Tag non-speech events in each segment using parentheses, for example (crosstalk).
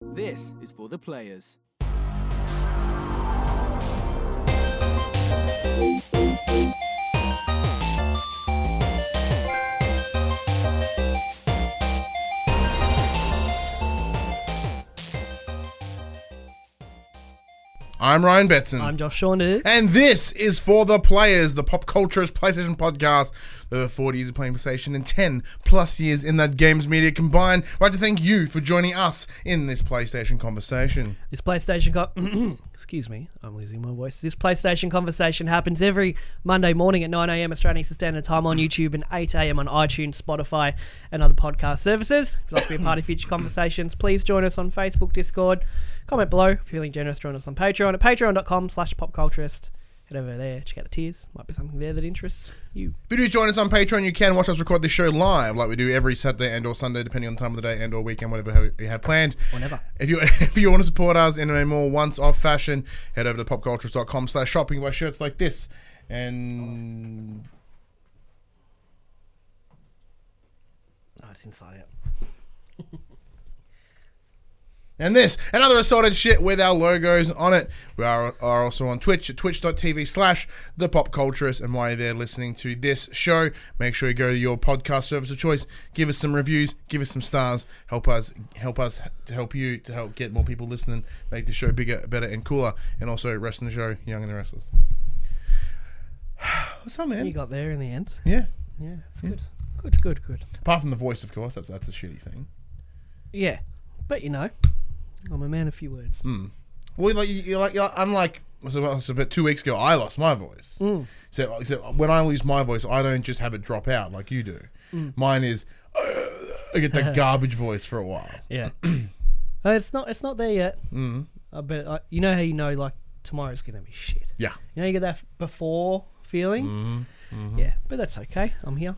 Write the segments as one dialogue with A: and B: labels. A: This is for the players.
B: I'm Ryan Betson.
C: (laughs) I'm Josh Shawn. It is.
B: and this is for the players, the pop culturist PlayStation podcast. Over 40 years of playing PlayStation and 10 plus years in that games media combined. I'd like to thank you for joining us in this PlayStation conversation.
C: This PlayStation co- (clears throat) excuse me, I'm losing my voice. This PlayStation conversation happens every Monday morning at 9 a.m. Australian Eastern Standard Time on YouTube and 8 a.m. on iTunes, Spotify, and other podcast services. If you'd like to be a part of future conversations, please join us on Facebook, Discord. Comment below. If you're feeling generous, join us on Patreon at patreon.com slash popculturist. Head over there, check out the tiers. Might be something there that interests you.
B: If you do join us on Patreon, you can watch us record this show live, like we do every Saturday and or Sunday, depending on the time of the day and or weekend, whatever we have planned.
C: never.
B: If you (laughs) if you want to support us in a more once-off fashion, head over to popcultures.com slash shopping buy shirts like this. And
C: No, Oh, it's inside out.
B: and this and other assorted shit with our logos on it. We are, are also on Twitch at twitch.tv slash the pop culturist. And while you're there listening to this show, make sure you go to your podcast service of choice, give us some reviews, give us some stars, help us help us to help you to help get more people listening, make the show bigger, better, and cooler. And also rest in the show, Young and the Restless. (sighs) What's up,
C: You
B: man?
C: got there in the end.
B: Yeah.
C: Yeah, it's good. Good, good, good.
B: Apart from the voice, of course, that's that's a shitty thing.
C: Yeah, but you know, I'm a man of few words.
B: Mm. Well, like you, like you're, unlike so well, so about two weeks ago, I lost my voice. So, so when I lose my voice, I don't just have it drop out like you do. Mine is "Uh," I get (laughs) that garbage voice for a while. (clears throat)
C: Yeah, (clears throat) Uh, it's not it's not there yet. Mm. I bet I, you know how you know like tomorrow's gonna be shit.
B: Yeah, Mm-hmm.
C: You know you get that f- before feeling. Yeah, but that's okay. I'm here.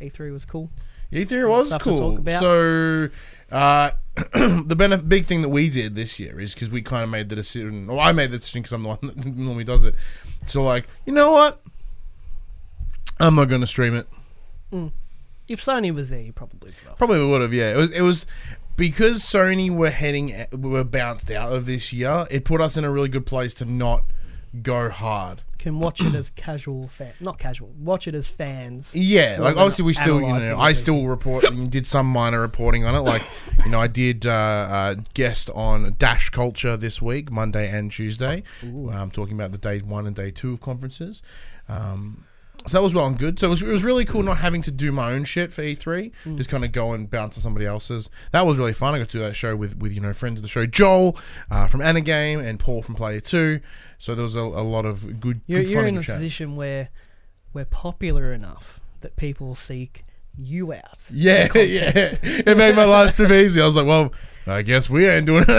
B: Yeah.
C: E3 was cool.
B: Ether was
C: Stuff to
B: cool.
C: talk about.
B: So. Uh, (clears throat) the benef- big thing that we did this year is because we kind of made the decision, or I made the decision because I'm the one (laughs) that normally does it. So, like, you know what? I'm not going to stream it.
C: If Sony was there, you probably would. have.
B: Probably would have. Yeah, it was. It was because Sony were heading were bounced out of this year. It put us in a really good place to not go hard.
C: Can watch it as casual fan, not casual. Watch it as fans.
B: Yeah,
C: Well,
B: like obviously we
C: they're
B: still, you
C: analysing
B: know, I
C: it.
B: still report and did some minor reporting on it.
C: (laughs)
B: Like, you know, I did uh, uh, guest on Dash Culture this week, Monday and Tuesday. Um, talking about the day one and day two of conferences. Um, so that was well and good. So it was, it was really cool not having to do my own shit for E3,
C: Mm.
B: just kind of go and bounce to somebody else's. That was really fun. I got to do that show with, with you know friends of the show, Joel uh, from Anagame and Paul from Player Two. So there was a, a lot of good.
C: You're,
B: good
C: you're
B: fun
C: in a
B: the chat.
C: position where we're popular enough that people seek you out.
B: Yeah, yeah. It made my life so easy. I was like, well, I guess we ain't doing
C: (laughs)
B: it.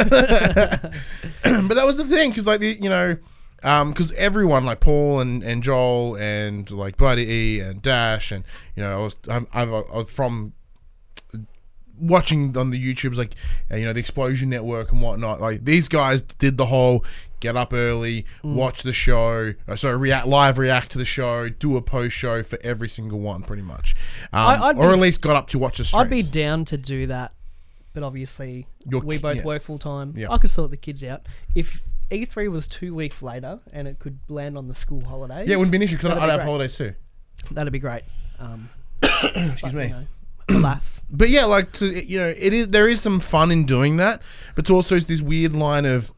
B: but that was the thing, because like the, you know, because everyone like Paul and, and Joel and like Buddy E and Dash and you know, I was I'm, I'm, I was from watching on the YouTubes, like uh, you know the Explosion Network and whatnot. Like these guys did the whole get up early,
C: Mm.
B: watch the show, uh, so react live, react to the show, do a post show for every single one, pretty much, um,
C: I- I'd
B: or
C: be-
B: at least got up to watch the stream.
C: I'd be down to do that, but obviously
B: Your
C: we
B: ki-
C: both
B: yeah.
C: work full time.
B: Yeah.
C: I could sort the kids out. If E3 was two weeks later and it could land on the school holidays,
B: yeah, it wouldn't be an issue because I'd
C: That'd be
B: have
C: great.
B: holidays too.
C: That'd be great. Um,
B: (coughs) Excuse me.
C: alas,
B: but yeah, like to you know, it is there is some fun in doing that, but it's also this weird line of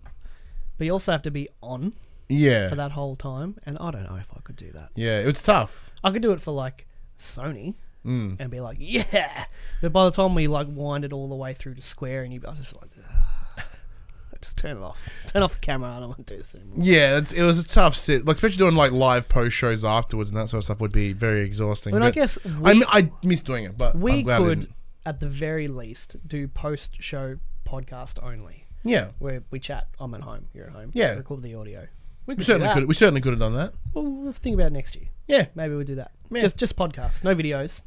C: but you also have to be on
B: yeah,
C: for that whole time, and I don't know if I could do that.
B: yeah, it's tough.
C: I could do it for like Sony.
B: Mm.
C: And be like, yeah, but by the time we like wind it all the way through to Square, and you, I just feel like, "Ugh." (laughs) just turn it off, turn off the camera. I don't want to do this anymore.
B: Yeah, it's, it was a tough sit, like especially doing like live post shows afterwards and that sort of stuff would be very exhausting.
C: But I
B: but
C: guess
B: I,
C: we-
B: mi- I miss doing it, but
C: We
B: I'm glad I
C: could,
B: didn't.
C: at the very least, do post show podcast only,
B: yeah,
C: where we chat. I'm at home. You're at home.
B: Yeah.
C: Record the audio.
B: we
C: We could
B: certainly
C: do that.
B: could. We certainly could have done that.
C: Well, we'll think about it next year.
B: Yeah.
C: Maybe we'll do that.
B: Yeah.
C: Just just podcasts, no videos.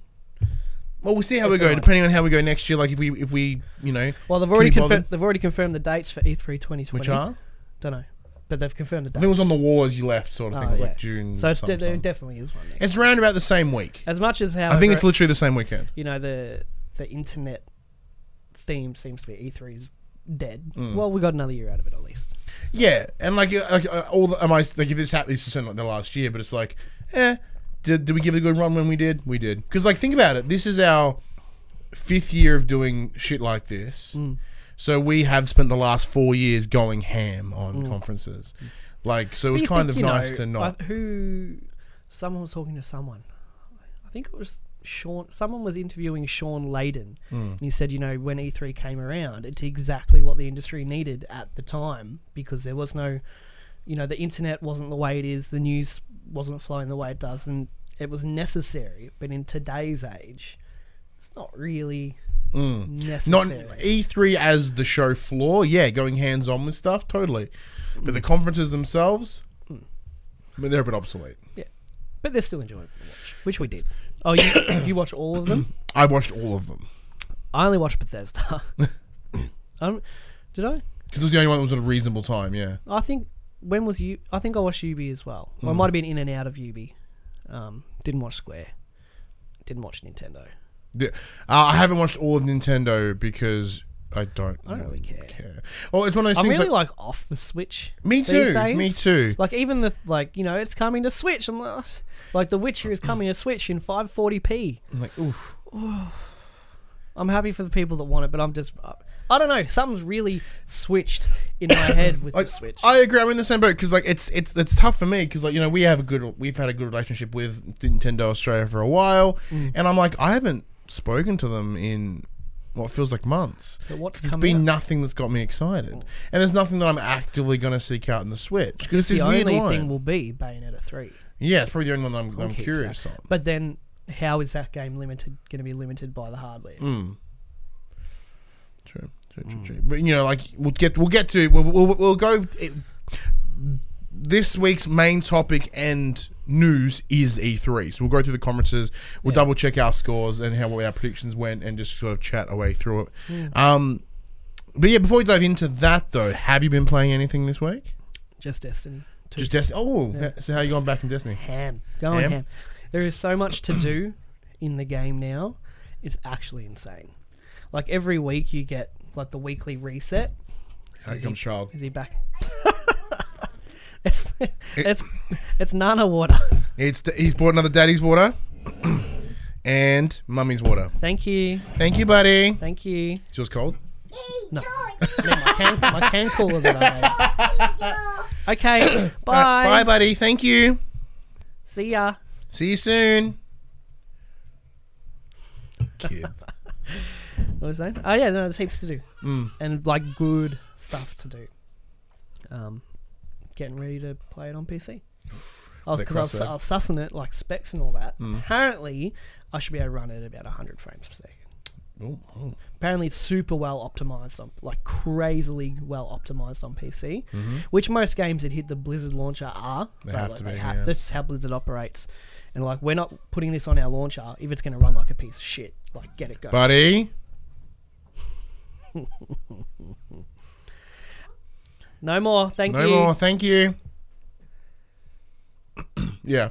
B: Well, we'll see how we
C: It's
B: go.
C: fine.
B: Depending on how we go next year, like if we if we you know
C: Well, they've
B: Can
C: already
B: we
C: confirmed.
B: bother?
C: They've already confirmed the dates for E E3 2020.
B: which are
C: Don't know, but they've confirmed the
B: I
C: dates.
B: think it was on the wall as you left, sort of thing.
C: Oh,
B: It was
C: yeah.
B: like June.
C: so it's de-
B: something,
C: there
B: something.
C: definitely is one. Next.
B: it's round about the same week.
C: As much as how
B: I think it's literally the same weekend.
C: you know the the internet theme seems to be E3's dead.
B: Mm.
C: Well, we got another year out of it at least.
B: Yeah, and like, uh, like uh, all the, am I like if this happened, this is certainly not the last year, but it's like, eh, did, did we give it a good run when we did? We did because like think about it, this is our fifth year of doing shit like this,
C: Mm.
B: so we have spent the last four years going ham on conferences, like so it was
C: Mm. But you
B: kind
C: think,
B: of
C: you know,
B: nice to not.
C: I- who someone was talking to someone. I think it was Sean. Someone was interviewing Sean Layden,
B: Hmm.
C: and he said, you know, when E3 came around, it's exactly what the industry needed at the time because there was no, you know, the internet wasn't the way it is, the news wasn't flowing the way it does, and it was necessary. But in today's age, it's not really
B: Hmm. not
C: necessary.
B: E3 as the show floor, yeah, going hands on with stuff, totally. But the
C: Mm.
B: conferences themselves, I mean, they're a bit obsolete.
C: yeah, but they're still enjoyable to watch, which we did. Oh, you, (coughs) you watch all of them?
B: I watched all of them
C: I only watched Bethesda. (laughs) um, did I?
B: because it was the only one that was at a reasonable time. Yeah,
C: I think when was you? I think I watched UB as well.
B: Mm.
C: Or I might have been in and out of UB. Um, didn't watch Square. Didn't watch Nintendo.
B: The- uh, I haven't watched all of Nintendo because I don't.
C: I don't really care.
B: Well, it's one of those
C: I'm
B: things.
C: really
B: Mm. like,
C: like, off the Switch.
B: me
C: these
B: too.
C: days.
B: Me too.
C: Like even the like you know it's coming to Switch. I'm like, (sighs) like The Witcher is coming to Switch in 540p.
B: I'm like, oof.
C: I'm happy for the people that want it, but I'm just I- I don't know. Something's really switched in
B: (coughs)
C: my head with
B: I,
C: the Switch.
B: I agree. I'm in the same boat because like it's it's it's tough for me because like you know we have a good we've had a good relationship with Nintendo Australia for a while,
C: Mm.
B: and I'm like I haven't spoken to them in what feels like months.
C: But what's
B: There's
C: coming
B: been
C: up?
B: nothing that's got me excited, and there's nothing that I'm actively going to seek out in the Switch because it's this
C: the
B: weird
C: only
B: line.
C: thing will be Bayonetta three.
B: yeah, it's probably the only one that I'm, that I'm
C: keep
B: curious
C: track.
B: on.
C: But then, how is that game limited? Going to be limited by the hardware?
B: Mm. True, true,
C: Hmm.
B: true, true. But you know, like we'll get we'll get to we'll we'll, we'll go. It, this week's main topic and news is E3. So we'll go through the conferences. We'll double check our scores and how our predictions went, and just sort of chat our way through it.
C: Hmm.
B: Um, but yeah, before we dive into that though, have you been playing anything this week?
C: Just Destiny. Two.
B: Just Destiny. Oh, so how you going back in Destiny?
C: ham. Go on
B: Ham?
C: ham. There is so much to do in the game now. It's actually insane. Like every week, you get like the weekly reset.
B: How comes child?
C: Is he back? (laughs) it's it's it's Nana water.
B: It's the, he's bought another daddy's water (clears throat) and mummy's water.
C: Thank you,
B: Thank you, buddy.
C: thank you.
B: Is yours cold?
C: No, no my can my can coolers are not open.
B: (coughs)
C: Okay, bye.
B: Bye, buddy. Thank you.
C: See ya.
B: See you soon. Kids.
C: What was that? Oh yeah, no, there's heaps to do, mm. and like good stuff to do. Um, getting ready to play it on PC.
B: (sighs) That
C: Because I, was,
B: crossover. Mm.
C: I was sussing it like specs and all that. Apparently, I should be able to run it at about 100 frames per second.
B: Ooh, ooh.
C: Apparently, it's super well optimized on, like crazily well optimized on PC, which most games that hit the Blizzard launcher are.
B: Mm-hmm. They
C: Like,
B: have
C: like,
B: to
C: they
B: be,
C: ha-
B: yeah.
C: That's how Blizzard operates. And like, we're not putting this on our launcher if it's going to run like a piece of shit. Like, get it going.
B: Buddy.
C: no more. Thank
B: No
C: you.
B: more. Thank you. (clears throat) yeah.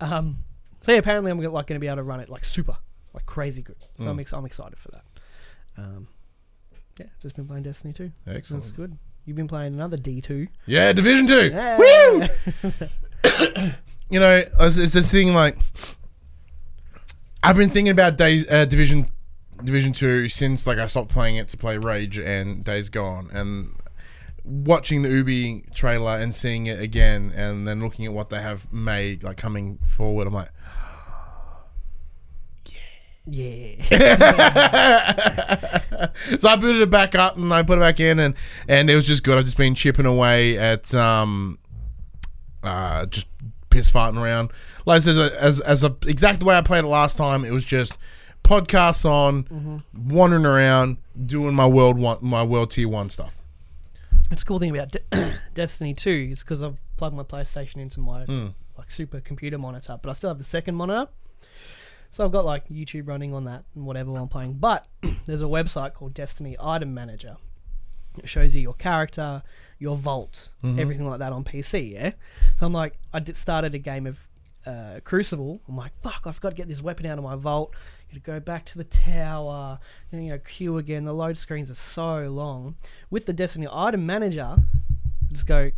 C: Um, so yeah, apparently I'm gonna, like going to be able to run it like super, like crazy good. So
B: Mm.
C: I'm, ex- I'm excited for that. Um, yeah, just been playing Destiny 2. That's
B: Excellent.
C: good. You've been playing another D2.
B: Yeah, Division 2.
C: Yeah.
B: (laughs) Woo! you know, it's, it's this thing like I've been thinking about days uh, Division Division Two since like I stopped playing it to play Rage and Days Gone, and watching the Ubi trailer and seeing it again, and then looking at what they have made like coming forward, I'm like,
C: Yeah. (laughs)
B: so I booted it back up and I put it back in, and and it was just good. I've just been chipping away at um, uh, just piss farting around. Like I said, as as a, exactly the way I played it last time, it was just podcasts on,
C: Mm-hmm.
B: wandering around, doing my world one, my world tier one stuff.
C: It's a cool thing about De- (clears throat) Destiny 2 is because I've plugged my PlayStation into my
B: Mm.
C: like supercomputer monitor, but I still have the second monitor. So I've got like YouTube running on that and whatever while I'm playing. But (clears throat) there's a website called Destiny Item Manager. It shows you your character, your vault, everything like that on PC. Yeah. So I'm like, I did started a game of uh, Crucible, I'm like, fuck, I've got to get this weapon out of my vault. Gotta go back to the tower, and, you know, queue again. The load screens are so long. With the Destiny item manager, just go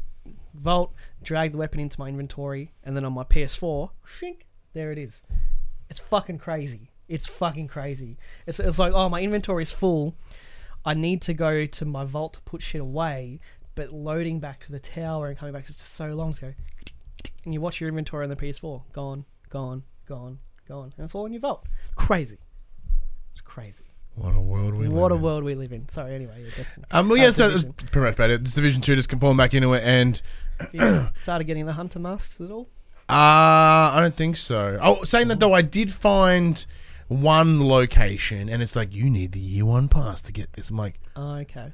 C: vault, drag the weapon into my inventory, and then on my PS4, shrink, there it is. It's fucking crazy. It's fucking crazy. It's, it's like, oh, my inventory's full. I need to go to my vault to put shit away, but loading back to the tower and coming back is just so long to go. And you watch your inventory on the PS4, gone, gone, gone, gone, and it's all in your vault. Crazy. It's crazy.
B: What a world we
C: What a
B: live in.
C: world we live in. Sorry, anyway. yeah, Destiny.
B: Um, well, yeah,
C: Uh,
B: so that's
C: Division.
B: pretty much about it. It's Division 2 just conform back into it, and (coughs)
C: Have you started getting the hunter masks at all?
B: Uh, I don't think so. Oh, saying that though, I did find one location, and it's like you need the year one pass to get this. I'm like,
C: Oh, okay.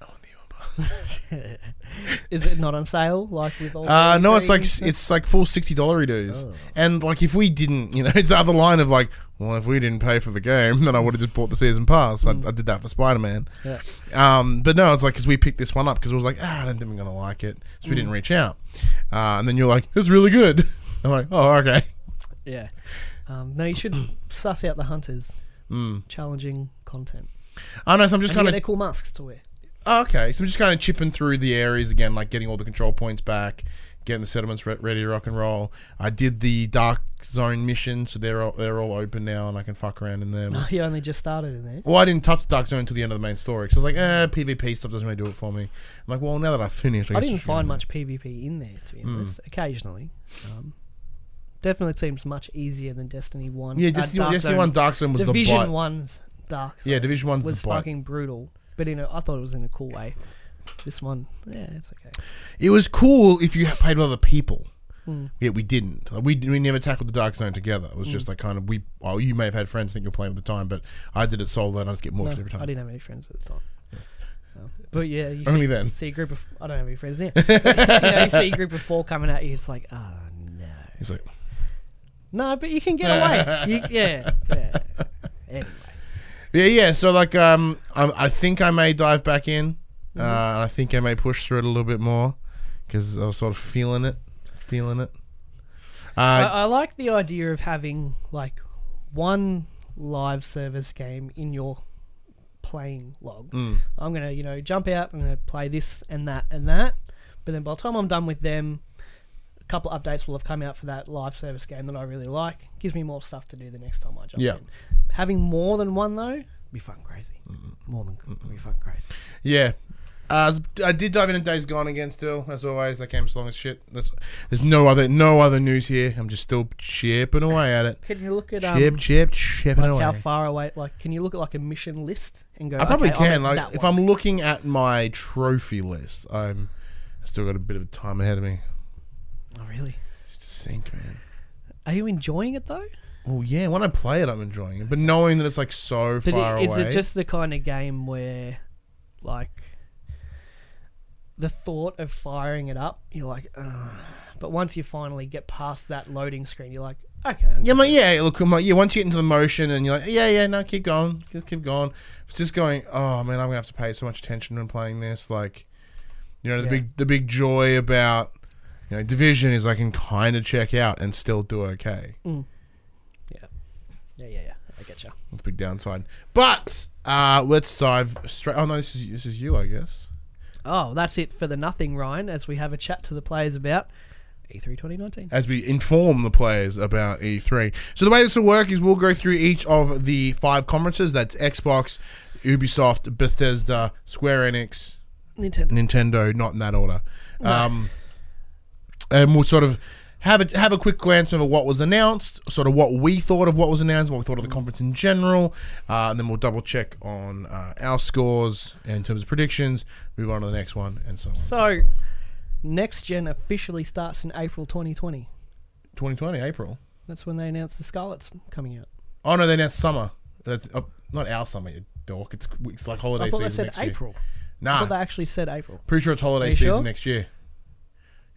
B: I want the year one pass.
C: Is it not on sale like with all?
B: Uh,
C: the
B: no, it's like
C: things?
B: it's like full sixty dollar dues,
C: Oh.
B: and like if we didn't, you know, (laughs) it's the other line of like, well, if we didn't pay for the game, (laughs) then I would have just bought the season pass. I, I did that for Spider Man.
C: Hmm. Yeah.
B: Um, but no, it's like because we picked this one up because it was like, ah, I don't think we're gonna like it, so we
C: Hmm.
B: didn't reach out. Uh, and then you're like, it's really good. (laughs) I'm like, oh, okay. (laughs)
C: Yeah. Um, no, you should suss out the hunters.
B: Hmm.
C: Mm. Challenging content.
B: I know, Ah, so I'm just
C: And you
B: kind
C: get
B: of
C: their cool masks to wear. (laughs)
B: Oh, okay, so I'm just kind of chipping through the areas again, like getting all the control points back, getting the settlements re- ready to rock and roll. I did the Dark Zone mission, so they're all, they're all open now, and I can fuck around in
C: (laughs)
B: them.
C: you only just started in there.
B: Well, I didn't touch Dark Zone until the end of the main story, because I was like, eh, PvP stuff doesn't really do it for me. I'm like, well, now that I've finished,
C: I
B: guess
C: didn't
B: should
C: find
B: go.
C: much PvP in there, to be
B: Hmm.
C: honest. Occasionally. Um, definitely seems much easier than Destiny 1.
B: Yeah,
C: uh,
B: Destiny,
C: Dark
B: Destiny
C: Zone.
B: One Dark Zone was
C: Division
B: the bite.
C: 1's Dark Zone
B: Yeah, Division One's
C: was
B: the bite.
C: fucking brutal. But, you know, I thought it was in a cool way. This one, yeah, it's okay.
B: It was cool if you ha- played with other people.
C: Hmm.
B: Yet we didn't. Like, we we never tackled the dark zone together. It was just like kind of we. Well, you may have had friends think you're playing at the time, but I did it solo, and I just get morphed
C: No,
B: every time.
C: I didn't have any friends at the time. Um, But yeah, you
B: Only
C: see,
B: then.
C: see a group of I don't have
B: (laughs)
C: any friends there. (laughs) But, you, know, you see a group of four coming at you, it's like, oh no,
B: He's like,
C: no, but you
B: (laughs)
C: can get away. You, yeah, yeah. Anyway,
B: yeah, yeah. So like, um, I, I think I may dive back in.
C: Mm-hmm.
B: Uh, and I think I may push through it a little bit more because I was sort of feeling it, feeling it.
C: I,
B: Uh,
C: I like the idea of having like one live service game in your playing log.
B: mm,
C: I'm gonna you know jump out. I'm gonna play this and that and that. But then by the time I'm done with them, a couple of updates will have come out for that live service game that I really like. Gives me more stuff to do the next time I jump
B: Yeah.
C: in. Having more than one though, be fun crazy. More than be fun crazy.
B: yeah. Uh, s- I did dive into Days Gone again. Still, as always, that game's long as shit. That's, there's no other, no other news here. I'm just still chipping away at it.
C: Can you look at um,
B: Chip, chip, chipping
C: like
B: away.
C: how far away? Like, can you look at like a mission list and go?
B: I probably
C: okay,
B: can.
C: I'm at
B: Like,
C: that
B: if
C: one.
B: I'm looking at my trophy list, I'm I still got a bit of time ahead of me.
C: oh really?
B: Just a sink, man.
C: Are you enjoying it though?
B: Well, yeah, when I play it, I'm enjoying it, but knowing that it's like so
C: But
B: far
C: i- is
B: away.
C: it just the kind of game where, like, the thought of firing it up, you're like, Ugh. but once you finally get past that loading screen, you're like, okay, I'm
B: yeah, I'm like, yeah. Look, I'm like, yeah. Once you get into the motion, and you're like, yeah, yeah, no, keep going, just keep going. It's just going. Oh man, I'm gonna have to pay so much attention when playing this. Like, you know, the
C: Yeah.
B: big, the big joy about you know division is I can kind of check out and still do okay.
C: Mm. yeah, yeah, yeah, I get you.
B: That's a big downside. But uh, let's dive straight. Oh no, this is this is you, I guess.
C: Oh, that's it for the nothing, Ryan. As we have a chat to the players about E E3 2019.
B: As we inform the players about E3. So the way this will work is we'll go through each of the five conferences. That's Xbox, Ubisoft, Bethesda, Square Enix,
C: Nintendo.
B: Nintendo, not in that order. Um, and we'll sort of have a, have a quick glance over what was announced, sort of what we thought of what was announced, what we thought of the conference in general, uh, and then we'll double check on uh, our scores in terms of predictions, move on to the next one, and so on. and
C: So,
B: forth.
C: next gen officially starts in April 2020.
B: 2020 April.
C: That's when they announced the Scarlet's coming out.
B: Oh no, they announced summer. That's uh, not our summer, you dork. It's it's like holiday
C: I thought they
B: season
C: said
B: next
C: April.
B: year.
C: I
B: Nah,
C: thought they actually said April.
B: Pretty sure it's holiday
C: you
B: season
C: sure?
B: next year.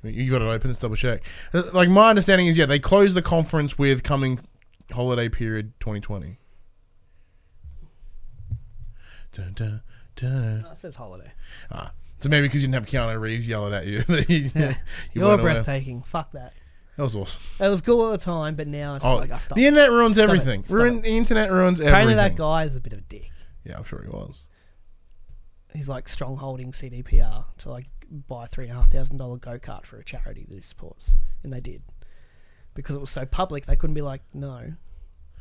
B: You- You got it open. Let's double check. Uh, Like my understanding is, yeah, they closed the conference with coming holiday period 2020. Dun, dun, dun.
C: No, it says holiday.
B: Ah, so maybe because you (laughs) didn't have Keanu Reeves yelling at you, that you, you
C: You're
B: weren't aware.
C: breathtaking. Fuck that.
B: That was awesome.
C: It was cool at the time, but now it's
B: Oh,
C: like I stopped.
B: the internet ruins
C: Stop it.
B: everything.
C: Stop
B: Ruin, the internet ruins
C: Apparently,
B: everything.
C: that guy is a bit of a dick.
B: Yeah, I'm sure he was.
C: He's like strongholding CDPR to like buy a three and a half thousand dollar go kart for a charity that he supports, and they did because it was so public. They couldn't be like, no.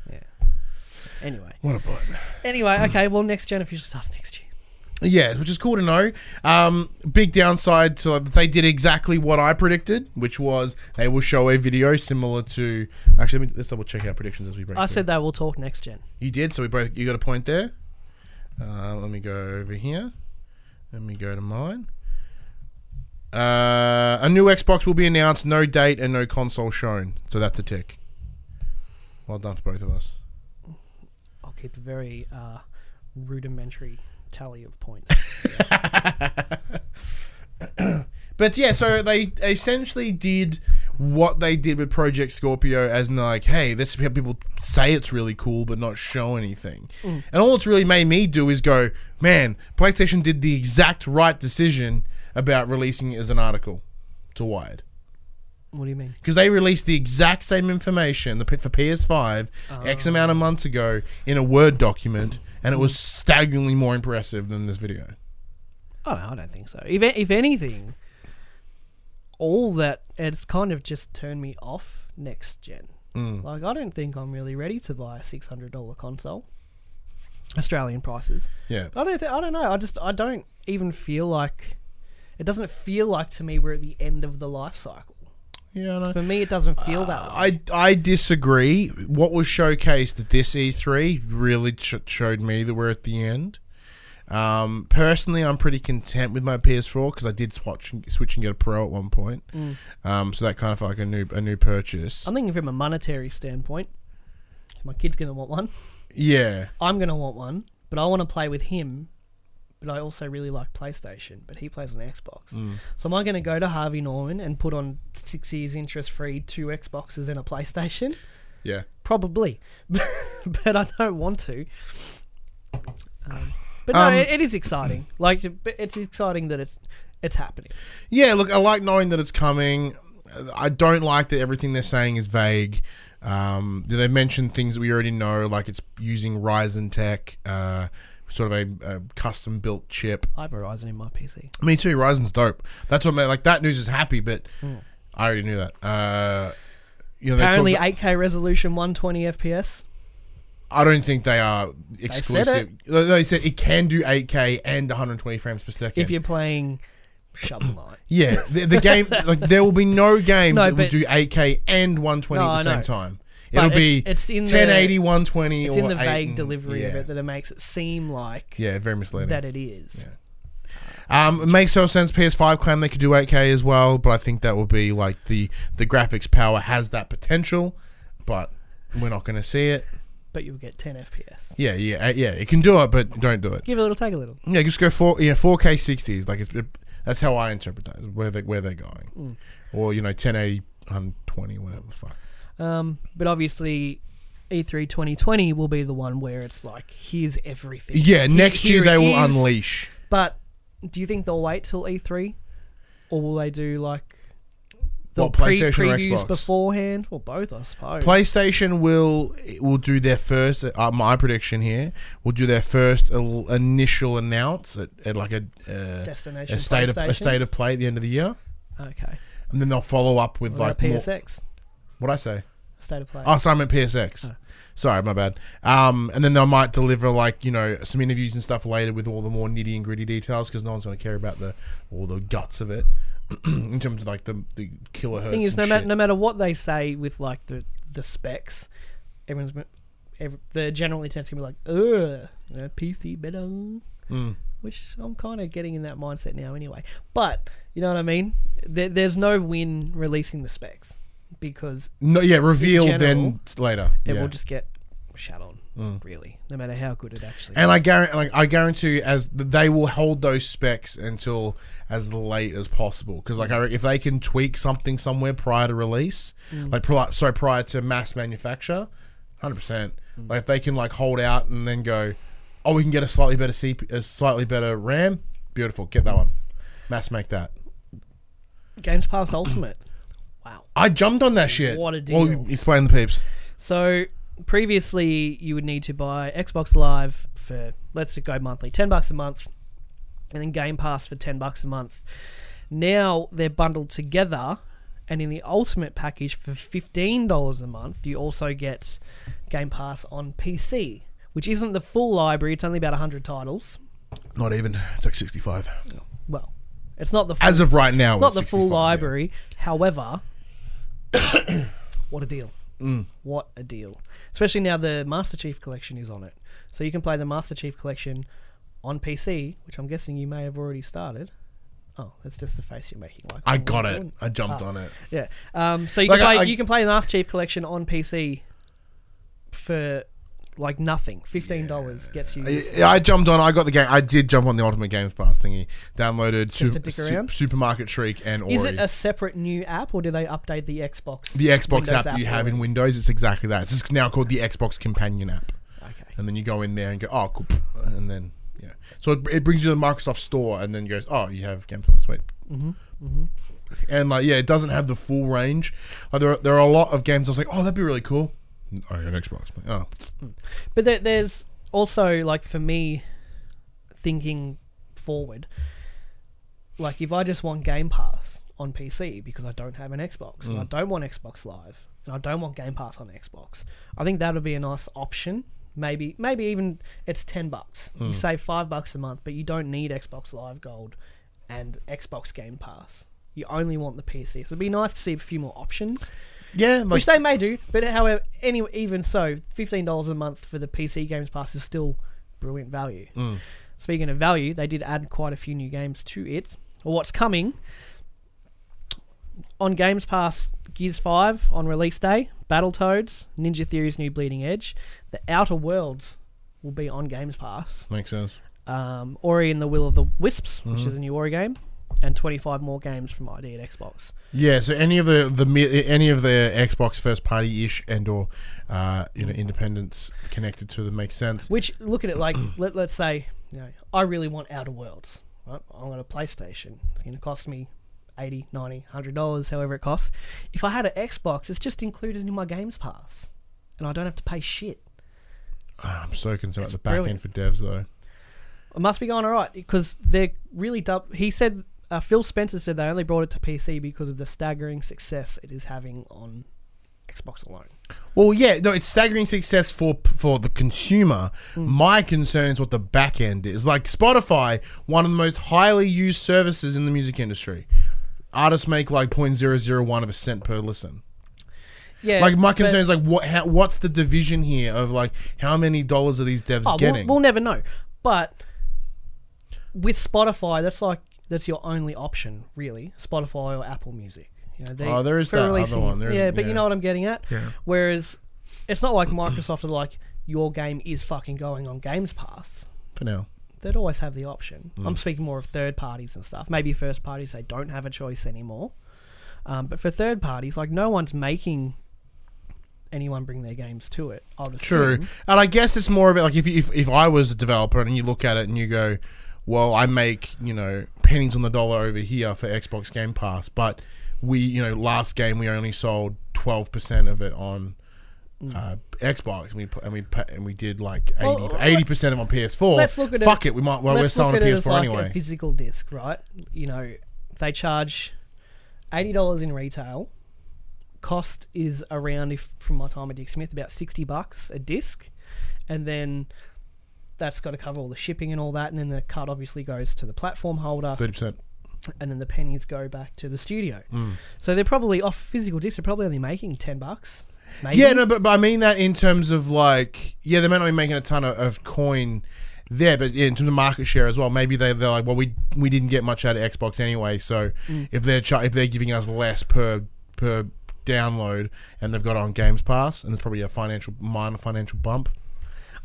C: Yeah. Anyway.
B: What a butt. Hmm.
C: Anyway. Okay. Well, next gen officially starts next year.
B: Yeah, which is cool to know. Um, big downside to like, they did exactly what I predicted, which was they will show a video similar to. Actually, let me, let's double check our predictions as we break.
C: I
B: through.
C: said they will talk next gen.
B: you did, so we both you got a point there. Uh, let me go over here. Let me go to mine. Uh, a new Xbox will be announced. No date and no console shown. So that's a tick. Well done to both of us.
C: I'll keep a very uh, rudimentary tally of points.
B: (laughs) (laughs) But yeah, so they essentially did what they did with Project Scorpio, as in like, hey, this is how people say it's really cool, but not show anything. And all it's really made me do is go, man, PlayStation did the exact right decision about releasing it as an article to Wired
C: what do you mean?
B: because they released the exact same information the, for PS5 X amount of months ago in a Word document, and it was staggeringly more impressive than this video.
C: Oh, no, I don't think so. If if anything, all that it's kind of just turned me off next gen. Like I don't think I'm really ready to buy a six hundred dollar console, Australian prices.
B: Yeah.
C: I don't. Th- I don't know. I just. I don't even feel like. It doesn't feel like to me we're at the end of the life cycle.
B: Yeah, I know.
C: For me, it doesn't feel that way.
B: Uh, I, I disagree. What was showcased at this E3 really ch- showed me that we're at the end. Um, personally, I'm pretty content with my PS4 because I did swatch, switch and get a Pro at one point. Um, so that kind of felt like a new a new purchase.
C: I'm thinking from a monetary standpoint. My kid's gonna want one.
B: yeah,
C: I'm gonna want one, but I want to play with him. But I also really like PlayStation, but he plays on Xbox.
B: Mm.
C: So am I gonna go to Harvey Norman and put on six years interest free two Xboxes and a PlayStation?
B: yeah.
C: Probably, (laughs) but I don't want to. Um, but no,
B: Um,
C: it, it is exciting. Like but it's exciting that it's it's happening.
B: Yeah, look, I like knowing that it's coming. I don't like that everything they're saying is vague. Um, they mentioned things that we already know, like it's using Ryzen tech, uh, sort of a, a custom built chip.
C: I have Horizon in my PC.
B: Me too. Ryzen's dope. That's what made like that news is happy, but I already knew that. Uh, you know, they
C: Hmm. Apparently,
B: talked-
C: 8K resolution, 120 FPS.
B: I don't think they are
C: said
B: exclusive. They they said it can do 8K and 120 frames per second.
C: If you're playing Shovel Knight.
B: yeah, the, the
C: (laughs)
B: game like there will be no games
C: No,
B: that will
C: but-
B: do 8K and 120
C: No,
B: at the
C: I
B: same
C: know.
B: time.
C: But
B: It'll be
C: it's- it's in the-
B: 1080, 120,
C: It's
B: or
C: in the
B: 8
C: vague
B: and-
C: delivery of
B: yeah.
C: it that it makes it seem like
B: Yeah, very misleading.
C: that it is.
B: Um, it makes total sense. PS5 claim they could do 8K as well, but I think that will be like the the graphics power has that potential, but we're not going to see it.
C: But you'll get 10 FPS.
B: Yeah, yeah, uh, yeah. It can do it, but don't do it.
C: Give a little, take a little.
B: Yeah, just go four. Yeah, 4K 60s. Like it's it- that's how I interpret that. is Where they where they're going,
C: Hmm.
B: or you know, 1080, 120, whatever. the Fuck.
C: Um, but obviously, E E3 2020 will be the one where it's like, here's everything.
B: Yeah,
C: Here-
B: next year
C: here it
B: they will
C: is.
B: unleash.
C: But do you think they'll wait till E3? Or will they do like the
B: What,
C: pre-
B: PlayStation or
C: previews
B: Xbox?
C: beforehand? Well, both, I suppose.
B: PlayStation will will do their first. Uh, my prediction here will do their first il- initial announce at, at like a uh,
C: Destination.
B: a state of a
C: PlayStation?
B: state of play at the end of the year,
C: Okay.
B: and then they'll follow up with
C: What
B: like
C: about
B: more-
C: PSX?
B: what'd I say?
C: State of play.
B: Oh, so I meant PSX.
C: Oh.
B: Sorry, my bad. Um, and then they might deliver like you know some interviews and stuff later with all the more nitty and gritty details because no one's going to care about the all the guts of it (clears throat) in terms of like the the killer
C: thing is, no matter no matter what they say with like the the specs, everyone's been- every, the general intent's gonna be like, ugh, you know, PC better.
B: Mm.
C: Which I'm kind of getting in that mindset now, anyway. But you know what I mean? There, there's no win releasing the specs because
B: no, yeah, revealed then
C: general,
B: later.
C: it
B: yeah. Mm.
C: will just get shat on, really, no matter how good it actually.
B: And
C: is.
B: I guarantee, like, I guarantee, as they will hold those specs until as late as possible, because like, I, re- if they can tweak something somewhere prior to release,
C: Mm.
B: like, pri- sorry, prior to mass manufacture, hundred percent.
C: Mm.
B: Like, if they can like hold out and then go, oh, we can get a slightly better CP, a slightly better RAM, beautiful, get that one, mass make that. (clears throat)
C: Games Pass Ultimate. Wow.
B: I jumped on that shit.
C: What a
B: Well,
C: deal.
B: explain the peeps.
C: So previously, you would need to buy Xbox Live for let's go monthly, ten bucks a month, and then Game Pass for ten bucks a month. Now they're bundled together, and in the Ultimate package for fifteen dollars a month, you also get Game Pass on PC, which isn't the full library. It's only about hundred titles.
B: Not even. It's like 65.
C: Well, it's not the full,
B: As of right now,
C: it's
B: it's,
C: not the full
B: 65, yeah.
C: library. However, (coughs) what a deal!
B: Mm.
C: What a deal! Especially now the Master Chief Collection is on it, so you can play the Master Chief Collection on PC, which I'm guessing you may have already started. Oh, that's just the face you're making. Like
B: I got it. I
C: Ah.
B: jumped on it.
C: Yeah. Um, so you
B: Like,
C: can play
B: I- I-
C: you can play the Master Chief Collection on PC for like nothing. Fifteen dollars gets you.
B: Yeah, I jumped on. I got the game. I did jump on the Ultimate Games Pass thingy. Downloaded
C: Just
B: Sup-
C: to dick
B: Sup-
C: around?
B: Supermarket Shriek and Ori.
C: Is it a separate new app, or do they update the Xbox?
B: the Xbox
C: Windows
B: app that you have
C: already?
B: in Windows? It's exactly that. It's just now called the Xbox Companion app.
C: Okay.
B: And then you go in there and go, oh, cool. And then, yeah. So it, it brings you to the Microsoft Store and then goes, oh, you have Game Pass. Wait. Mm-hmm. Mm-hmm. And, like, yeah, it doesn't have the full range. Like, there, are, there are a lot of games I was like, oh, that'd be really cool. I got Xbox. Oh,
C: But there, there's also like for me, thinking forward. Like if I just want Game Pass on PC because I don't have an Xbox and I don't want Xbox Live and I don't want Game Pass on Xbox, I think that would be a nice option. Maybe maybe even it's ten bucks. You save five bucks a month, but you don't need Xbox Live Gold and Xbox Game Pass. You only want the PC. So it'd be nice to see a few more options.
B: yeah. Like,
C: Which they may do, but however, any, even so, fifteen dollars a month for the PC Games Pass is still brilliant value. Speaking of value, they did add quite a few new games to it, or what's coming on Games Pass: Gears Five on release day, Battletoads, Ninja Theory's New Bleeding Edge, The Outer Worlds will be on Games Pass
B: makes sense.
C: um, Ori and the Will of the Wisps, which is a new Ori game, and twenty-five more games from ID and Xbox.
B: Yeah, so any of the the mi- any of the Xbox first party ish and or uh, you know independence connected to them makes sense.
C: Which look at it like (clears throat) let let's say you know I really want Outer Worlds. Right? I want a PlayStation. It's going to cost me 80 90 100 dollars, however it costs. If I had an Xbox, it's just included in my Games Pass, and I don't have to pay shit.
B: Ah, I'm so concerned about
C: It's
B: the back
C: brilliant.
B: end for devs though.
C: It must be going all right because they're really dub- He said uh, Phil Spencer said they only brought it to PC because of the staggering success it is having on Xbox alone.
B: Well, yeah, no, it's staggering success for for the consumer.
C: Mm.
B: My concern is what the back end is. Like Spotify, one of the most highly used services in the music industry. Artists make like 0.001 of a cent per listen.
C: Yeah,
B: Like my
C: but-
B: concern is like what how, what's the division here of like how many dollars are these devs
C: Oh, we'll,
B: getting?
C: we'll never know. But with Spotify, that's like that's your only option, really. Spotify or Apple Music. You know, they,
B: Oh, there is
C: for
B: that other
C: releasing-
B: one. There is-
C: yeah, but you
B: yeah.
C: know what I'm getting at.
B: Yeah.
C: Whereas it's not like Microsoft are like your game is fucking going on Games Pass.
B: for now.
C: They'd always have the option.
B: Mm.
C: I'm speaking more of third parties and stuff. Maybe first parties they don't have a choice anymore. Um, but for third parties, like no one's making anyone bring their games to it. I'll just
B: True, and I guess it's more of it like if, you- if if I was a developer and you look at it and you go, well, I make you know pennies on the dollar over here for Xbox Game Pass, but we you know last game we only sold twelve percent of it on uh, Xbox, and we pl- and we pa- and we did like
C: Mm. Well, let-
B: 80 percent of it on PS4.
C: let's look at it-
B: Fuck it, we might well we're
C: Let's look
B: selling a
C: at it as
B: PS4
C: like
B: anyway.
C: a physical disc, right? You know, they charge eighty dollars in retail. Cost is around, if from my time at Dick Smith, about sixty bucks a disc, and then that's got to cover all the shipping and all that, and then the cut obviously goes to the platform holder,
B: Thirty percent.
C: and then the pennies go back to the studio.
B: Mm.
C: So they're probably off physical disc. They're probably only making ten bucks. Maybe.
B: Yeah, no, but, but I mean that in terms of like, yeah, they may not be making a ton of, of coin there, but yeah, in terms of market share as well, maybe they they're like, well, we we didn't get much out of Xbox anyway, so if they're char- if they're giving us less per per download, and they've got it on Games Pass, and there's probably a financial minor financial bump.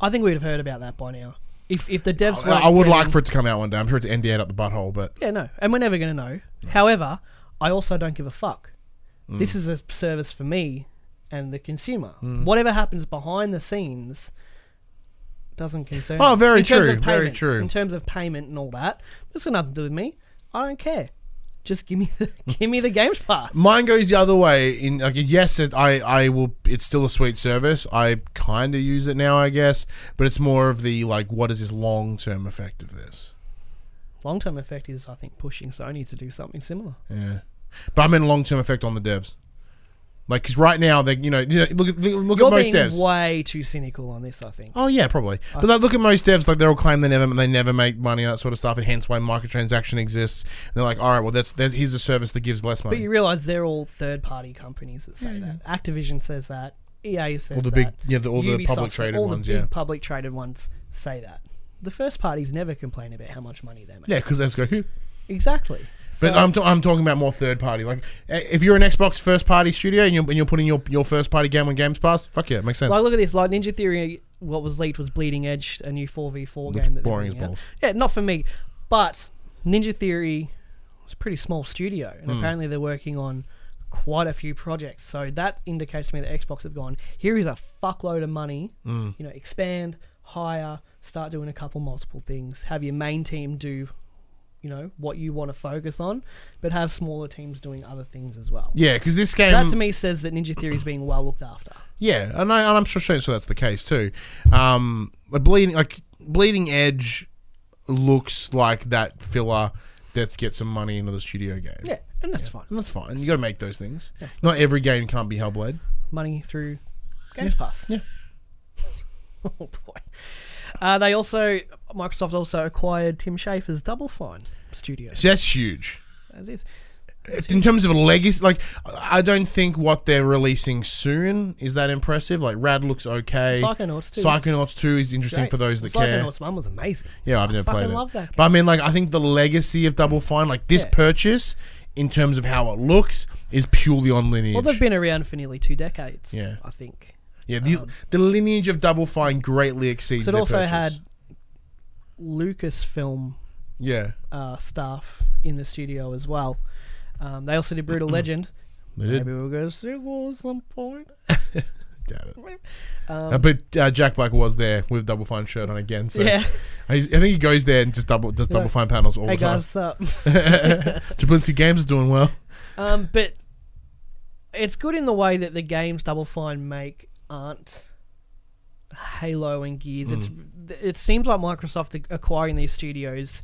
C: I think we'd have heard about that by now. If if the devs,
B: I,
C: weren't
B: I would
C: getting-
B: like for it to come out one day. I'm sure it's NDA'd up the butthole, but
C: Yeah, no. And we're never going to know.
B: Mm.
C: However, I also don't give a fuck. This is a service for me and the consumer.
B: Mm.
C: Whatever happens behind the scenes doesn't concern
B: Oh,
C: me.
B: very
C: In terms
B: true,
C: of
B: very
C: payment-
B: true.
C: In terms of payment and all that, it's got nothing to do with me. I don't care. Just give me
B: (laughs)
C: the (laughs) give me the games pass.
B: Mine goes the other way. In like, yes, it, I I will. It's still a sweet service. I kind of use it now, I guess, but it's more of the like, what is this long term effect of this?
C: Long term effect is I think pushing Sony to do something similar.
B: Yeah, but I mean long term effect on the devs. Like, because right now they, you know, you know, look at look
C: You're
B: at most
C: being
B: devs.
C: way too cynical on this. I think.
B: Oh yeah, probably. But like, look at most devs; like they all claim they never they never make money and that sort of stuff, and hence why microtransaction exists. And they're like, all right, well, that's, that's here's a service that gives less
C: But
B: money.
C: you realise they're all third party companies that say that. Activision says that. EA says
B: All the
C: that.
B: big, yeah, the, all the
C: Ubisoft,
B: public traded
C: all
B: ones,
C: the big
B: yeah,
C: public traded ones say that. The first parties never complain about how much money they make.
B: yeah, because let's go. Who?
C: Exactly. So,
B: But um, I'm, t- I'm talking about more third party. Like, eh, if you're an Xbox first party studio and you're, and you're putting your, your first party game on Games Pass, fuck yeah, it makes sense.
C: like, look at this. Like Ninja Theory, what was leaked was Bleeding Edge, a new 4v4
B: Looks
C: game. That they're
B: boring as
C: bringing out.
B: balls.
C: Yeah, not for me. But Ninja Theory was a pretty small studio,
B: Hmm.
C: and apparently they're working on quite a few projects. So that indicates to me that Xbox have gone, here is a fuckload of money.
B: Hmm.
C: You know, expand, hire, start doing a couple multiple things. Have your main team do, you know, what you want to focus on, but have smaller teams doing other things as well.
B: Yeah, because this game.
C: That to me says that Ninja Theory is being well looked after.
B: Yeah, and, I, and I'm sure sure that's the case too. Um, like bleeding, like bleeding edge, looks like that filler. Let's get some money into the studio game.
C: Yeah, and that's fine.
B: and that's fine. You got to make those things. Not every game can't be Hellblade.
C: money through Games Pass.
B: yeah.
C: (laughs) oh boy. Uh, they also Microsoft also acquired Tim Schafer's Double Fine studio.
B: See, that's huge.
C: As is.
B: in terms of a legacy, like I don't think what they're releasing soon is that impressive. Like Rad looks okay.
C: Psychonauts 2.
B: Psychonauts Two is interesting
C: Great.
B: for those that care.
C: Psychonauts One was amazing.
B: Yeah, I've never
C: fucking
B: played it.
C: love that
B: But I mean, like I think the legacy of Double Fine, like this
C: Yeah.
B: purchase, in terms of how it looks, is purely on lineage.
C: Well, they've been around for nearly two decades.
B: Yeah.
C: I think.
B: yeah, the, the lineage of Double Fine greatly exceeds.
C: So it
B: their
C: also
B: purchase.
C: had Lucasfilm
B: yeah,
C: uh, staff in the studio as well. Um, they also did Brutal Legend.
B: Mm. they did.
C: Maybe we'll go to sequel at some point.
B: Doubt it.
C: Um,
B: Uh, but uh, Jack Black was there with a Double Fine shirt on again. So
C: yeah.
B: (laughs) I, I think he goes there and just double does
C: You're
B: Double
C: like,
B: Fine panels all
C: Hey
B: the time.
C: guys, up?
B: Jablinski Games is doing well.
C: Um, but it's good in the way that the games Double Fine make aren't Halo and Gears.
B: Mm.
C: It's it seems like Microsoft are acquiring these studios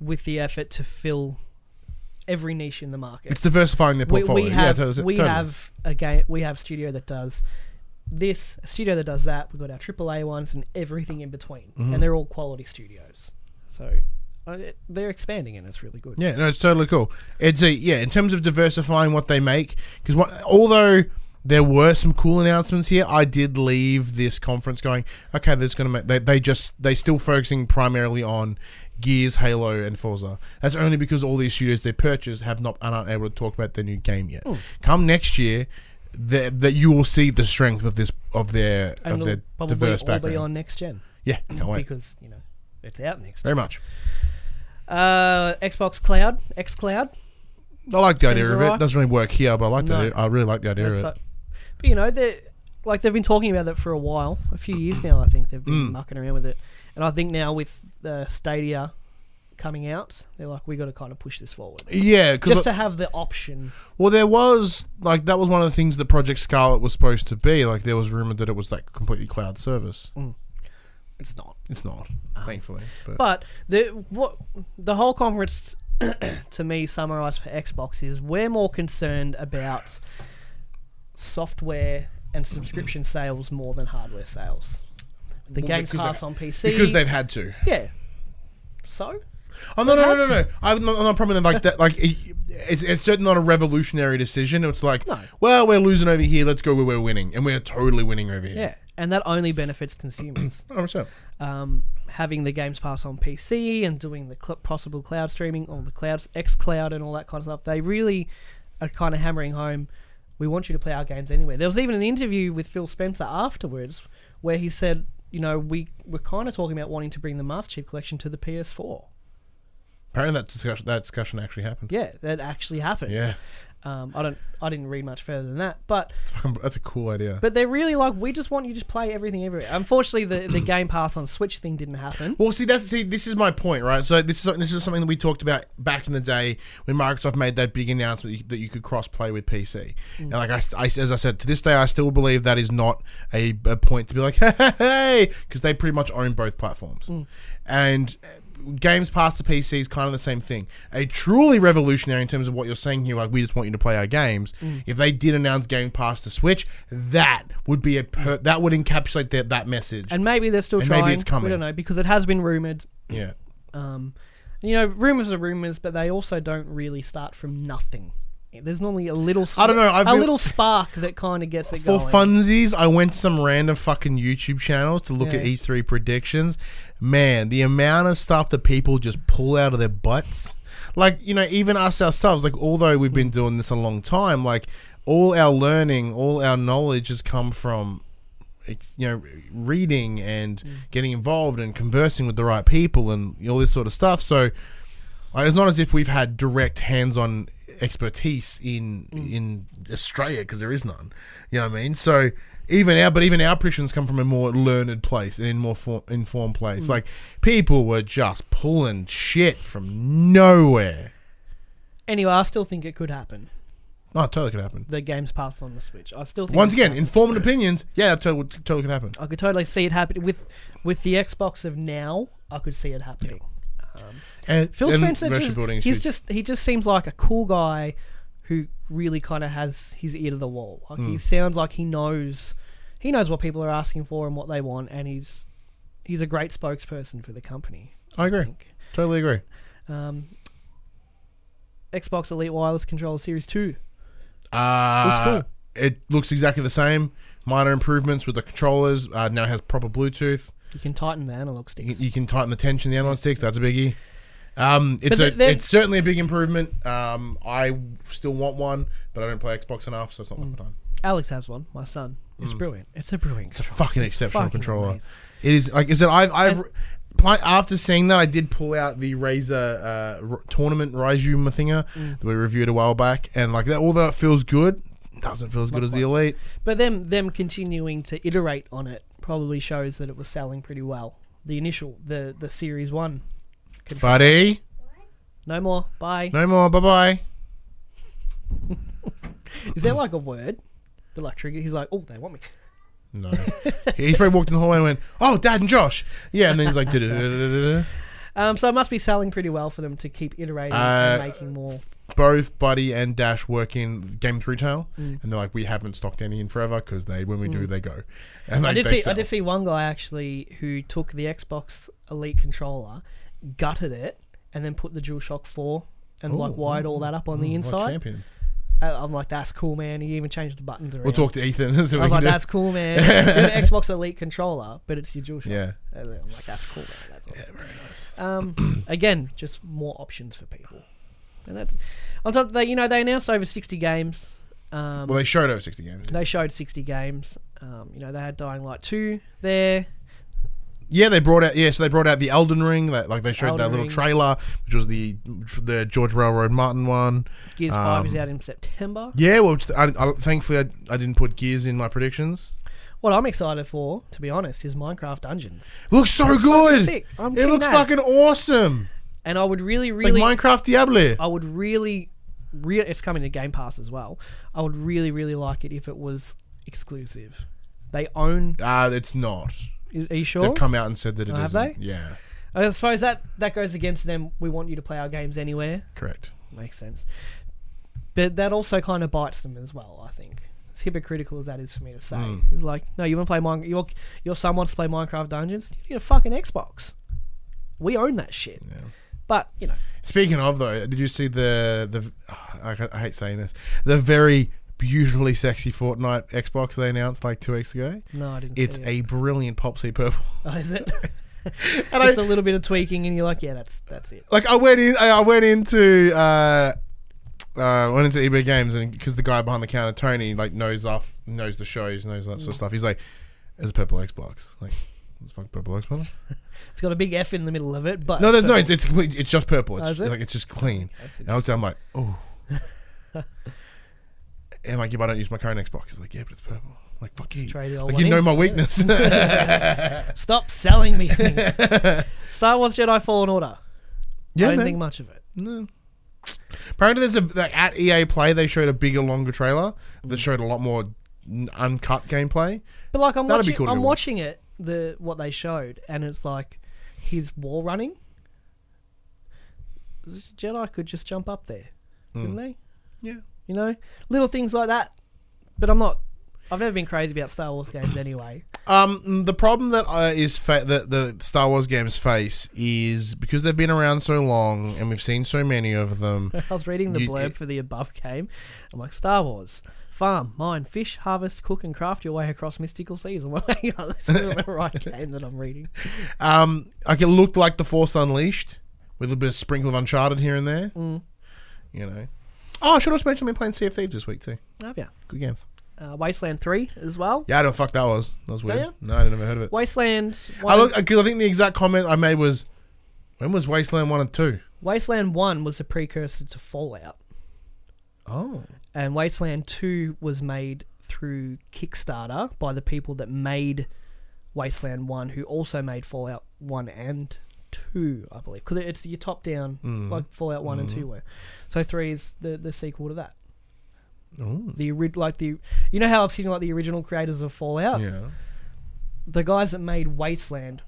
C: with the effort to fill every niche in the market.
B: It's diversifying their
C: We,
B: portfolio.
C: we have
B: yeah, totally,
C: we
B: totally.
C: have a game we have studio that does this a studio that does that. We've got our AAA ones and everything in between,
B: Mm-hmm.
C: and they're all quality studios. So uh, it, they're expanding and it's really good.
B: Yeah, no, it's totally cool. It's a yeah in terms of diversifying what they make because although there were some cool announcements here, I did leave this conference going okay. There's gonna make they, they just they still focusing primarily on Gears, Halo, and Forza. That's only because all these studios they purchased have not and aren't able to talk about their new game
C: Hmm.
B: yet. Come next year. That, that you will see the strength of this of their of
C: and it'll
B: their
C: probably
B: diverse
C: all
B: background.
C: be on next gen.
B: yeah, can't wait
C: because you know it's out next.
B: very much.
C: Uh, Xbox Cloud, X Cloud.
B: I like the idea
C: Seems
B: of it.
C: alright.
B: Doesn't really work here, but I like
C: No.
B: the idea. I really like the idea of
C: That's
B: it.
C: like- but you know they like they've been talking about that for a while, a few years now. I think they've
B: Mm.
C: been mucking around with it, and I think now with the Stadia coming out, they're like we got to kind of push this forward
B: yeah,
C: just
B: because
C: to have the option.
B: well, there was like that was one of the things that Project Scarlet was supposed to be. Like there was rumored that it was like completely cloud service.
C: It's not,
B: It's not, thankfully. But,
C: Mm. Ah. but the what the whole conference (coughs) to me summarized for Xbox is we're more concerned about software and subscription sales more than hardware sales. The
B: Well,
C: games
B: because
C: pass
B: they-
C: on PC
B: because they've had to.
C: Yeah. So?
B: Oh no no
C: had
B: no no! no. I'm not, I'm not promising like that. Like it, it's it's certainly not a revolutionary decision. It's like,
C: No.
B: well, we're losing over here. Let's go where we're winning, and we're totally winning over here.
C: Yeah. And that only benefits consumers.
B: 100%.
C: um, having the Games Pass on PC and doing the cl- possible cloud streaming, all the clouds, X Cloud, and all that kind of stuff, they really are kind of hammering home we want you to play our games anywhere. There was even an interview with Phil Spencer afterwards where he said, you know, we were kind of talking about wanting to bring the Master Chief Collection to the PS4.
B: Apparently, that discussion that discussion actually happened.
C: Yeah, that actually happened.
B: Yeah.
C: Um, I don't. I didn't read much further than that, but
B: It's fucking- That's a cool idea.
C: but they're really like we just want you to just play everything everywhere. Unfortunately, the the Game Pass on Switch thing didn't happen.
B: Well, see, that's see, this is my point, right? So this is this is something that we talked about back in the day when Microsoft made that big announcement that you, that you could cross-play with PC. And like I, I- as I said, to this day, I still believe that is not a, a point to be like, (laughs) hey, because they pretty much own both platforms. And uh, games past the PC is kind of the same thing. A truly revolutionary in terms of what you're saying here, like we just want you to play our games. If they did announce Game Pass to Switch, that would be a per- that would encapsulate that that message.
C: And maybe they're still
B: And maybe
C: trying.
B: it's coming.
C: We don't know because it has been rumored.
B: yeah.
C: Um, you know, rumors are rumors, but they also don't really start from nothing. There's normally a little. Sp-
B: I don't know, I've
C: a
B: been-
C: little spark that kind of gets it
B: For
C: going.
B: funsies, I went to some random fucking YouTube channels to look
C: Yeah.
B: at each three predictions. Man, the amount of stuff that people just pull out of their butts. Like, you know, even us ourselves, like, although we've been doing this a long time, like, all our learning, all our knowledge has come from, ex- you know, reading and
C: Mm.
B: getting involved and conversing with the right people and all this sort of stuff. So, like, it's not as if we've had direct hands-on expertise in
C: Mm.
B: in Australia because there is none. You know what I mean? So even our but even our predictions come from a more learned place and in more for, informed place.
C: Mm.
B: Like people were just pulling shit from nowhere.
C: Anyway, I still think it could happen.
B: Oh, it totally could happen.
C: The game's passed on the Switch. I still think
B: Once
C: it's
B: again, informed opinions. Yeah, that totally, totally could happen.
C: I could totally see it happening with with the Xbox of now. I could see it happening.
B: And
C: Phil
B: and
C: Spencer
B: version
C: just,
B: building
C: he's
B: is huge.
C: just he just seems like a cool guy who really kind of has his ear to the wall. Like
B: Mm.
C: he sounds like he knows he knows what people are asking for and what they want, and he's he's a great spokesperson for the company.
B: I
C: I
B: agree.
C: think.
B: Totally agree.
C: Um, Xbox Elite Wireless Controller Series Two.
B: Uh, It looks exactly the same. Minor improvements with the controllers. Uh, now has proper Bluetooth.
C: You can tighten the analog
B: You,
C: sticks.
B: you can tighten the tension, the analog sticks. That's a biggie. Um, it's
C: But
B: a,
C: the- the-
B: it's certainly a big improvement. Um, I still want one, but I don't play Xbox enough, so it's not worth
C: Mm.
B: my time.
C: Alex has one. My son. It's brilliant. It's a brilliant.
B: Mm. It's a fucking exceptional
C: fucking
B: controller.
C: amazing.
B: It is like I said. I've I've
C: And-
B: pl- after seeing that, I did pull out the Razer uh, r- tournament Raiju Mathinga
C: Mm.
B: that we reviewed a while back, and like that. Although it feels good, doesn't feel as good as the Elite.
C: But them them continuing to iterate on it probably shows that it was selling pretty well. The initial the the series one.
B: Buddy,
C: No more. Bye.
B: no more. Bye bye.
C: Is there like a word? The like trigger. He's like, oh, they want me. (laughs)
B: No. he's probably walked in the hallway and went, "Oh, Dad and Josh." Yeah, and then he's like, (laughs) "Da-da-da-da-da-da."
C: Um, so it must be selling pretty well for them to keep iterating
B: Uh,
C: and making more.
B: both Buddy and Dash work in games retail,
C: Mm.
B: and they're like, we haven't stocked any in forever because they, when we do, they go. And they,
C: I did
B: they
C: see
B: sell.
C: I did see one guy actually who took the Xbox Elite controller, gutted it, and then put the DualShock Four and like wired all that up on the
B: Mm, What
C: inside.
B: champion.
C: I- I'm like, that's cool, man. He even changed the buttons around.
B: We'll talk to Ethan. (laughs) So we
C: I was
B: can
C: like,
B: do-
C: that's
B: (laughs)
C: cool, man. You have an Xbox Elite controller, but it's your DualShock.
B: Yeah.
C: And then I'm like, "Oh, that's cool, man. That's awesome. Um, (clears throat) again, just more options for people. And that's on top. They, you know, they announced over 60 games. Um,
B: Well, they showed over 60 games.
C: they showed 60 games. Um, you know, they had Dying Light 2 there.
B: Yeah, they brought out. Yeah, so they brought out the Elden Ring. That, like they showed that
C: Elden
B: little
C: Ring.
B: trailer, which was the the George Railroad Martin one.
C: Gears 5 is
B: Um,
C: out in September.
B: Yeah, well, it's- I, I, thankfully I, I didn't put gears in my predictions.
C: What I'm excited for, to be honest, is Minecraft Dungeons.
B: Looks so good.
C: sick. I'm
B: it
C: keen
B: looks
C: as.
B: fucking awesome.
C: And I would really, really.
B: It's like Minecraft Diablo.
C: I would really, re- it's coming to Game Pass as well. I would really, really like it if it was exclusive. They own.
B: Ah, it's not.
C: Is, are you sure?
B: They've come out and said that it
C: Oh, have
B: isn't.
C: they?
B: Yeah,
C: I suppose that that goes against them. We want you to play our games anywhere.
B: correct.
C: Makes sense. But that also kind of bites them as well. I think as hypocritical as that is for me to say,
B: Hmm.
C: It's like, no, you want to play Minecraft? Your your son wants to play Minecraft Dungeons? You need a fucking Xbox. We own that shit. But you know,
B: Speaking of though, did you see the the? ah, I, ca- I hate saying this. The very beautifully sexy Fortnite Xbox they announced like two weeks ago.
C: no, I didn't.
B: It's
C: see it.
B: a brilliant popsy purple.
C: (laughs)
B: (laughs)
C: Oh, is it?
B: And I,
C: Just a little bit of tweaking, and you're like, yeah, that's that's it.
B: like I went in. I I went into. Uh, uh, went into eBay Games and because the guy behind the counter, Tony, like knows off, knows the shows, knows all that sort
C: Mm.
B: of stuff. He's like, "There's a purple Xbox." Like, what's fuck purple Xbox?
C: It's got a big F in the middle of it, but
B: No, there's
C: (laughs)
B: no. It's it's, complete, it's just purple. It's
C: Oh, is it?
B: like it's just clean.
C: That's
B: And I looked down, I'm like, oh. (laughs) And like, if I don't use my current Xbox, he's like, yeah, but it's purple. I'm like, fuck you.
C: trade the old
B: Like,
C: one
B: you know
C: in.
B: my
C: (laughs)
B: weakness. (laughs)
C: Stop selling me things. Star Wars Jedi Fallen Order. I
B: yeah,
C: don't
B: man.
C: think much of it.
B: No. Apparently, there's a like, at EA Play they showed a bigger, longer trailer
C: Mm.
B: that showed a lot more n- uncut gameplay.
C: But like I'm
B: That'd be
C: watching,
B: cool to
C: I'm
B: watch.
C: watching it the what they showed, and it's like he's wall running. This Jedi could just jump up there,
B: Hmm.
C: couldn't they?
B: Yeah.
C: You know, little things like that. But I'm not. I've never been crazy about Star Wars games anyway.
B: Um, mm, the problem that uh, is fa- that the Star Wars games face is because they've been around so long and we've seen so many of them.
C: I was reading the
B: You-
C: blurb
B: it-
C: for the above game. I'm like Star Wars. Farm, mine, fish, harvest, cook, and craft your way across mystical seas. I'm like, (laughs) hang on, this isn't
B: (laughs)
C: the right game that I'm reading.
B: Um, like it looked like The Force Unleashed with a bit of sprinkle of Uncharted here and there. You know. Mm. Oh, I should also mention I've been playing Sea of Thieves this week too.
C: Oh, yeah.
B: Good games.
C: Uh, Wasteland 3 as well.
B: Yeah, I don't fuck that was. That was weird.
C: ya?
B: No, I never heard of it.
C: Wasteland 1,
B: I look because I think the exact comment I made was, when was Wasteland one and two?
C: Wasteland 1 was a precursor to Fallout,
B: Oh,
C: and Wasteland 2 was made through Kickstarter by the people that made Wasteland 1, who also made Fallout 1 and 2, I believe. Because it's your top down, like Fallout 1 and 2 were. So 3 is the, the sequel to that.
B: Oh.
C: The ori- like the you know how I've seen like the original creators of Fallout,
B: yeah.
C: the guys that made Wasteland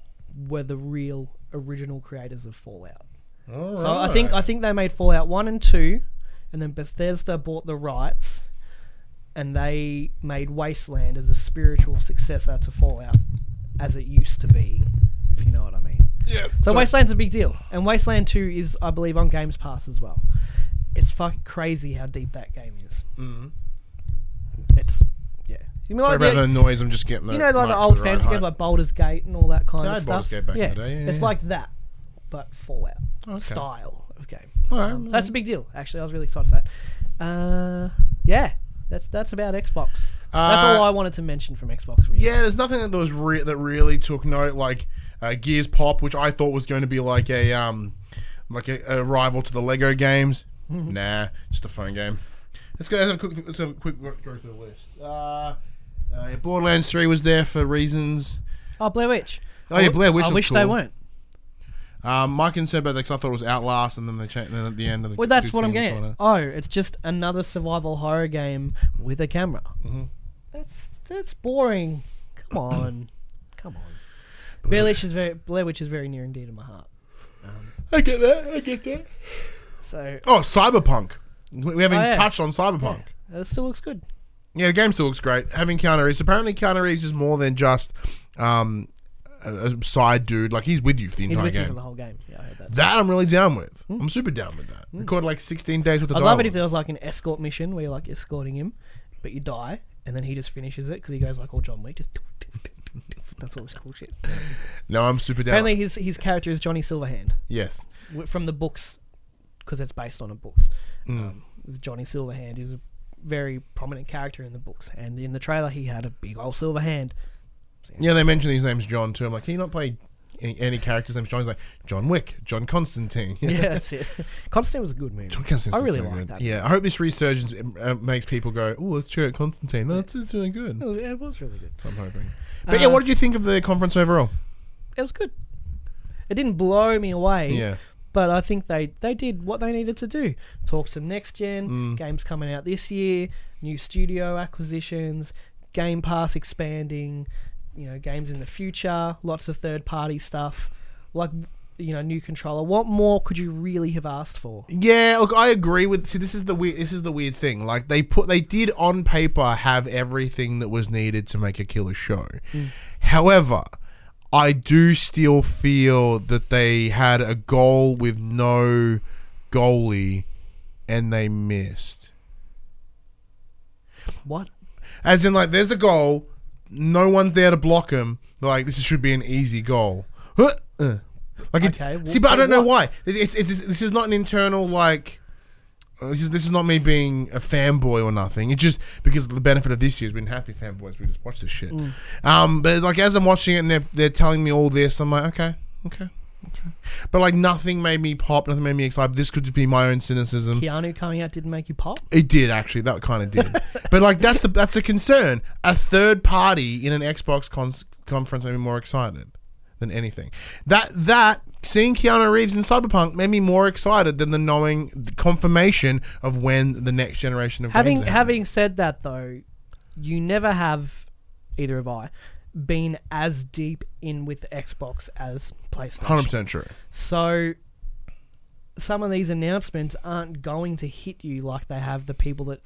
C: were the real original creators of Fallout.
B: All
C: So I think I think they made Fallout one and two, and then Bethesda bought the rights, and they made Wasteland as a spiritual successor to Fallout, as it used to be, if you know what I mean.
B: yes.
C: So,
B: So,
C: Wasteland's a big deal, and Wasteland two is I believe on Games Pass as well. It's fucking crazy how deep that game is. Mm. It's yeah. You mean
B: sorry
C: like
B: about
C: the-
B: the noise. I'm just getting the
C: you know, like
B: mic to
C: the old
B: right
C: fancy
B: height.
C: games like Baldur's Gate and all that kind
B: Yeah, I
C: of
B: had Baldur's
C: stuff.
B: Gate back in
C: yeah.
B: the day, yeah,
C: it's
B: yeah.
C: like that, but Fallout style of game.
B: Alright,
C: Um, that's a big deal, actually. I was really excited for that. Uh, yeah, that's that's about Xbox. that's
B: Uh,
C: all I wanted to mention from Xbox. Really.
B: Yeah, there's nothing that was re- that really took note like uh, Gears Pop, which I thought was going to be like a um like a, a rival to the Lego games.
C: Mm-hmm.
B: nah, just a phone game. Let's go. Let's have a quick, let's have a quick go through the list. Uh, uh, yeah, Borderlands Three was there for reasons.
C: Oh, Blair Witch.
B: Oh, yeah, Blair Witch
C: I
B: looked
C: wish they
B: cool.
C: weren't.
B: Um, my concern about that 'cause I thought it was Outlast, and then they changed. Then at the end of the
C: Well, that's
B: the
C: what I'm
B: thing in the
C: getting.
B: corner.
C: At. Oh, it's just another survival horror game with a camera.
B: Mm-hmm.
C: That's that's boring.
B: (clears throat)
C: Come on, come on. Blair Witch is very Blair Witch is very near and dear to my heart. Um,
B: I get that. I get that.
C: So
B: Oh, Cyberpunk. We we haven't
C: Oh,
B: even
C: yeah.
B: touched on Cyberpunk.
C: it still looks good.
B: Yeah, the game still looks great. Having Keanu Reeves, apparently Keanu Reeves is more than just um, a, a side dude. Like he's with you for the
C: He's
B: entire
C: with you for
B: game.
C: the whole game. Yeah, I heard that.
B: that I'm really down with. I'm super down with that. Recorded like 16 days with the.
C: Hmm. I'd love it if there was like an escort mission where you're like escorting him, but you die, and then he just finishes it because he goes like all John Wick. Just (laughs) that's all this cool shit.
B: No, I'm super down.
C: Apparently, his his character is Johnny Silverhand
B: yes.
C: w- from the books, because it's based on a books.
B: Mm.
C: Um, Johnny Silverhand is a very prominent character in the books, and in the trailer he had a big old silver hand.
B: Yeah, they mentioned his name's John too. I'm like, can you not play any, any character's name's John? He's like John Wick, John Constantine.
C: (laughs) Yeah, that's it. Constantine was a good movie.
B: (laughs) John Constantine's
C: I really
B: so
C: like
B: good.
C: that.
B: Yeah, I hope this resurgence uh, makes people go, "Oh, let's check out Constantine." That's it's doing good.
C: It was- it was really good.
B: So I'm hoping.
C: Uh,
B: But yeah, what did you think of the conference overall?
C: It was good. It didn't blow me away.
B: Yeah.
C: But I think they, they did what they needed to do. Talk some next gen, games coming out this year, new studio acquisitions, Game Pass expanding, you know, games in the future, lots of third party stuff, like you know, new controller. What more could you really have asked for?
B: Yeah, look, I agree with. See, this is the weird. This is the weird thing. Like they put, they did on paper have everything that was needed to make a killer show. However, I do still feel that they had a goal with no goalie, and they missed.
C: What?
B: As in, like, there's the goal. No one's there to block him. Like, this should be an easy goal. Huh, uh. Like, it,
C: Okay, wh-
B: see, but I
C: but
B: don't know why. It, it's it's, this is not an internal like. uh, This is this is not me being a fanboy or nothing. It's just because the benefit of this year has been happy fanboys. We just
C: Mm.
B: watch this shit. Um, but like as I'm watching it and they're they're telling me all this, I'm like, okay, okay, But like nothing made me pop, nothing made me excited. This could just be my own cynicism.
C: Keanu coming out didn't make you pop.
B: It did actually. That kind of
C: (laughs)
B: did. but like that's the that's a concern. A third party in an Xbox cons- conference made me more excited than anything. That that seeing Keanu Reeves in Cyberpunk made me more excited than the knowing the confirmation of when the next generation of
C: Having
B: games are
C: having said that though, you never have either have I been as deep in with Xbox as PlayStation.
B: happening. 100% true.
C: So some of these announcements aren't going to hit you like they have the people that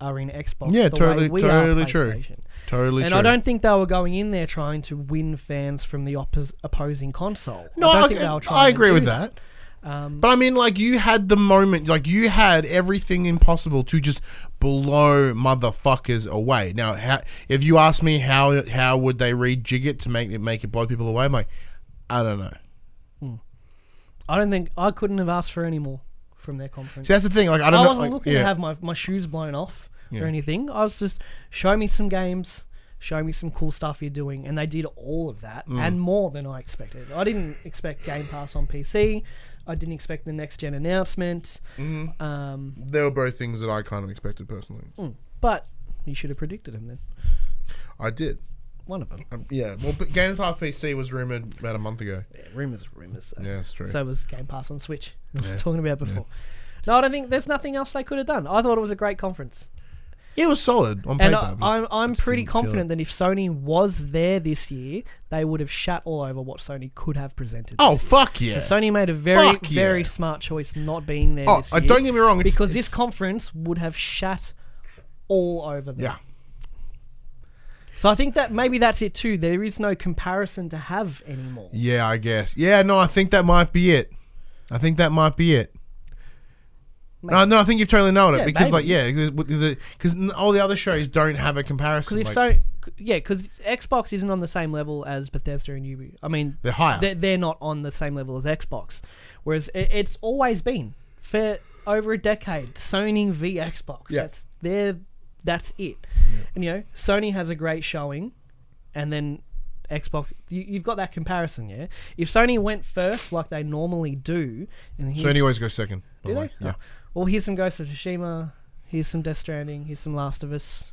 C: are in Xbox.
B: Yeah,
C: the
B: totally-
C: way we
B: totally
C: are
B: true.
C: PlayStation.
B: Totally
C: And
B: true.
C: I don't think they were going in there trying to win fans from the oppos- opposing console.
B: No,
C: I
B: I,
C: don't think they were trying
B: I
C: to
B: agree
C: do
B: with
C: that. Um,
B: that. but I mean, like you had the moment, like you had everything impossible to just blow motherfuckers away. Now, ha- if you ask me how how would they rejig it to make it make it blow people away, I'm like, I don't know.
C: I don't think I couldn't have asked for any more from their conference.
B: See, that's the thing. Like I
C: I,
B: don't know.
C: wasn't
B: like,
C: looking
B: yeah.
C: to have my, my shoes blown off
B: Yeah.
C: or anything. I was just show me some games, show me some cool stuff you're doing, and they did all of that
B: Mm.
C: and more than I expected. I didn't expect Game Pass on PC. I didn't expect the next gen announcement. Um,
B: They were both things that I kind of expected personally.
C: Mm. but you should have predicted them then.
B: I did.
C: One of them.
B: Um, yeah. Well, but Game Pass PC was rumored about a month ago.
C: Yeah, rumors, are rumors. So.
B: Yeah, that's true.
C: So was Game Pass on Switch. (laughs) we were talking about before. No, I don't think there's nothing else they could have done. I thought it was a great conference.
B: it was solid on
C: And
B: paper.
C: I,
B: It was-
C: I'm, I'm
B: just
C: pretty
B: didn't feel it.
C: confident that if Sony was there this year, they would have shat all over what Sony could have presented.
B: oh
C: this year.
B: fuck yeah!
C: So Sony made a very,
B: Fuck yeah.
C: very smart choice not being there.
B: Oh,
C: this
B: uh,
C: year
B: don't get me wrong. It's,
C: because
B: it's,
C: this conference would have shat all over them.
B: yeah.
C: So I think that maybe that's it too. There is no comparison to have anymore.
B: Yeah, I guess. Yeah, no, I think that might be it. I think that might be it. No, no, I think you've totally nailed it
C: Yeah,
B: because, like,
C: maybe.
B: yeah, because all the other shows don't have a comparison.
C: Because if
B: like,
C: so, yeah, because Xbox isn't on the same level as Bethesda and Ubi. I mean,
B: they're higher.
C: they're, they're not on the same level as Xbox. Whereas it, it's always been for over a decade Sony v Xbox.
B: Yeah.
C: That's their, that's it. And you know, Sony has a great showing, and then Xbox. You, you've got that comparison, yeah. If Sony went first like they normally do, and here's,
B: so, anyways, go second. by
C: do
B: the
C: they?
B: way. Yeah.
C: Oh. Well, here's some Ghost of Tsushima. Here's some Death Stranding. Here's some Last of Us.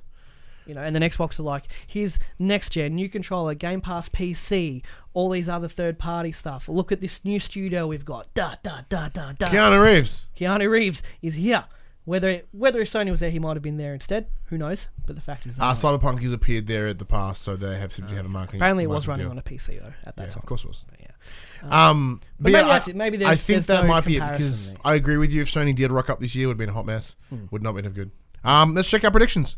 C: You know, and then Xbox are like, here's next gen, new controller, Game Pass PC, all these other third party stuff. Look at this new studio we've got. Da da da da da.
B: Keanu Reeves.
C: Keanu Reeves is here. Whether whether if Sony was there, he might have been there instead. Who knows? But the fact is, they
B: Uh,
C: weren't.
B: Cyberpunk has appeared there at the past, so they have simply had a marketing.
C: apparently it was
B: marketing
C: running
B: deal.
C: on a PC though at that
B: Yeah,
C: time.
B: of course it was.
C: But yeah.
B: Um, but,
C: But
B: yeah,
C: maybe
B: I,
C: that's it. Maybe there's-
B: I think
C: there's
B: that
C: no
B: might be it
C: comparison
B: because
C: there. Hmm.
B: I agree with you. If Sony did rock up this year, would have been a hot mess. Would not been have good. Um, let's check our predictions.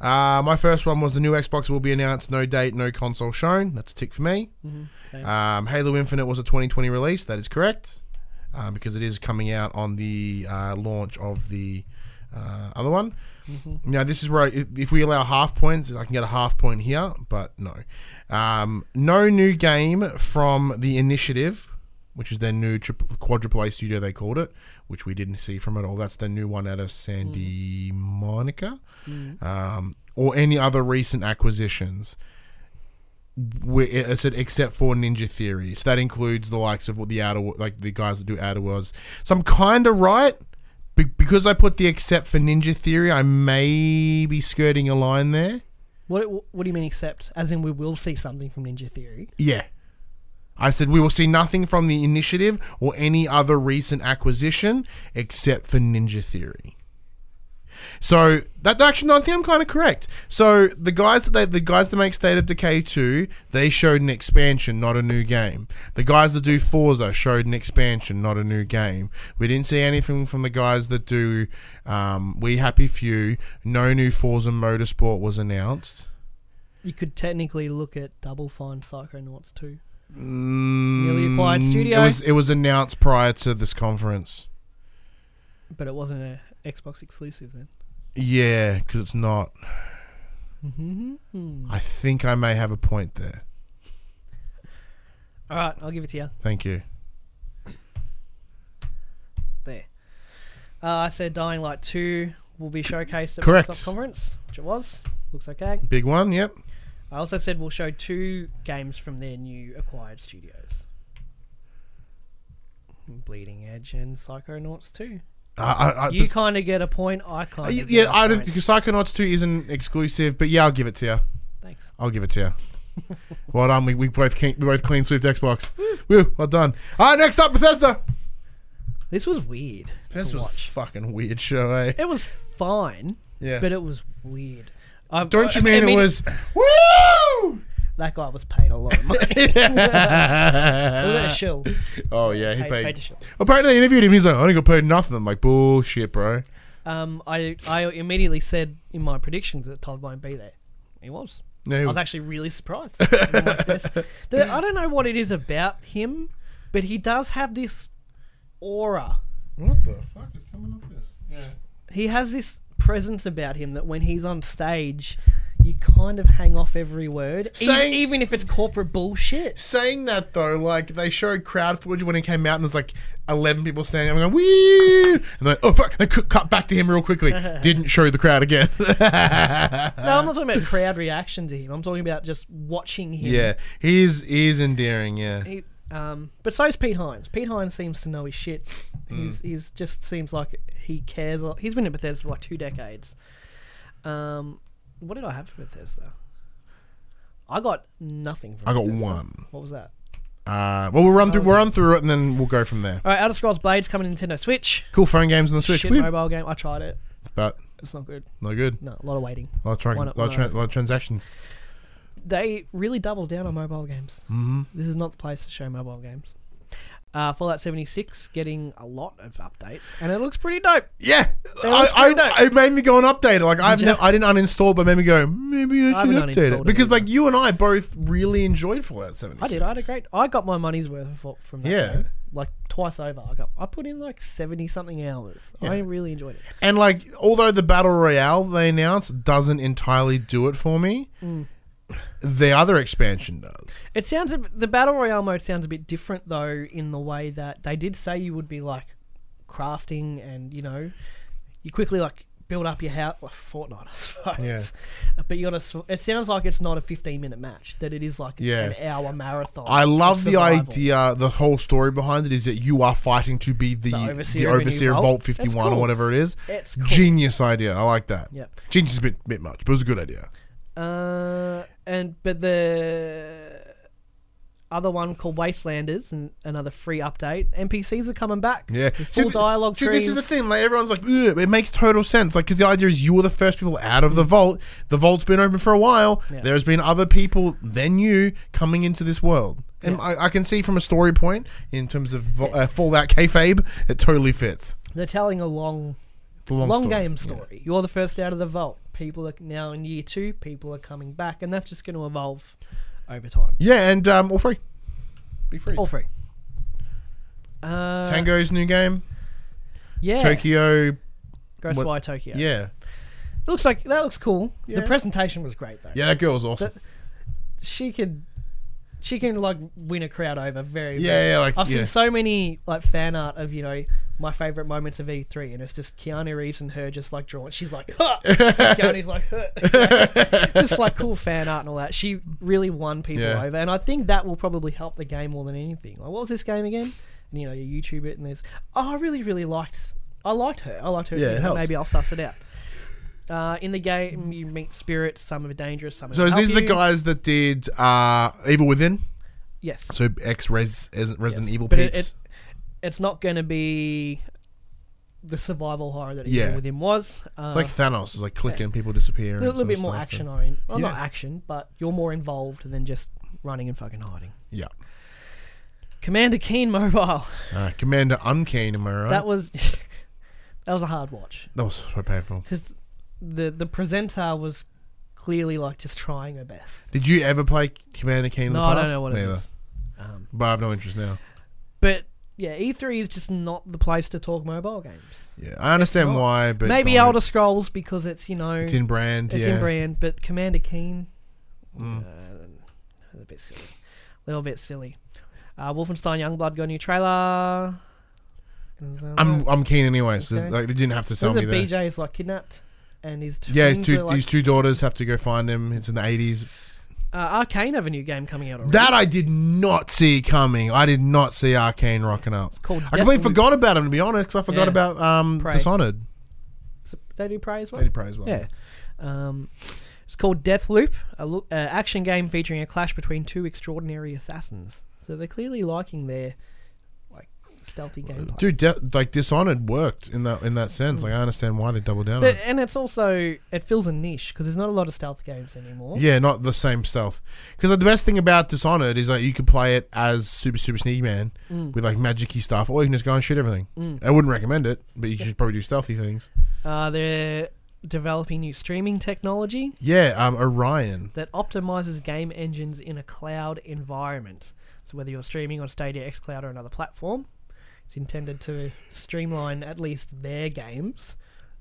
B: Uh, my first one was the new Xbox will be announced. No date, no console shown. That's a tick for me.
C: same.
B: Um, Halo Infinite was a 2020 release. That is correct um, because it is coming out on the uh, launch of the uh, other one. Now this is where I, if, if we allow half points, I can get a half point here, but no, um, no new game from the initiative, which is their new tri- quadruple A studio they called it, which we didn't see from it all. That's their new one out of Sandy Monica, um, or any other recent acquisitions we, it it said except for Ninja Theory. So that includes the likes of what the outer, like the guys that do Outer Worlds. So I'm kind of right be- because I put the except for Ninja Theory. I may be skirting a line there.
C: What what do you mean? Except as in we will see something from Ninja Theory.
B: Yeah. I said we will see nothing from the initiative or any other recent acquisition except for Ninja Theory. So that actually, no, I think I'm kind of correct. So the guys that they, the guys that make State of Decay two, they showed an expansion, not a new game. The guys that do Forza showed an expansion, not a new game. We didn't see anything from the guys that do um, We Happy Few. No new Forza Motorsport was announced.
C: You could technically look at Double Fine Psychonauts too.
B: Mm,
C: Newly acquired studio.
B: It was it was announced prior to this conference.
C: But it wasn't a Xbox exclusive then.
B: Yeah, because it's not.
C: Mm-hmm.
B: I think I may have a point there.
C: All right, I'll give it to you.
B: Thank you.
C: There. Uh, I said Dying Light 2 will be showcased at
B: Correct.
C: Microsoft conference, which it was. Looks okay.
B: Big one. Yep.
C: I also said we'll show two games from their new acquired studios. Bleeding Edge and Psychonauts 2.
B: I, I, I,
C: You kind of get a point. I kind
B: yeah,
C: of.
B: yeah, I don't.
C: Point.
B: Psychonauts two isn't exclusive, but yeah, I'll give it to you.
C: Thanks.
B: I'll give it
C: (laughs)
B: to you. well done. We, we both clean, we both clean swept Xbox. Woo, well done. All right, next up, Bethesda.
C: This was weird.
B: This
C: to
B: was a
C: watch.
B: fucking weird show, eh?
C: It was fine,
B: Yeah.
C: but it was weird. I,
B: don't you
C: I- I (laughs)
B: mean it was? Woo!
C: That guy was paid a lot of
B: (laughs)
C: money. Look at that shill.
B: oh yeah, he
C: Paid- paid to
B: paid.
C: shill.
B: Apparently, they interviewed him. He's like, I only got paid nothing. I'm like, bullshit, bro.
C: Um, I I immediately said in my predictions that Todd won't be there. He was.
B: No,
C: I
B: he
C: was
B: was-
C: actually really surprised. I'm
B: (laughs)
C: like, this- the- I don't know what it is about him, but he does have this aura.
B: what the fuck is coming up this?
C: He has this presence about him that when he's on stage, you kind of hang off every word, e-
B: Saying-
C: even if it's corporate bullshit.
B: Saying that though, like they showed crowd footage when he came out, and there's like eleven people standing. up and going, wee, and then oh fuck, they cu- cut back to him real
C: (laughs)
B: quickly. Didn't show the crowd again.
C: No, I'm not talking about crowd reaction to him. I'm talking about just watching him.
B: Uh. yeah, he is he is endearing. Yeah,
C: He, um, but so's Pete Hines. Pete Hines seems to know his shit.
B: Mm.
C: He's he's just seems like he cares. a lot. He's been in Bethesda for like two decades. Um, what did I have for Bethesda? I got nothing. From
B: I got
C: Bethesda.
B: one.
C: What was that?
B: Uh, well, we'll run through we'll run through it, and then we'll go from there.
C: All right, Elder Scrolls Blades coming to Nintendo Switch.
B: Cool phone games on the Switch,
C: Shit
B: Woo.
C: mobile game. I tried it.
B: but
C: It's not good.
B: not good.
C: No, a lot of waiting.
B: A lot of, tra-
C: Why
B: lot
C: not-
B: of, tra-
C: why not?
B: lot of transactions.
C: They really doubled down on mobile games. Mm-hmm. This is not the place to show mobile games. Uh, Fallout 76 getting a lot of updates, and it looks pretty dope.
B: Yeah,
C: was
B: I,
C: pretty dope.
B: I, it made me go and update it. Like I've
C: Did ya?
B: ne- I didn't uninstall, but made me go maybe I
C: I
B: should
C: haven't
B: update
C: uninstalled
B: it
C: it
B: because
C: either.
B: like you and I both really enjoyed Fallout 76.
C: I did. I had a great. I got my money's worth of- from that.
B: Yeah.
C: game. Like twice over, I got. I put in like seventy something hours. I really enjoyed it.
B: And like, although the battle royale they announced doesn't entirely do it for me,
C: Mm.
B: the other expansion does.
C: It sounds a b- the battle royale mode sounds a bit different though in the way that they did say you would be like crafting and you know you quickly like build up your house like Fortnite (laughs) I suppose. Uh, But you got to. It sounds like it's not a fifteen minute match. That it is like
B: Yeah.
C: an hour marathon.
B: I
C: of
B: love the
C: survival.
B: idea. The whole story behind it is that you are fighting to be the the overseer,
C: overseer of a new
B: of
C: vault.
B: Vault
C: That's
B: Fifty One
C: cool.
B: or whatever it is.
C: It's cool.
B: Genius idea. I like that.
C: Yep.
B: Genius is a bit, bit much, but it was a good idea.
C: Uh, and but the other one called Wastelanders, and another free update. NPCs are coming back.
B: Yeah.
C: With
B: See,
C: full
B: th-
C: dialogue.
B: See, this is the
C: trees.
B: thing. Like everyone's like, "Ugh," it makes total sense. Like, because the idea is you were the first people out of the vault. The vault's been open for a while.
C: Mm. Yeah.
B: There's been other people than you coming into this world. And I, I can see from a story point in terms of vo- uh, Fallout kayfabe, it totally fits.
C: They're telling a long,
B: The
C: long,
B: story.
C: game story. You're the first out of the vault. People are now in year two. People are coming back, and that's just going to evolve over time.
B: Yeah, and um, all free. Be free.
C: All three. Uh,
B: Tango's new game.
C: yeah,
B: Tokyo.
C: Ghost
B: what-
C: Wire Tokyo.
B: Yeah. yeah.
C: looks like that looks cool.
B: Yeah.
C: The presentation was great though.
B: that girl's awesome.
C: she could she can like win a crowd over very
B: Yeah,
C: very-
B: yeah, like,
C: I've
B: yeah.
C: seen so many like fan art of you know my favorite moments of E3 and it's just Keanu Reeves and her just like drawing she's like
B: (laughs)
C: huh! And Keanu's like huh! (laughs) just like cool fan art and all that she really won people
B: Yeah.
C: over and I think that will probably help the game more than anything like what was this game again and, you know you YouTube it and there's oh I really really liked I liked her I liked her
B: Yeah, it
C: opinion.
B: helped.
C: maybe I'll suss it out uh, in the game you meet spirits some are dangerous some are
B: So
C: help
B: these are the
C: you.
B: guys that did uh, Evil Within.
C: yes
B: So ex Res Resident Evil
C: But
B: peeps.
C: it, it, it's not going to be the survival horror that Evil
B: Yeah.
C: Within was. Uh,
B: It's like Thanos, it's like clicking people disappear.
C: a
B: and
C: little
B: sort of
C: bit more
B: stuff,
C: action
B: and-
C: oriented. Well, not
B: Yeah.
C: action, but you're more involved than just running and fucking hiding.
B: Yeah.
C: Commander Keen Mobile.
B: Uh, Commander Unkeen, am I right?
C: That was (laughs) that was a hard watch
B: That was so painful.
C: because the the presenter was clearly like just trying her best.
B: Did you ever play Commander Keen in
C: No,
B: the
C: I
B: past?
C: don't know what it
B: Neither. Hmm.
C: is. Um,
B: But I have no interest now.
C: but yeah, E3 is just not the place to talk mobile games.
B: Yeah, I understand
C: not.
B: why, but
C: Maybe
B: don't.
C: Elder Scrolls because it's you know
B: It's in brand.
C: It's
B: yeah.
C: in brand, but Commander Keen,
B: Mm.
C: uh, a bit silly, a little bit silly. Uh, Wolfenstein Youngblood got a new trailer.
B: I'm I'm keen anyway. So
C: Okay.
B: like they didn't have to sell
C: There's a
B: me there.
C: BJ is like kidnapped, and his
B: Yeah, his
C: twins
B: two
C: are, like,
B: his two daughters have to go find him. It's in the eighties.
C: Uh, Arcane have a new game coming out already.
B: That I did not see coming. I did not see Arcane rocking up.
C: called
B: I completely
C: Deathloop.
B: forgot about him to be honest. 'cause I forgot
C: Yeah.
B: about um,
C: Prey.
B: Dishonored.
C: So they do Prey as well?
B: Lady Prey as well.
C: Yeah. Um, it's called Death Loop, a lo- uh, action game featuring a clash between two extraordinary assassins. So they're clearly liking their like stealthy gameplay.
B: Dude, De- like Dishonored worked in that in that sense. Like I understand why they doubled down. on it.
C: The- and it's also it fills a niche because there's not a lot of stealth games anymore.
B: Yeah, not the same stealth. Because like, the best thing about Dishonored is like you could play it as super super sneaky man
C: Mm.
B: with like magicy stuff, or you can just go and shoot everything. I wouldn't recommend it, but you should probably do stealthy things.
C: Uh, they're developing new streaming technology
B: Yeah, um, Orion.
C: that optimizes game engines in a cloud environment. So whether you're streaming on Stadia, XCloud, or another platform, it's intended to streamline at least their games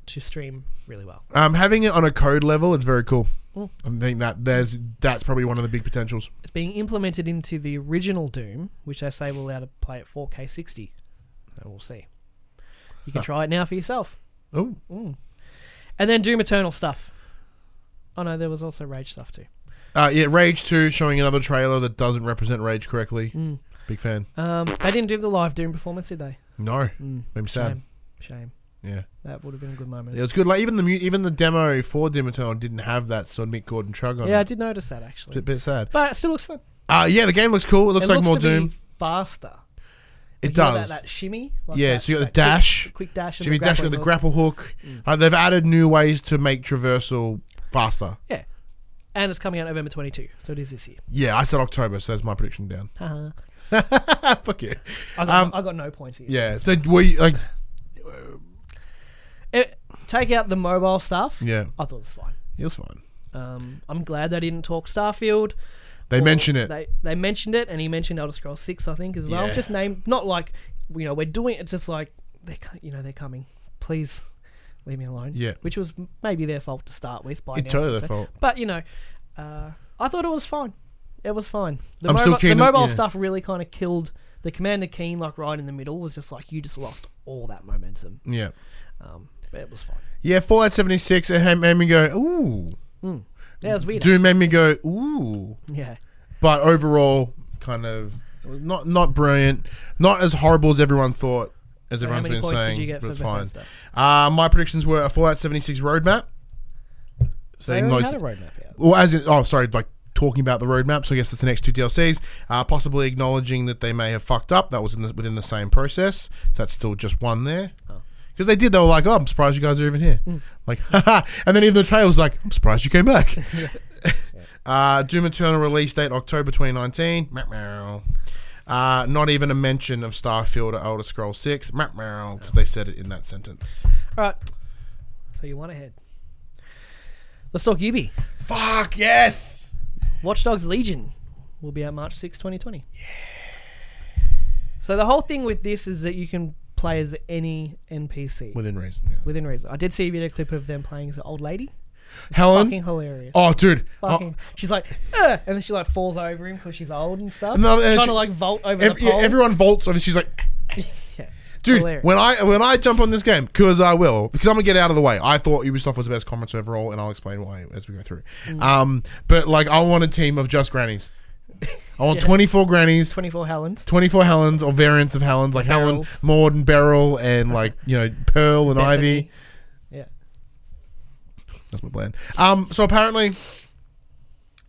C: to stream really well.
B: Um, having it on a code level, it's very cool.
C: Mm.
B: I think that there's that's probably one of the big potentials.
C: It's being implemented into the original Doom, which they say will allow to play at 4K 60. And we'll see. You can
B: Huh.
C: try it now for yourself.
B: Oh,
C: And then Doom Eternal stuff. Oh no, there was also Rage stuff too.
B: uh, yeah, Rage Two showing another trailer that doesn't represent Rage correctly.
C: Mm.
B: Big fan.
C: Um, they didn't do the live Doom performance, did they?
B: No,
C: Mm.
B: made me Hmm. sad.
C: Shame. Shame.
B: Yeah.
C: That would have been a good moment.
B: It was good. Like even the mu- even the demo for Dimitron didn't have that sort of Mick Gordon chug on
C: Yeah, I
B: it.
C: did notice that actually.
B: Bit, bit sad.
C: But it still looks fun.
B: Uh, yeah, the game looks cool. It looks
C: It
B: like
C: looks
B: more
C: to be
B: Doom.
C: Faster.
B: It
C: Like, you know that-
B: does.
C: That, shimmy. Like
B: yeah,
C: that-
B: so you got the
C: that quick-
B: dash.
C: Quick dash. and
B: Jimmy Dash got
C: grappling
B: the
C: hook.
B: grapple hook.
C: Mm.
B: Uh, they've added new ways to make traversal faster.
C: Yeah. And it's coming out November 22, so it is this year.
B: Yeah, I said October, so that's my prediction down. (laughs) Ah,
C: Haha.
B: Fuck yeah.
C: I got,
B: Um,
C: I got no points here.
B: Yeah. So were you like
C: It, Eh, take out the mobile stuff.
B: Yeah.
C: I thought it was fine.
B: It was fine.
C: Um, I'm glad they didn't talk Starfield.
B: They
C: Or
B: mention it.
C: They, they mentioned it, and he mentioned Elder Scrolls Six, I think, as well.
B: Yeah.
C: Just name, not like you know we're doing it. Just like they, are you know, they're coming. Please leave me alone.
B: Yeah.
C: which was m- maybe their fault to start with. By
B: It's
C: announcing
B: totally their
C: so-
B: fault.
C: But you know, uh, I thought it was fine. It was fine. The,
B: I'm still
C: mobi- the
B: keen on-
C: mobile
B: yeah.
C: stuff really kind of killed. The Commander Keen, like right in the middle, was just like you just lost all that momentum.
B: Yeah.
C: Um, but it was fine.
B: Yeah, Fallout 76 it had- made me go, ooh.
C: Yeah, it was weird.
B: Doom made me go, ooh.
C: Yeah.
B: But overall, kind of not not brilliant, not as horrible as everyone thought, as
C: So how
B: everyone's
C: many
B: been
C: points
B: saying.
C: did you get
B: but
C: for
B: it's fine.
C: Bethesda?
B: Uh, my predictions were a Fallout 76 roadmap. So
C: They
B: no-
C: already had a roadmap out.
B: well, as in, oh, sorry, like talking about the roadmap. So I guess that's the next two DLCs. Uh, possibly acknowledging that they may have fucked up. That was in the, within the same process. So that's still just one there. Because they did, they were like, "Oh, I'm surprised you guys are even here."
C: Mm.
B: Like, (laughs) haha. And then even the trailer was like, "I'm surprised you came back."
C: (laughs)
B: (laughs) uh, Doom Eternal release date October 2019. Meow, meow. Uh, not even a mention of Starfield or Elder Scrolls 6. Because they said it in that sentence.
C: All right. So you want ahead. Let's talk Ubi.
B: Fuck yes.
C: Watch Dogs Legion will be out March 6, 2020. Yeah. So the whole thing with this is that you can play as any NPC
B: Within reason. yes.
C: within reason. I did see a video clip of them playing as an old lady.
B: Helen.
C: Fucking hilarious.
B: Oh, dude. Oh,
C: Fucking, she's like, "Ugh," and then she like falls over him because she's old and stuff.
B: No, and
C: trying
B: she-
C: to like vault over
B: Ev-
C: the
B: yeah,
C: pole.
B: everyone vaults and she's like,
C: (laughs) Yeah.
B: dude,
C: Hilarious.
B: when I when I jump on this game, because I will, because I'm gonna get out of the way. I thought Ubisoft was the best conference overall, and I'll explain why as we go through.
C: Mm.
B: Um, but like, I want a team of just grannies. I want
C: (laughs) Yeah.
B: 24 grannies.
C: 24 Helens.
B: 24 Helens or variants of Helens, like Helen,
C: Beryls.
B: Maud, and Beryl, and like, you know, Pearl and Ivy.
C: Bethany. Yeah.
B: That's my plan. Um, so apparently,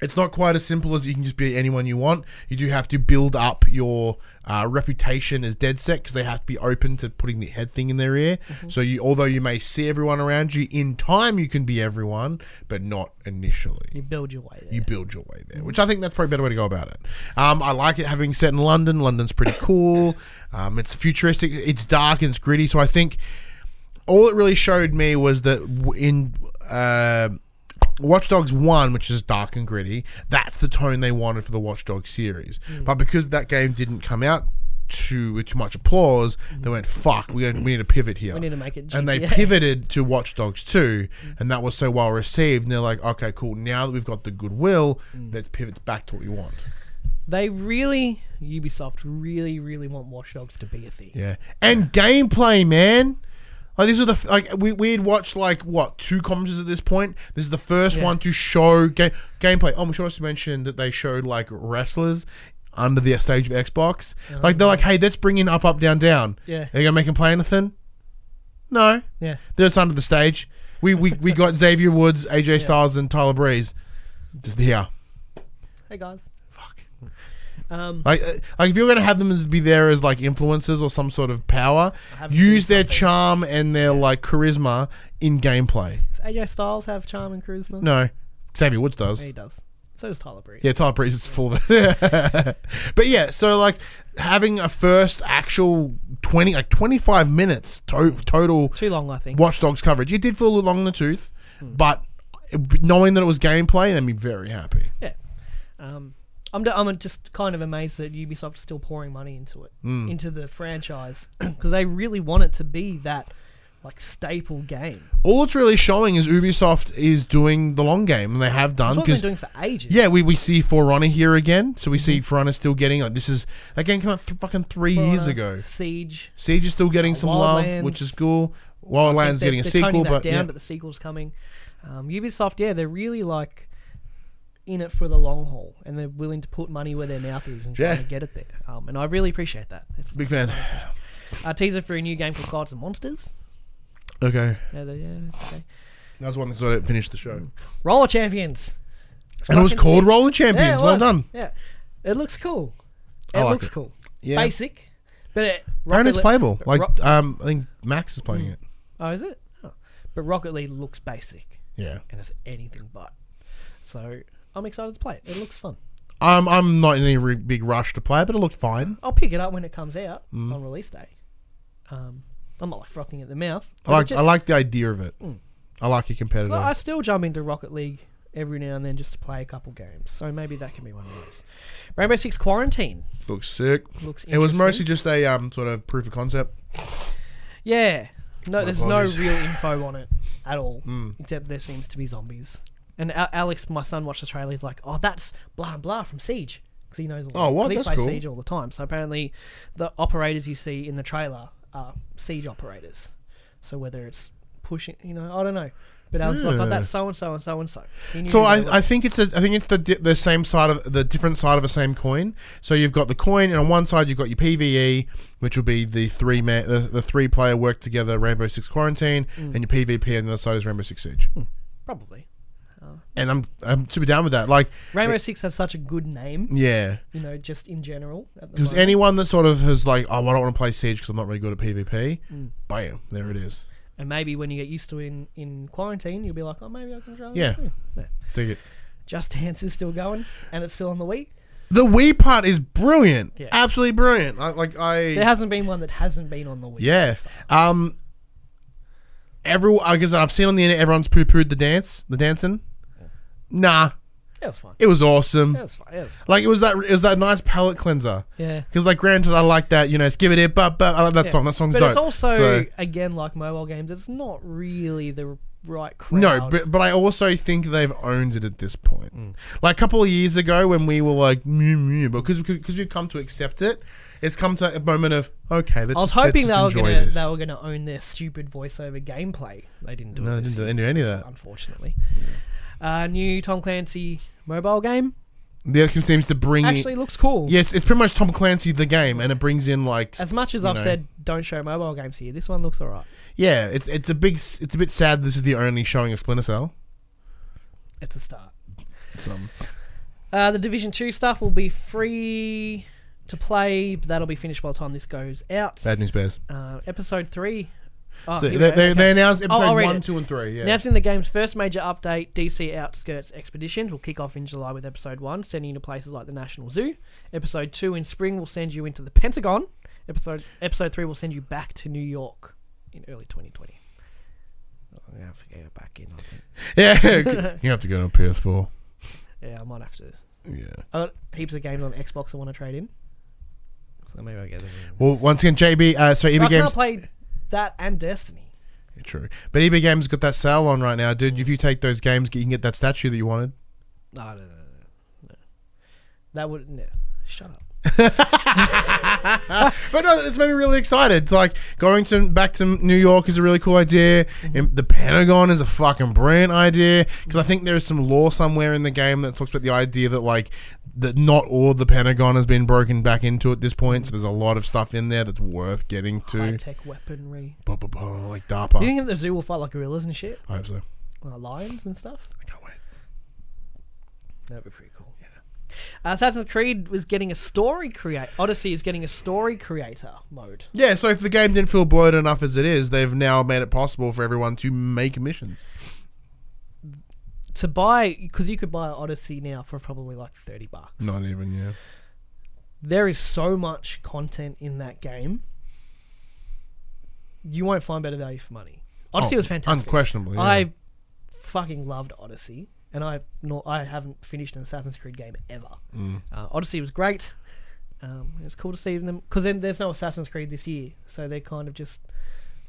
B: it's not quite as simple as you can just be anyone you want. You do have to build up your uh, reputation as dead set because they have to be open to putting the head thing in their ear. So you, although you may see everyone around you, in time you can be everyone, but not initially.
C: You build your way there.
B: You build your way there, which I think that's probably a better way to go about it. Um, I like it having set in London. London's pretty cool. Um, it's futuristic. It's dark and it's gritty. So I think all it really showed me was that w- in uh, Watch Dogs 1, which is dark and gritty, that's the tone they wanted for the Watch Dogs series.
C: Mm.
B: But because that game didn't come out to with too much applause, they went, fuck, we, we need to pivot here.
C: Mm. We need to make it
B: And they
C: GTA.
B: pivoted to Watch Dogs 2,
C: Mm.
B: and that was so well received. And they're like, okay, cool, now that we've got the goodwill,
C: Mm.
B: let's pivot back to what we want.
C: They really, Ubisoft really, really want Watch Dogs to be a thing.
B: Yeah. And gameplay, man. Like these are the f- like we we'd watched like what two conferences at this point. This is the first
C: Yeah.
B: one to show game gameplay. Oh, we should also mention that they showed like wrestlers under the stage of Xbox. like they're like, hey, let's bring in up, up, down, down.
C: Oh, Yeah.
B: Are you gonna make him play anything? No.
C: Yeah.
B: Then it's under the stage. We we, we
C: (laughs)
B: got Xavier Woods, AJ Styles, and Tyler Breeze. Just here.
C: Hey guys.
B: Fuck.
C: Um,
B: Like, uh, like if you're gonna have them as- be there as like influencers or some sort of power,
C: Have them
B: use
C: do
B: their
C: something.
B: charm and their like charisma in gameplay.
C: does AJ Styles have charm and charisma?
B: No, Xavier Woods does.
C: Yeah, he does. So does Tyler Breeze.
B: Yeah, Tyler Breeze is full of it. (laughs) but yeah, so like having a first actual twenty, like twenty five minutes to- total
C: Too long, I think.
B: Watchdogs coverage. It did feel a little long in the tooth,
C: Hmm.
B: but knowing that it was gameplay, made me very happy.
C: Yeah. Um, I'm, d- I'm just kind of amazed that Ubisoft's still pouring money into it,
B: Mm.
C: into the franchise, (clears throat) because they really want it to be that like staple game.
B: All it's really showing is Ubisoft is doing the long game, and they have
C: That's
B: done
C: what
B: because
C: they've been doing for ages.
B: Um, Yeah, we, we see For Honor here again. So we
C: Mm-hmm.
B: see For Honor still getting like this is that game came out th- fucking three
C: For
B: years
C: Honor,
B: ago.
C: uh, Siege.
B: Siege is still getting
C: Uh,
B: some love,
C: Wildlands.
B: which is cool. Wildlands
C: They're-
B: getting a
C: they're
B: sequel,
C: toning that
B: but
C: down,
B: yeah.
C: but the sequel's coming. Um, Ubisoft, yeah, they're really like in it for the long haul, and they're willing to put money where their mouth is and trying
B: Yeah.
C: to get it there. Um, and I really appreciate that. It's
B: big fan.
C: a teaser for a new game called Gods and Monsters.
B: Okay,
C: Yeah, they- yeah, that's okay.
B: that was one that sort of finished the show,
C: Mm.
B: and
C: Roller Champions. It's
B: it was
C: fucking
B: called
C: sick.
B: Roller
C: Yeah, it
B: Champions. well
C: was.
B: done.
C: Yeah, it looks cool. It
B: I like
C: looks
B: it.
C: cool.
B: Yeah,
C: Basic, but it,
B: and it's
C: League-
B: playable. Like
C: Ro-
B: um, I think Max is playing it.
C: oh, is it? Oh. But Rocket League looks basic,
B: Yeah,
C: and it's anything but. So I'm excited to play it. It looks fun.
B: um, I'm not in any re- big rush to play, it, but it looked fine.
C: I'll pick it up when it comes out
B: Mm.
C: on release day. Um, I'm not like frothing at the mouth.
B: I like
C: But
B: I like the idea of it.
C: Oh, Mm.
B: I like your competitive.
C: Well, I still jump into Rocket League every now and then just to play a couple games. So maybe that can be one of those. Rainbow Six Quarantine
B: looks sick.
C: looks.
B: It was
C: interesting.
B: mostly just a um sort of proof of concept.
C: Yeah. No,
B: My
C: there's
B: apologies. Hmm.
C: no real info on it
B: (laughs)
C: at all, except there seems to be zombies. And Al- Alex, my son, watched the trailer. He's like, "Oh, that's blah and blah from Siege," because he knows. All
B: Oh,
C: the,
B: what?
C: 'cause He
B: That's
C: plays
B: cool.
C: Siege all the time. So apparently, the operators you see in the trailer are Siege operators. So whether it's pushing, you know, I don't know. But Alex like, "Oh,
B: Yeah.
C: that's so and so and so and so." He knew
B: So
C: who they
B: I,
C: were.
B: I think it's a, I think it's the di- the same side of the different side of the same coin. So you've got the coin, and on one side you've got your PVE, which will be the three man the, the three player work together Rainbow Six Quarantine, and
C: Mm.
B: your PvP on the other side is Rainbow Six Siege.
C: Hmm. probably
B: And I'm I'm super down with that. Like
C: Rainbow Six has such a good name,
B: yeah,
C: you know, just in general. at the
B: because
C: moment.
B: anyone that sort of has like oh I don't want to play Siege because I'm not really good at PvP,
C: Mm.
B: bam there it is.
C: and maybe when you get used to it in in quarantine, you'll be like, "Oh, maybe I can try." that
B: Yeah.
C: too." yeah.
B: Dig
C: (laughs)
B: it.
C: Just Dance is still going, and it's still on the Wii.
B: The Wii part is brilliant,
C: Yeah.
B: absolutely brilliant. I, like I
C: (laughs) There hasn't been one that hasn't been on the Wii.
B: Yeah. Um. Every I guess I've seen on the internet everyone's poo pooed the dance, the dancing. Nah,
C: it was fun.
B: it was awesome.
C: It was fun. It was fun.
B: Like it was that it was that nice palate cleanser.
C: Yeah.
B: Because like granted, I like that you know skip it, but but I like that
C: Yeah.
B: song. That song's
C: but
B: dope.
C: it's also
B: So-
C: again like mobile games. It's not really the right crowd.
B: no, but but I also think they've owned it at this point.
C: Mm.
B: Like a couple of years ago when we were like, mew, mew, because because we've come to accept it, it's come to a moment of okay. Let's
C: I was
B: just- let's
C: hoping
B: just
C: they were
B: enjoy
C: gonna
B: this.
C: they were gonna own their stupid voiceover gameplay. They didn't do
B: no,
C: it.
B: they
C: this
B: didn't do
C: year,
B: they didn't do any of that.
C: Unfortunately, uh, new Tom Clancy mobile game
B: The other team seems to bring in-
C: actually looks cool.
B: Yes, it's pretty much Tom Clancy the game, and it brings in like
C: As much as
B: you
C: I've
B: know.
C: said, don't show mobile games here. This one looks alright.
B: yeah, it's it's a big s- it's a bit sad. This is the only showing of Splinter Cell.
C: It's a start.
B: Some
C: Uh, the Division 2 stuff will be free to play. but That'll be finished by the time this goes out.
B: bad news bears.
C: Uh, episode 3. Oh,
B: So
C: here
B: they,
C: we go,
B: they,
C: okay. Oh,
B: they announced episode
C: I'll
B: one,
C: read it.
B: two, and three. Yeah,
C: Announcing the game's first major update, DC Outskirts Expeditions, will kick off in July with Episode 1, sending you to places like the National Zoo. Episode 2 in spring will send you into the Pentagon. Episode episode 3 will send you back to New York in early 2020. Oh, I'm going to have to go back in, I think.
B: (laughs)
C: (laughs)
B: yeah. you have to go to PS4.
C: Yeah, I might have to.
B: Yeah.
C: I got heaps of games on Xbox I want to trade in. So maybe I'll get them. in.
B: Well, once again, JB. Uh, so EB
C: I
B: Games.
C: can't play that and Destiny.
B: True, but EB Games got that sale on right now, dude. If you take those games, you can get that statue that you wanted.
C: No, no, no, no, no. That would no. Shut up.
B: But no, it's made me really excited. It's like going to back to New York is a really cool idea. And the Pentagon is a fucking brilliant idea because I think there is some law somewhere in the game that talks about the idea that like that not all of the Pentagon has been broken back into at this point. So there's a lot of stuff in there that's worth getting
C: High
B: to.
C: tech weaponry.
B: Bah, bah, bah, like
C: You
B: DARPA.
C: think that the zoo will fight like gorillas and shit,
B: I hope so.
C: like lions and stuff?
B: I can't wait.
C: That'd be pretty cool. Uh, Assassin's Creed was getting a story create. Odyssey is getting a story creator mode.
B: Yeah, so if the game didn't feel bloated enough as it is, they've now made it possible for everyone to make missions.
C: To buy, because you could buy Odyssey now for probably like thirty bucks.
B: Not even, yeah.
C: there is so much content in that game. You won't find better value for money. Odyssey
B: Oh,
C: was fantastic.
B: Unquestionably. yeah.
C: I fucking loved Odyssey, and I nor, I haven't finished an Assassin's Creed game ever.
B: Mm.
C: Uh, Odyssey was great. Um, it's cool to see them because then there's no Assassin's Creed this year, so they're kind of just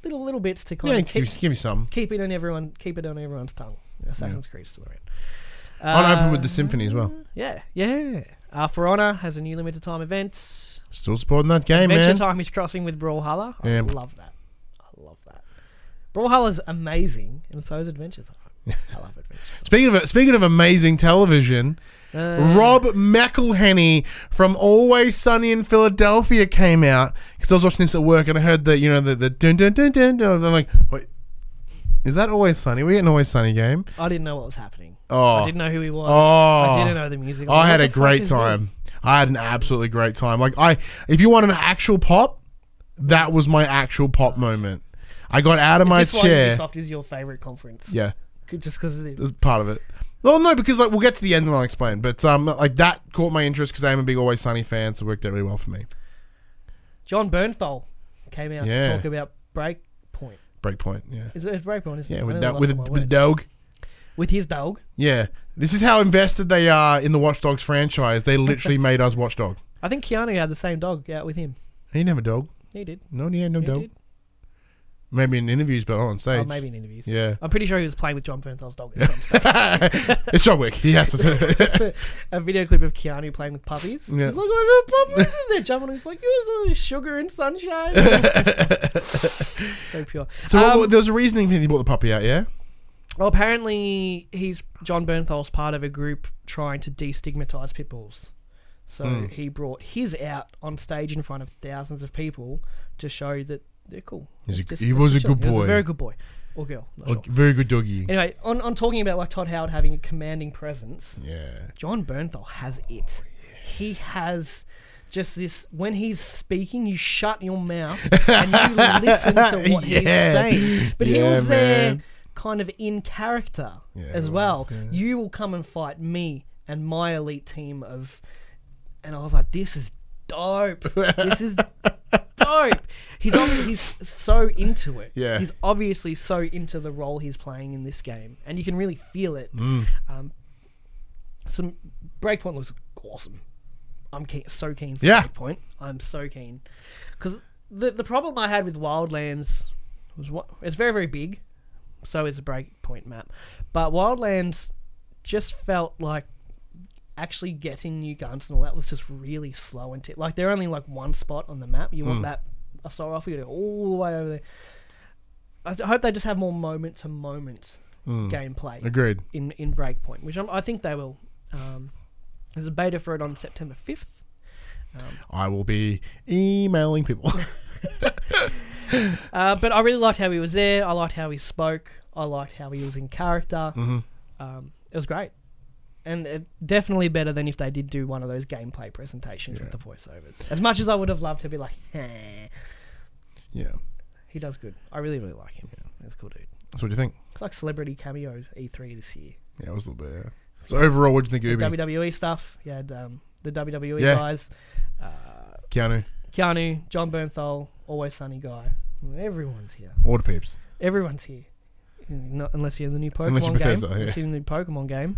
C: little little bits to kind
B: yeah,
C: of keep,
B: give, give me some.
C: keep it on everyone keep it on everyone's tongue. Assassin's Creed's still around. Uh,
B: On open
C: Um,
B: with the symphony as well.
C: Yeah, yeah. Uh, For Honor has a new limited time event.
B: Still supporting that game,
C: Adventure
B: man.
C: Time is crossing with Brawlhalla. I
B: Yeah.
C: love that. I love that. Brawlhalla's amazing, and so is
B: (laughs)
C: Adventure Time. I love Adventure
B: Speaking of speaking of amazing television,
C: Time. Uh,
B: Rob McElhenney from Always Sunny in Philadelphia came out because I was watching this at work and I heard the you know the, the dun dun dun dun dun. and I'm like, wait, is that Always Sunny? We get an Always Sunny game.
C: I didn't know what was happening. I
B: Oh,
C: didn't know who he was.
B: Oh.
C: I didn't know the music.
B: I had
C: What
B: a
C: the fuck
B: great
C: is
B: time.
C: this?
B: I had an absolutely great time. Like I, if you want an actual pop, that was my actual pop moment. I got out of
C: Is
B: my
C: this
B: chair.
C: why Ubisoft is your favorite conference?
B: Yeah.
C: C- Just because
B: It was part of it. Well, no, because like we'll get to the end and I'll explain. But um, like that caught my interest because I'm a big Always Sunny fan, so it worked out really well for me.
C: John Bernthal came out
B: Yeah.
C: to talk about Breakpoint.
B: Breakpoint,
C: (laughs)
B: yeah,
C: Is it it's Breakpoint? Isn't
B: yeah,
C: it?
B: with
C: One
B: that,
C: of the
B: with,
C: last
B: with
C: of my words.
B: Dog,
C: with his dog.
B: yeah. This is how invested they are in the Watch Dogs franchise. They
C: (laughs)
B: literally made us Watch Dog.
C: I think Keanu had the same dog out with him.
B: He didn't have a dog.
C: He did.
B: No, he had no
C: He
B: dog.
C: did.
B: Maybe in interviews, but not on stage.
C: Oh, maybe in interviews.
B: Yeah, (laughs)
C: I'm pretty sure he was playing with John Bernthal's dog at some stage.
B: it's John Wick. He has to. (laughs)
C: It's a, a video clip of Keanu playing with puppies.
B: Yeah.
C: He's like, oh, the puppies, and they're jumping. He's like, "You're sugar and
B: (laughs)
C: sunshine. so pure.
B: so
C: Um,
B: what- there was a reasoning that he bought the puppy out. Yeah,
C: Well, apparently he's John Bernthal's part of a group trying to destigmatize pit bulls. So
B: Mm.
C: he brought his out on stage in front of thousands of people to show that they're cool.
B: He's a
C: It's
B: g-
C: just-
B: he
C: it's
B: was a
C: chill.
B: good
C: He was
B: boy. Oh,
C: a very good boy, or girl. Not
B: Like,
C: sure.
B: very good doggy.
C: Anyway, on, on talking about like Todd Howard having a commanding presence.
B: Yeah,
C: John Bernthal has it. He has just this when he's speaking, you shut your mouth
B: (laughs)
C: and you listen to what he's
B: Yeah.
C: saying. But he
B: Yeah,
C: was there
B: man.
C: kind of in character
B: Yeah,
C: as
B: he
C: well.
B: was, yeah.
C: You will come and fight me and my elite team of and I was like, This is dope. this is dope. He's ob- he's so into it.
B: Yeah.
C: He's obviously so into the role he's playing in this game. And you can really feel it.
B: Mm.
C: Um, some Breakpoint looks awesome. I'm keen, so keen for
B: Yeah.
C: Breakpoint. I'm so keen because the the problem I had with Wildlands was what it's very very big, so is a Breakpoint map, but Wildlands just felt like actually getting new guns and all that was just really slow and t- like they're only like one spot on the map. You want that a star off, you go all the way over there. I th- I hope they just have more moment to moment gameplay
B: Hmm. agreed.
C: in in Breakpoint, which I'm, I think they will. Um, there's a beta for it on September 5th.
B: I will be emailing people. (laughs)
C: Uh, but I really liked how he was there. I liked how he spoke. I liked how he was in character. Um, it was great. And it, definitely better than if they did do one of those gameplay presentations with the voiceovers. As much as I would have loved to be like, "Heh,"
B: yeah.
C: he does good. I really, really like him. He's a cool dude.
B: So what do you think?
C: It's like celebrity cameo E3 this year.
B: Yeah, it was a little bit. Yeah. So overall, what do you think of Ubi?
C: WWE E stuff. You had um, the WWE
B: Yeah.
C: guys, Uh,
B: Keanu,
C: Keanu, John Bernthal, Always Sunny guy. Everyone's here.
B: Order Peeps.
C: Everyone's here. Not, unless you're in the new Pokemon
B: Unless you're Bethesda,
C: game.
B: yeah.
C: Unless you're in the new Pokemon game.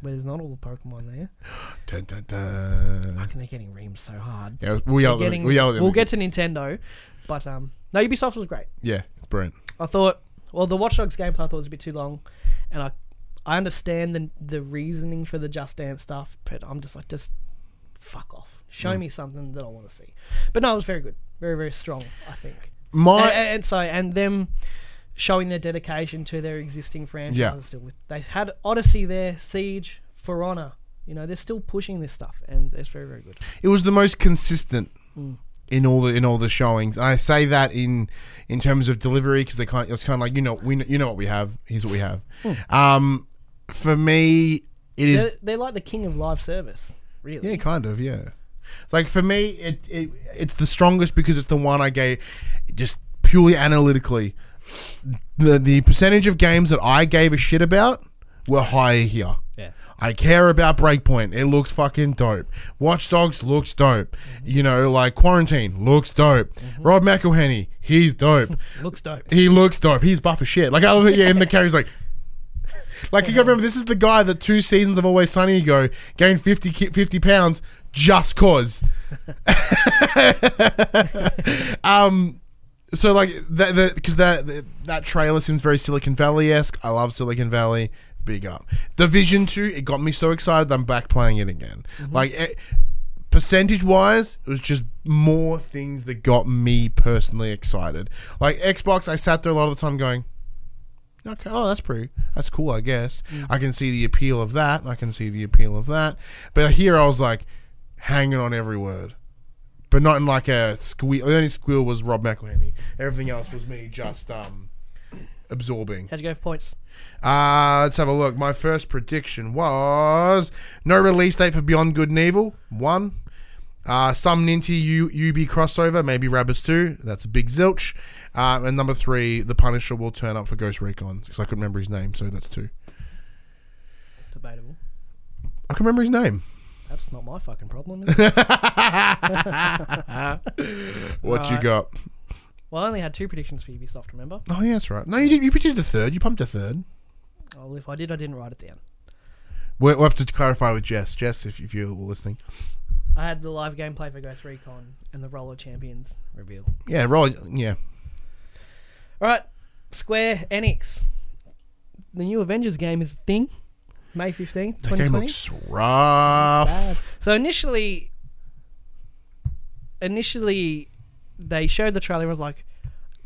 C: But there's not all the Pokemon there.
B: Dun, dun, dun.
C: Fucking they're getting reamed so hard.
B: Yeah, we
C: They're
B: yelled. at
C: getting-
B: them. We yelled. at them.
C: we'll get to Nintendo. But um no Ubisoft was great.
B: Yeah, brilliant.
C: I thought well the Watch Dogs gameplay I thought was a bit too long and I I understand the the reasoning for the Just Dance stuff, but I'm just like just fuck off. Show
B: Mm.
C: me something that I want to see. But no, it was very good, very very strong. I think.
B: My
C: Oh, and, and so and them showing their dedication to their existing franchises
B: Yeah.
C: still with they had Odyssey there, Siege, For Honor. You know, they're still pushing this stuff and it's very, very good.
B: it was the most consistent
C: Hmm.
B: in all the in all the showings. And I say that in in terms of delivery because they kind it's kind of like you know we kn- you know what we have here's what we have. Um, for me, it is
C: They're, they're like Hmm. the king of live service, really.
B: yeah, kind of yeah. Like for me, it, it it's the strongest because it's the one I gave just purely analytically. The the percentage of games that I gave a shit about were higher here.
C: Yeah.
B: I care about Breakpoint. It looks fucking dope. Watch Dogs looks dope. You know, like Quarantine looks dope. Rob McElhenney, he's dope.
C: Looks dope.
B: he looks dope. He's buff as shit. Like I love it. Yeah, in the carries like. Like you gotta remember, this is the guy that two seasons of Always Sunny ago gained 50, ki- 50 pounds just cause. (laughs) um, so like that because that, that that trailer seems very Silicon Valley esque. I love Silicon Valley. Big up Division Two. It got me so excited. I'm back playing it again. Like it, percentage wise, it was just more things that got me personally excited. Like Xbox, I sat there a lot of the time going. Okay, oh, that's pretty. That's cool, I guess. I can see the appeal of that. and I can see the appeal of that. But here I was like hanging on every word but not in like a squeal. The only squeal was Rob McElhenney. Everything else was me just um absorbing.
C: How'd you go for points?
B: Uh, let's have a look. My first prediction was no release date for Beyond Good and Evil. One. Uh, some Ninty U- UB crossover, maybe Rabbits 2. That's a big zilch. Uh, and number three, The Punisher will turn up for Ghost Recon because I couldn't remember his name, so that's two.
C: Debatable.
B: I can remember his name.
C: That's not my fucking problem.
B: (laughs)
C: Is it?
B: What you
C: Right.
B: got?
C: well, I only had two predictions for Ubisoft, remember?
B: Oh, yeah, that's right. No, you did. You predicted a third. You pumped a third.
C: Oh, if I did, I didn't write it down.
B: We'll we'll have to clarify with Jess. Jess, if, if you're listening.
C: I had the live gameplay for Ghost Recon and the Roller Champions reveal.
B: Yeah, roll. Yeah,
C: All right, Square Enix. The new Avengers game is a thing. May 15th,
B: that game
C: 2020.
B: looks rough.
C: Bad. So initially, initially, they showed the trailer. and was like,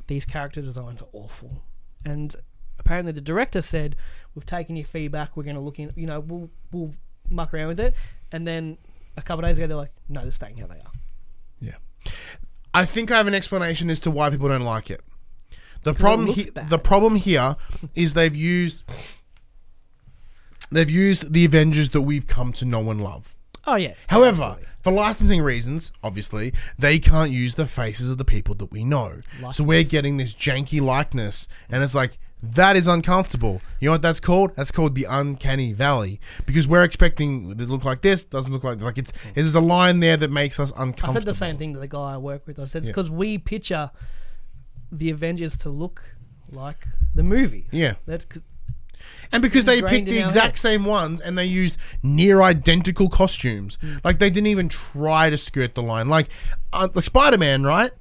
C: these character designs are awful, and apparently the director said, "We've taken your feedback. We're going to look in. You know, we'll we'll muck around with it." And then a couple of days ago, they're like, "No, they're staying how they are."
B: Yeah, I think I have an explanation as to why people don't like it. The problem,
C: looks
B: he-
C: bad.
B: the problem here, is they've used they've used the Avengers that we've come to know and love.
C: Oh yeah.
B: However,
C: Absolutely.
B: for licensing reasons, obviously, they can't use the faces of the people that we know. So we're getting this janky likeness, and it's like, that is uncomfortable. You know what that's called? That's called the uncanny valley. Because we're expecting it look like this, doesn't look like like it's there's a line there that makes us uncomfortable.
C: I said the same thing to the guy I work with. I said it's because we picture the Avengers to look like the movies.
B: Yeah.
C: That's c-
B: And because they
C: Ingrained
B: picked the
C: in our
B: exact
C: heads.
B: same ones and they used near identical costumes.
C: Hmm.
B: Like they didn't even try to skirt the line. Like uh, like Spider-Man, right?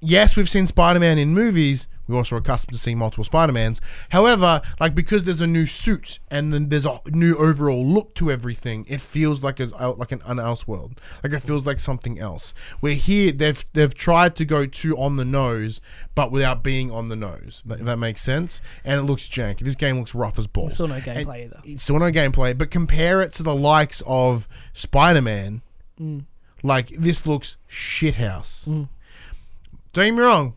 B: Yes, we've seen Spider-Man in movies. We also are accustomed to seeing multiple Spider-Mans. However, like because there's a new suit and then there's a new overall look to everything, it feels like it's out like an un else world. Like it feels like something else. Where here they've they've tried to go too on the nose, but without being on the nose. If that makes sense. And it looks janky. This game looks rough as balls.
C: still no
B: And-
C: gameplay either.
B: it's still no gameplay, but compare it to the likes of Spider Man.
C: Mm.
B: Like this looks shithouse. Don't get me wrong,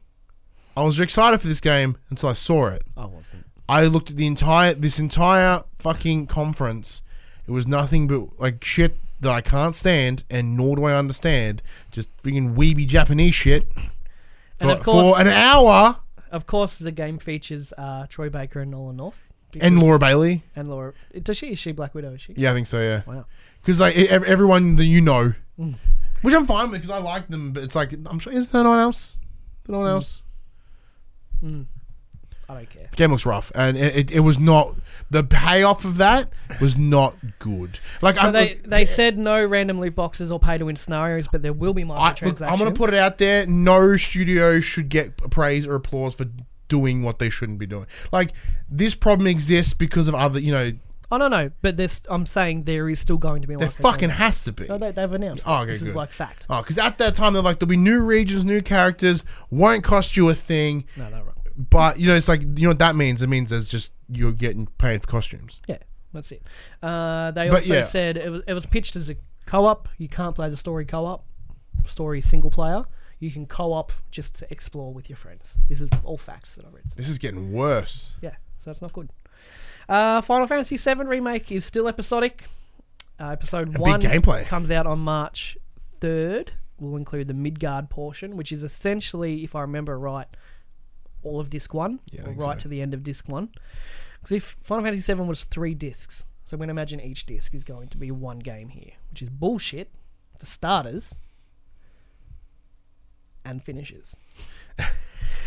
B: I was excited for this game until I saw it.
C: I wasn't.
B: I looked at the entire this entire fucking conference. It was nothing but like shit that I can't stand, and nor do I understand. Just freaking weeby Japanese shit. For,
C: And of course-
B: for an hour,
C: Of course, the game features uh, Troy Baker and Nolan North.
B: and
C: because-
B: Laura Bailey.
C: And Laura. Does she? Is she Black Widow? Is she?
B: Yeah, I think so. Yeah.
C: Wow.
B: Because like e- ev- everyone that you know,
C: Mm.
B: which I'm fine with because I like them, but it's like I'm sure is there no one else? There no
C: Mm.
B: one else?
C: I don't care.
B: Game looks rough, and it, it, it was not the payoff of that was not good. Like
C: So
B: I'm,
C: they they said no random loot boxes or pay to win scenarios, but there will be
B: I,
C: microtransactions.
B: look, I'm gonna put it out there. No studio should get praise or applause for doing what they shouldn't be doing. Like this problem exists because of other, you know,
C: Oh no, no. But there's, I'm saying there is still going to be one.
B: There
C: for
B: fucking
C: Zelda.
B: has to be.
C: No, they, they've announced.
B: Oh,
C: it.
B: okay,
C: this is
B: good.
C: like fact.
B: Oh, because at that time they're like, there'll be new regions, new characters, won't cost you a thing.
C: No, they're wrong.
B: But you know, it's like you know what that means. It means there's just you're getting paid for costumes.
C: Yeah, that's it. Uh, they
B: But
C: also
B: yeah.
C: said it was, it was pitched as a co-op. You can't play the story co-op, story single player. You can co-op just to explore with your friends. This is all facts that I read. So,
B: This is getting worse.
C: yeah, so it's not good. Uh, Final Fantasy VII remake is still episodic. Uh, episode
B: big
C: one
B: gameplay.
C: comes out on March third. Will include the Midgard portion, which is essentially, if I remember right, all of disc one,
B: Yeah, I
C: or
B: think
C: right
B: so.
C: to the end of disc one. Because if Final Fantasy VII was three discs, so I'm going to imagine each disc is going to be one game here, which is bullshit for starters
B: (laughs)
C: and finishes.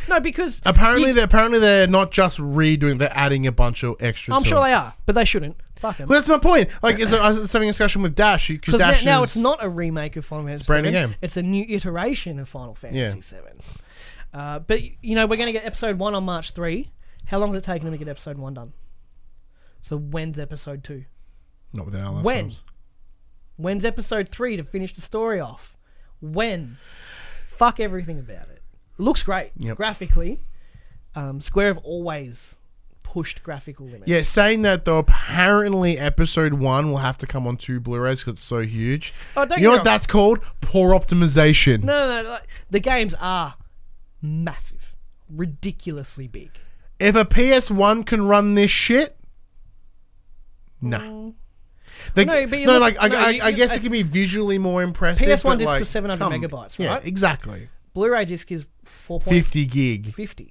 C: no, because
B: Apparently, they're apparently they're not just redoing; they're adding a bunch of extra.
C: I'm
B: to
C: sure
B: it.
C: they are, but they shouldn't. Fuck them.
B: Well, that's my point. Like, is I was having a discussion with Dash because
C: Because
B: Dash
C: now, now
B: is,
C: it's not a remake of Final Fantasy.
B: brand new
C: VII.
B: game.
C: It's a new iteration of Final
B: Yeah.
C: Fantasy Seven. Uh, but you know we're going to get episode one on March three. How long has it taken them to get episode one done? So when's episode two?
B: Not within our lifetimes.
C: When? When's episode three to finish the story off? When? Fuck everything about it. Looks great
B: Yep.
C: graphically. Um, Square have always pushed graphical limits.
B: Yeah, saying that though, apparently episode one will have to come on two Blu-rays because it's so huge.
C: Oh, don't
B: you know
C: get me
B: what that's called? Poor optimization.
C: No, no, no. Like, the games are massive, ridiculously big.
B: If a PS1 can run this shit, nah. They-
C: Mm. No,
B: no,
C: but you look-
B: like I,
C: no,
B: I,
C: you-
B: I
C: you-
B: guess
C: I-
B: it can be visually more impressive.
C: PS1
B: but,
C: disc
B: like,
C: was 700
B: come-
C: megabytes,
B: Yeah,
C: right?
B: exactly.
C: Blu-ray disc is 4.50.
B: Fifty gig.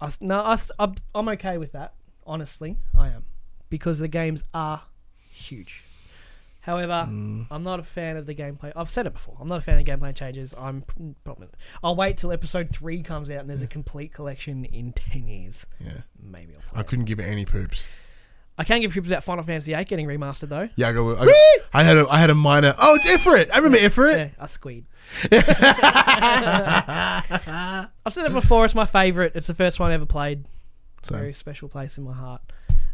C: I s- no, I, s- I'm- I'm okay with that. Honestly, I am because the games are huge. However,
B: Mm.
C: I'm not a fan of the gameplay. I've said it before. I'm not a fan of gameplay changes. I'm p- probably. I'll wait till episode three comes out and there's a complete collection in ten years.
B: Yeah,
C: Maybe I'll. Play
B: I
C: it.
B: couldn't give it any poops.
C: I can give people that Final Fantasy VIII getting remastered though.
B: Yeah, I, got, I, got, I had a, I had a minor. Oh, it's Ifrit. I remember Ifrit. (laughs)
C: Yeah, I squeed. I've said it before. It's my favorite. It's the first one I ever played.
B: So-
C: Very special place in my heart.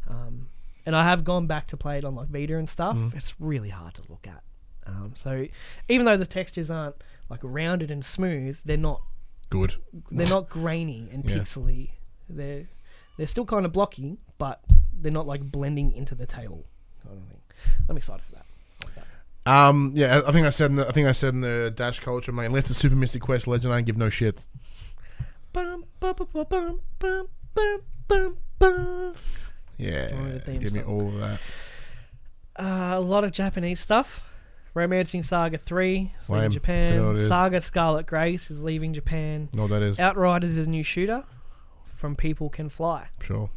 C: Um, and I have gone back to play it on like Vita and stuff. It's really hard to look at. Um, so even though the textures aren't like rounded and smooth, they're not
B: Good.
C: they're not grainy and
B: Yeah.
C: pixely. They're they're still kind of blocky, but they're not like blending into the table kind of thing. I'm excited for that.
B: Um, yeah, I I think I said in the I think I said in the Dash Culture, man. Let's a Super Mystic Quest Legend. I don't give no shits.
C: Bum, bum, bum, bum, bum, bum, bum, bum, bum. one of
B: Yeah,
C: the themes
B: give me
C: song.
B: all of that.
C: Uh, a lot of Japanese stuff. Romancing Saga 3 is leaving
B: Lame. Don't know
C: Japan.
B: what it is.
C: Saga Scarlet Grace is leaving Japan.
B: No, that is
C: Outriders is a new shooter from People Can Fly.
B: sure.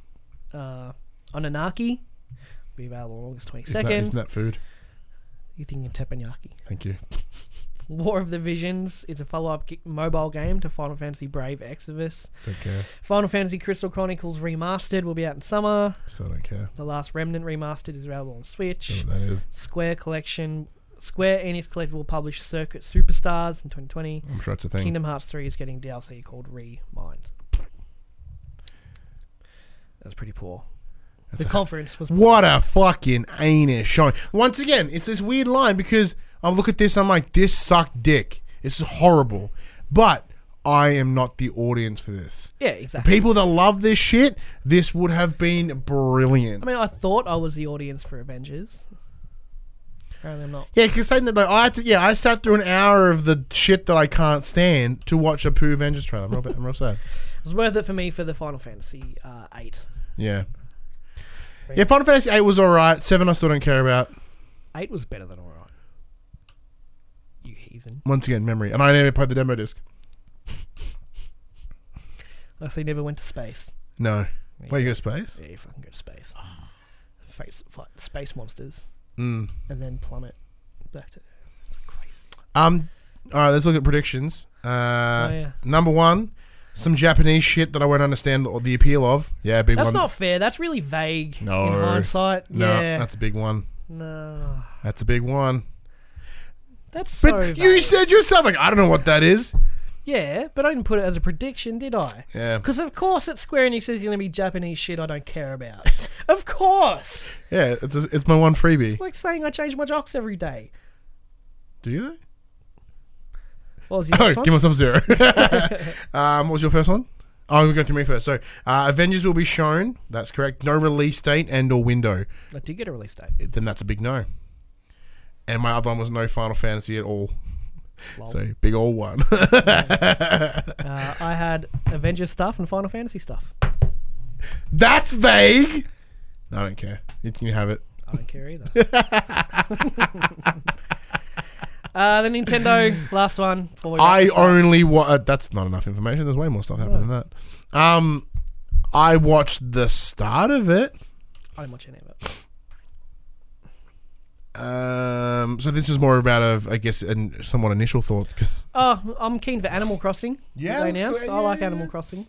C: Uh, Onanaki will be available on August
B: Isn't that,
C: 22nd.
B: isn't that food?
C: you think of Teppanyaki.
B: Thank you.
C: War of the Visions is a follow up mobile game to Final Fantasy Brave Exodus.
B: Don't care.
C: Final Fantasy Crystal Chronicles Remastered will be out in summer.
B: Still don't care.
C: The Last Remnant Remastered is available on Switch.
B: Know what that is.
C: Square Collection. Square Enix Collective will publish Circuit Superstars in 2020.
B: I'm sure it's a thing.
C: Kingdom Hearts 3 is getting DLC called Remind. That's pretty poor. the conference was.
B: What a fucking anus showing. Once again, it's this weird line because I look at this, I'm like, this sucked dick. It's horrible. But I am not the audience for this.
C: Yeah, exactly.
B: (laughs) People that love this shit, this would have been brilliant.
C: I mean, I thought I was the audience for Avengers. Apparently, I'm not.
B: Yeah, because saying that, like, I had to, yeah, I sat through an hour of the shit that I can't stand to watch a Pooh Avengers trailer. I'm real, I'm real sad.
C: It was worth it for me for the Final Fantasy uh, 8.
B: Yeah. Yeah, Final Fantasy VIII was alright. Seven, I still don't care about.
C: 8 was better than alright. You heathen.
B: Once again, memory, and I never played the demo disc.
C: Unless they never went to space.
B: No. Wait, you go space?
C: Yeah, you fucking go to space. Face, fight space monsters.
B: Mm.
C: and then plummet back to it's crazy.
B: Um, all right, let's look at predictions. Uh,
C: oh, yeah.
B: Number one, some Japanese shit that I won't understand the, the appeal of. Yeah, big
C: That's
B: one.
C: not fair. That's really vague.
B: No.
C: In hindsight,
B: no,
C: yeah.
B: that's a big one.
C: no.
B: That's a big one.
C: That's so
B: But you
C: vague.
B: said yourself, like, I don't know what that is.
C: Yeah, but I didn't put it as a prediction, did I?
B: Yeah.
C: Because of course at Square Enix is going to be Japanese shit I don't care about.
B: (laughs)
C: of course.
B: Yeah, it's a, it's my one freebie.
C: It's like saying I change my jocks every day.
B: Do you? (laughs)
C: What was the
B: though?
C: next
B: Oh,
C: one?
B: give myself
C: (laughs)
B: zero. um, what was your first one? Oh, we're going to me first. So, uh, Avengers will be shown. That's correct. No release date and or window.
C: I did get a release date.
B: It- Then that's a big no. And my other one was no Final Fantasy at all.
C: Lol.
B: So big old one. (laughs)
C: Uh, I had Avengers stuff and Final Fantasy stuff.
B: that's vague. No, I don't care. You can have it.
C: I don't care either. (laughs) uh, the Nintendo last one. Before we wrap
B: I
C: this up.
B: only wa- uh, that's not enough information. There's way more stuff happening than that. Um, I watched the start of it.
C: I didn't watch any of it.
B: Um, so this is more about of I guess and somewhat initial thoughts because
C: Oh, I'm keen for Animal Crossing. that
B: Yeah,
C: they
B: that's
C: announced.
B: good,
C: I
B: yeah,
C: like
B: yeah,
C: Animal
B: yeah.
C: Crossing.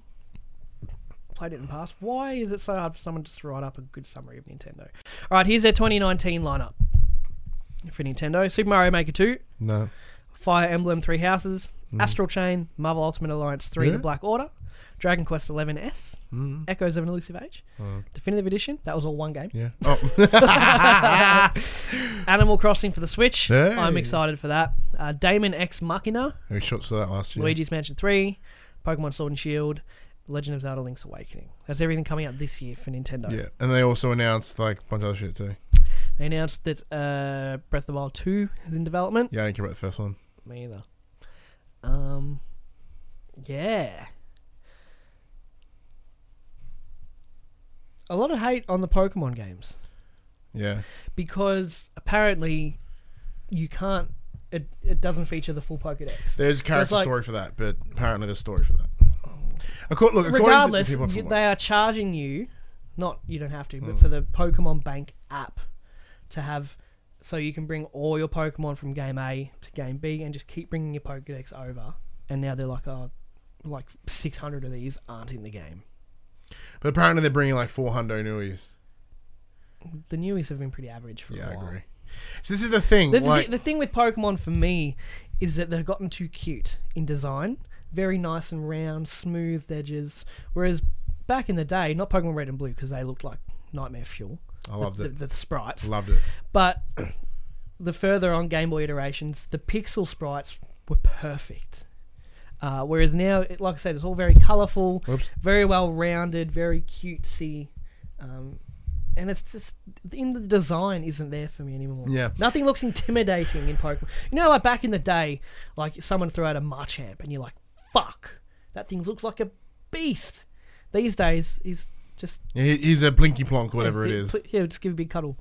C: Played it in the past. Why is it so hard for someone just to write up a good summary of Nintendo? All right, here's their 2019 lineup for Nintendo: Super Mario Maker 2,
B: no,
C: Fire Emblem Three Houses, Astral Chain, Marvel Ultimate Alliance 3
B: Mm. Yeah.
C: The Black Order, Dragon Quest 11 S,
B: Mm,
C: Echoes of an Elusive Age,
B: Oh.
C: Definitive Edition, that was all one game,
B: yeah, oh, (laughs)
C: (laughs) Animal Crossing for the Switch,
B: Hey.
C: I'm excited for that, uh, Damon X Machina,
B: we shot for that last year.
C: Luigi's Mansion 3, Pokemon Sword and Shield, Legend of Zelda Link's Awakening. That's everything coming out this year for Nintendo.
B: Yeah, and they also announced like a bunch of other shit too.
C: They announced that uh, Breath of the Wild 2 is in development.
B: Yeah, I didn't care about the first one.
C: Me either. Um, yeah. A lot of hate on the Pokemon games
B: Yeah,
C: because apparently you can't. It, it doesn't feature the full Pokedex.
B: there's a character
C: like-
B: story for that, but apparently there's a story for that. Acco- look, according to
C: Regardless,
B: people
C: you,
B: from- Hmm.
C: they are charging you. Not you don't have to, but for the Pokemon Bank app to have, so you can bring all your Pokemon from game A to game B and just keep bringing your Pokedex over. And now they're like, oh, like 600 of these aren't in the game.
B: but apparently they're bringing like 400 newies.
C: The newies have been pretty average for
B: Yeah, I
C: a while.
B: agree. So this is the thing.
C: The, the-
B: like,
C: the thing with Pokemon for me is that they've gotten too cute in design. Very nice and round, smooth edges. Whereas back in the day, not Pokemon Red and Blue because they looked like nightmare fuel.
B: I loved
C: the,
B: it.
C: The, the sprites.
B: Loved it.
C: But (clears throat) the further on Game Boy iterations, the pixel sprites were perfect. Uh, whereas now, it, like I said, it's all very colourful,
B: Whoops.
C: very well rounded, very cutesy. Um, and it's just in the design isn't there for me anymore.
B: Yeah.
C: nothing looks intimidating in Pokemon. You know, like back in the day, like someone threw out a Marchamp, and you're like, "Fuck, that thing looks like a beast." These days, is just
B: Yeah, he- he's a blinky plonk, whatever it
C: yeah,
B: is.
C: pl- Yeah, just give a big cuddle.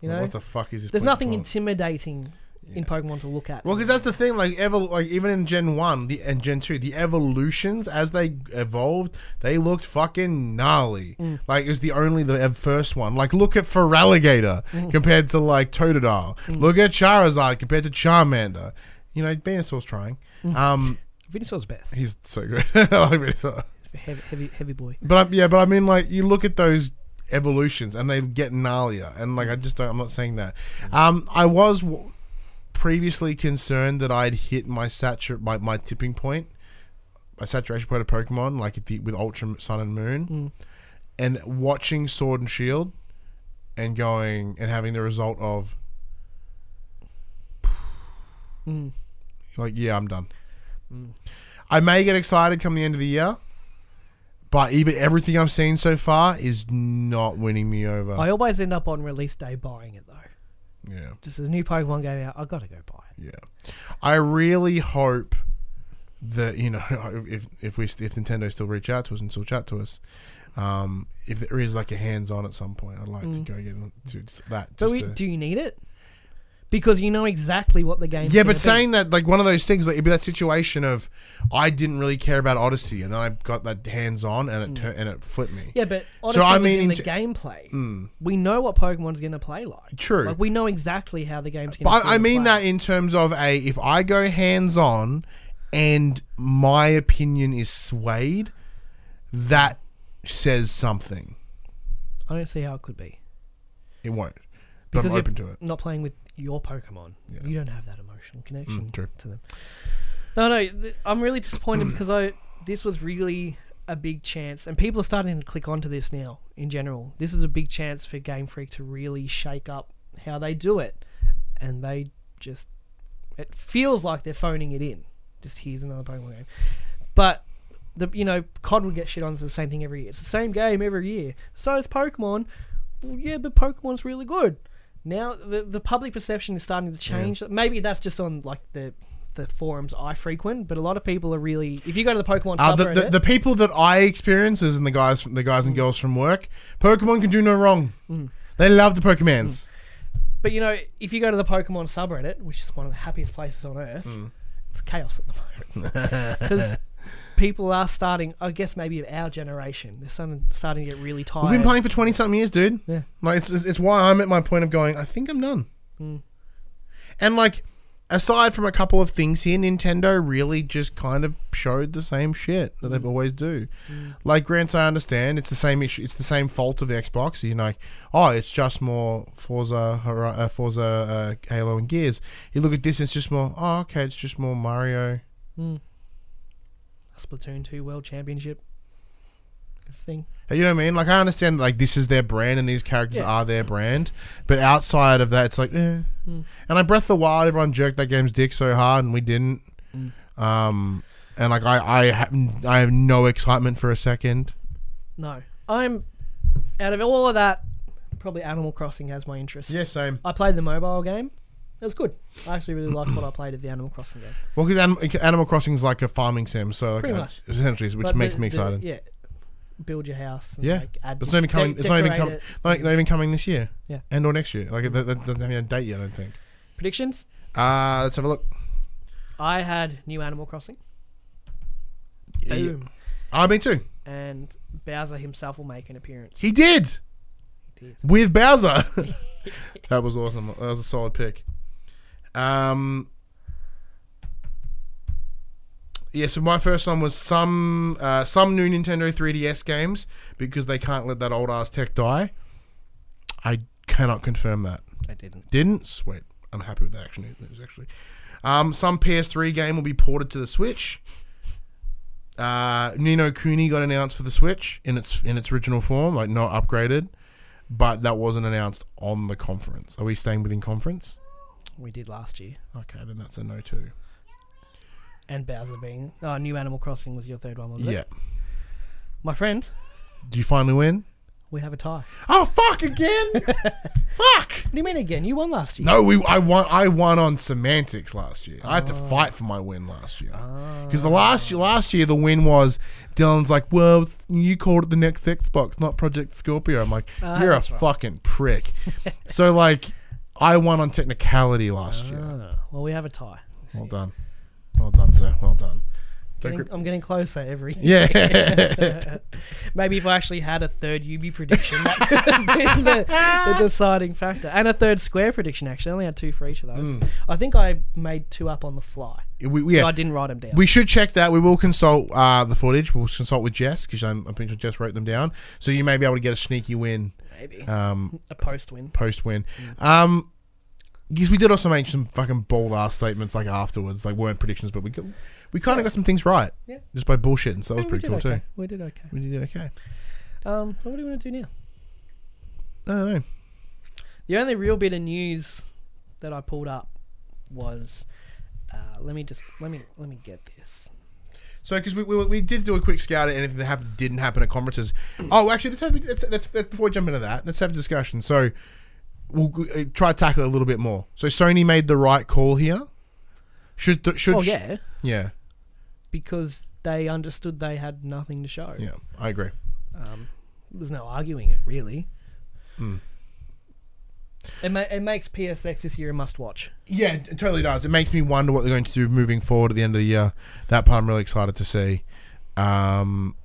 C: You know,
B: What the fuck is this?
C: there's
B: blinky
C: nothing
B: plonk?
C: intimidating in Pokemon to look at.
B: Well, because that's the thing. Like ever, like even in Gen One the, and Gen Two, the evolutions as they evolved, they looked fucking gnarly.
C: Mm.
B: Like it was the only the ev- first one. Like look at
C: (laughs)
B: Feraligatr
C: Mm.
B: compared to like Totodile. Look at Charizard compared to Charmander. You know, Venusaur's trying.
C: Mm.
B: Um,
C: Venusaur's best.
B: he's so good. (laughs) I like Venusaur.
C: Heavy, heavy, heavy boy.
B: But I, yeah, but I mean, like you look at those evolutions and they get gnarlier, and like I just don't. I'm not saying that. Um, I was w- previously concerned that I'd hit my satur my, my tipping point, my saturation point of Pokemon, like at the, with Ultra Sun and Moon, and watching Sword and Shield, and going and having the result of. Like yeah, I'm done. I may get excited come the end of the year, but even everything I've seen so far is not winning me over.
C: I always end up on release day buying it though.
B: yeah,
C: Just as a new Pokemon game out, I gotta go buy it.
B: yeah. I really hope that you know (laughs) if if we if Nintendo still reach out to us and still chat to us, um, if there is like a hands on at some point, I'd like to go get on to that.
C: Mm. But
B: just
C: we,
B: to-
C: do you need it? Because you know exactly what the game.
B: yeah, but saying that like one of those things, like it'd be that situation of I didn't really care about Odyssey, and then I got that hands on, and it tur- and it flipped me.
C: Mm. Yeah, but Odyssey
B: I
C: was
B: mean
C: in
B: in
C: the
B: ge-
C: gameplay. We know what Pokemon's gonna play like.
B: True.
C: Like we know exactly how the game's gonna.
B: But
C: feel
B: I, I
C: to
B: mean
C: play.
B: that in terms of a if I go hands on and my opinion is swayed, that says something.
C: I don't see how it could be.
B: It won't. But
C: Because
B: I'm
C: you're
B: open to it.
C: Not playing with your Pokemon. You don't have that emotional connection
B: Mm, Hmm, true.
C: to them. No, no, th- I'm really disappointed because I this was really a big chance, and people are starting to click onto this now. In general, this is a big chance for Game Freak to really shake up how they do it, and they just it feels like they're phoning it in. Just here's another Pokemon game, but the you know COD would get shit on for the same thing every year. It's the same game every year. So is Pokemon. Well, yeah, but Pokemon's really good. Now the the public perception is starting to change. Maybe that's just on like the the forums I frequent, but a lot of people are really. If you go to the Pokemon
B: Uh, the,
C: subreddit,
B: the, the people that I experience is and the guys the guys and
C: Mm.
B: girls from work, Pokemon can do no wrong. They love the
C: Mm.
B: Pokemans.
C: but you know, if you go to the Pokemon subreddit, which is one of the happiest places on earth,
B: Hmm.
C: it's chaos at the moment
B: (laughs)
C: because people are starting. I guess maybe of our generation, they're starting, starting to get really tired.
B: We've been playing for twenty something years, dude.
C: Yeah.
B: Like it's, it's it's why I'm at my point of going. I think I'm done.
C: Mm.
B: And like, aside from a couple of things here, Nintendo really just kind of showed the same shit that
C: Mm.
B: they've always do. Like, grants I understand it's the same issue. It's the same fault of Xbox. You know, like, oh, it's just more Forza, Hori- uh, Forza, uh, Halo, and Gears. You look at this, it's just more. Oh, okay, it's just more Mario.
C: Splatoon Two World Championship. It's a thing.
B: You know what I mean? Like I understand, like this is their brand and these characters are their brand, but outside of that, it's like, eh.
C: Mm.
B: And like Breath of the Wild, everyone jerked that game's dick so hard, and we didn't.
C: Mm.
B: Um, and like I, I have, I have no excitement for a second.
C: No, I'm out of all of that. Probably Animal Crossing has my interest.
B: same.
C: I played the mobile game. It was good. I actually really liked what I played of the Animal Crossing game.
B: Well, because Animal Crossing is like a farming sim, so like
C: Pretty
B: uh,
C: much.
B: essentially, which
C: But
B: makes
C: the-
B: me
C: the-
B: excited.
C: yeah, build your house. And
B: Yeah.
C: like add,
B: But it's not even coming.
C: de-
B: it's not even
C: decorate
B: coming.
C: it.
B: Not, not even coming this year.
C: Yeah.
B: And or next year. Like that, that doesn't have a date yet. I don't think.
C: Predictions?
B: Uh let's have a look.
C: I had new Animal Crossing. Boom.
B: Ah, me too.
C: And Bowser himself will make an appearance.
B: He did.
C: He did.
B: with Bowser. (laughs) that was awesome. That was a solid pick. Um, yeah, so my first one was some uh, some new Nintendo 3DS games because they can't let that old ass tech die. I cannot confirm that.
C: I didn't.
B: Didn't sweet. I'm happy with that action news actually. Um, some PS3 game will be ported to the Switch. Uh, Nino Cooney got announced for the Switch in its in its original form, like not upgraded, but that wasn't announced on the conference. Are we staying within conference?
C: We did last year.
B: Okay, then that's a no two.
C: And Bowser being. Oh, new Animal Crossing was your third one, was it?
B: Yeah.
C: My friend,
B: Do you finally win?
C: we have a tie.
B: Oh fuck (laughs) again! fuck!
C: What do you mean again? You won last year.
B: No, we I won I won on semantics last year. I had to
C: Oh.
B: fight for my win last year. Because the
C: Ah.
B: last last year the win was Dylan's like, well, it's- you called it the next Xbox, not Project Scorpio. I'm like,
C: Ah,
B: you're a
C: that's right.
B: fucking
C: (laughs)
B: prick. so like, I won on technicality last year.
C: Ah, well, we have a tie. this
B: Well
C: year.
B: done, well done, sir. Well done. Don't
C: Getting-
B: grip-
C: I'm getting closer every
B: yeah.
C: (laughs)
B: (laughs)
C: Maybe if I actually had a third UB prediction, that could have been the,
B: (laughs)
C: the deciding factor. And a third square prediction, actually. I only had two for each of those. I think I made two up on the fly.
B: we, Mm. yeah.
C: So I didn't write them down.
B: We should check that. We will consult uh, the footage. We'll consult with Jess because I'm, I'm pretty sure Jess wrote them down. So you may be able to get a sneaky win
C: Maybe.
B: um,
C: a post win.
B: post win. Um, because we did also make some fucking bald ass statements like afterwards, like weren't predictions, but we got, we kind of got some things right.
C: Yeah.
B: Just by bullshitting, so that was
C: Yeah, we
B: pretty
C: did
B: cool
C: okay.
B: too.
C: We did okay.
B: We did okay.
C: Um, so what do we want to do now?
B: I don't know.
C: The only real bit of news that I pulled up was. Uh, let me just let me let me get this.
B: So because we, we, we did do a quick scout at anything that happened didn't happen at (clears throat) conferences. Oh, actually, let's have let's, let's, let's before we jump into that, let's have a discussion. So we'll uh, try to tackle it a little bit more. So Sony made the right call here. Should th- should
C: Oh yeah,
B: yeah
C: because they understood they had nothing to show.
B: yeah I agree.
C: Um, there's no arguing it, really. Hmm. It, ma- it makes PSX this year a must watch.
B: Yeah, it totally does. It makes me wonder what they're going to do moving forward at the end of the year. That part I'm really excited to see. Um,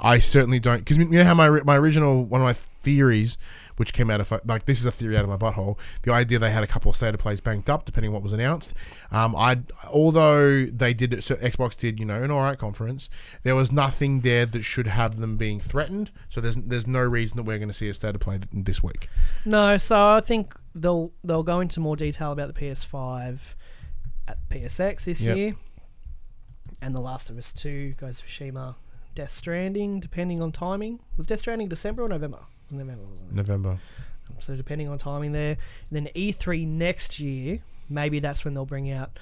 B: I certainly don't because you know how my my original one of my theories, which came out of like this is a theory out of my butthole. The idea they had a couple of state of plays banked up, depending on what was announced. Um, I although they did it, so Xbox did you know an alright conference. There was nothing there that should have them being threatened. So there's there's no reason that we're going to see a state of play th- this week.
C: No, so I think they'll uh, they'll go into more detail about the PS5 at PSX this
B: Yep.
C: year. and The Last of Us 2, Ghost of Tsushima, Death Stranding, depending on timing. Was Death Stranding December or November? It was November, wasn't it?
B: November.
C: So depending on timing there, and then E3 next year, maybe that's when they'll bring out.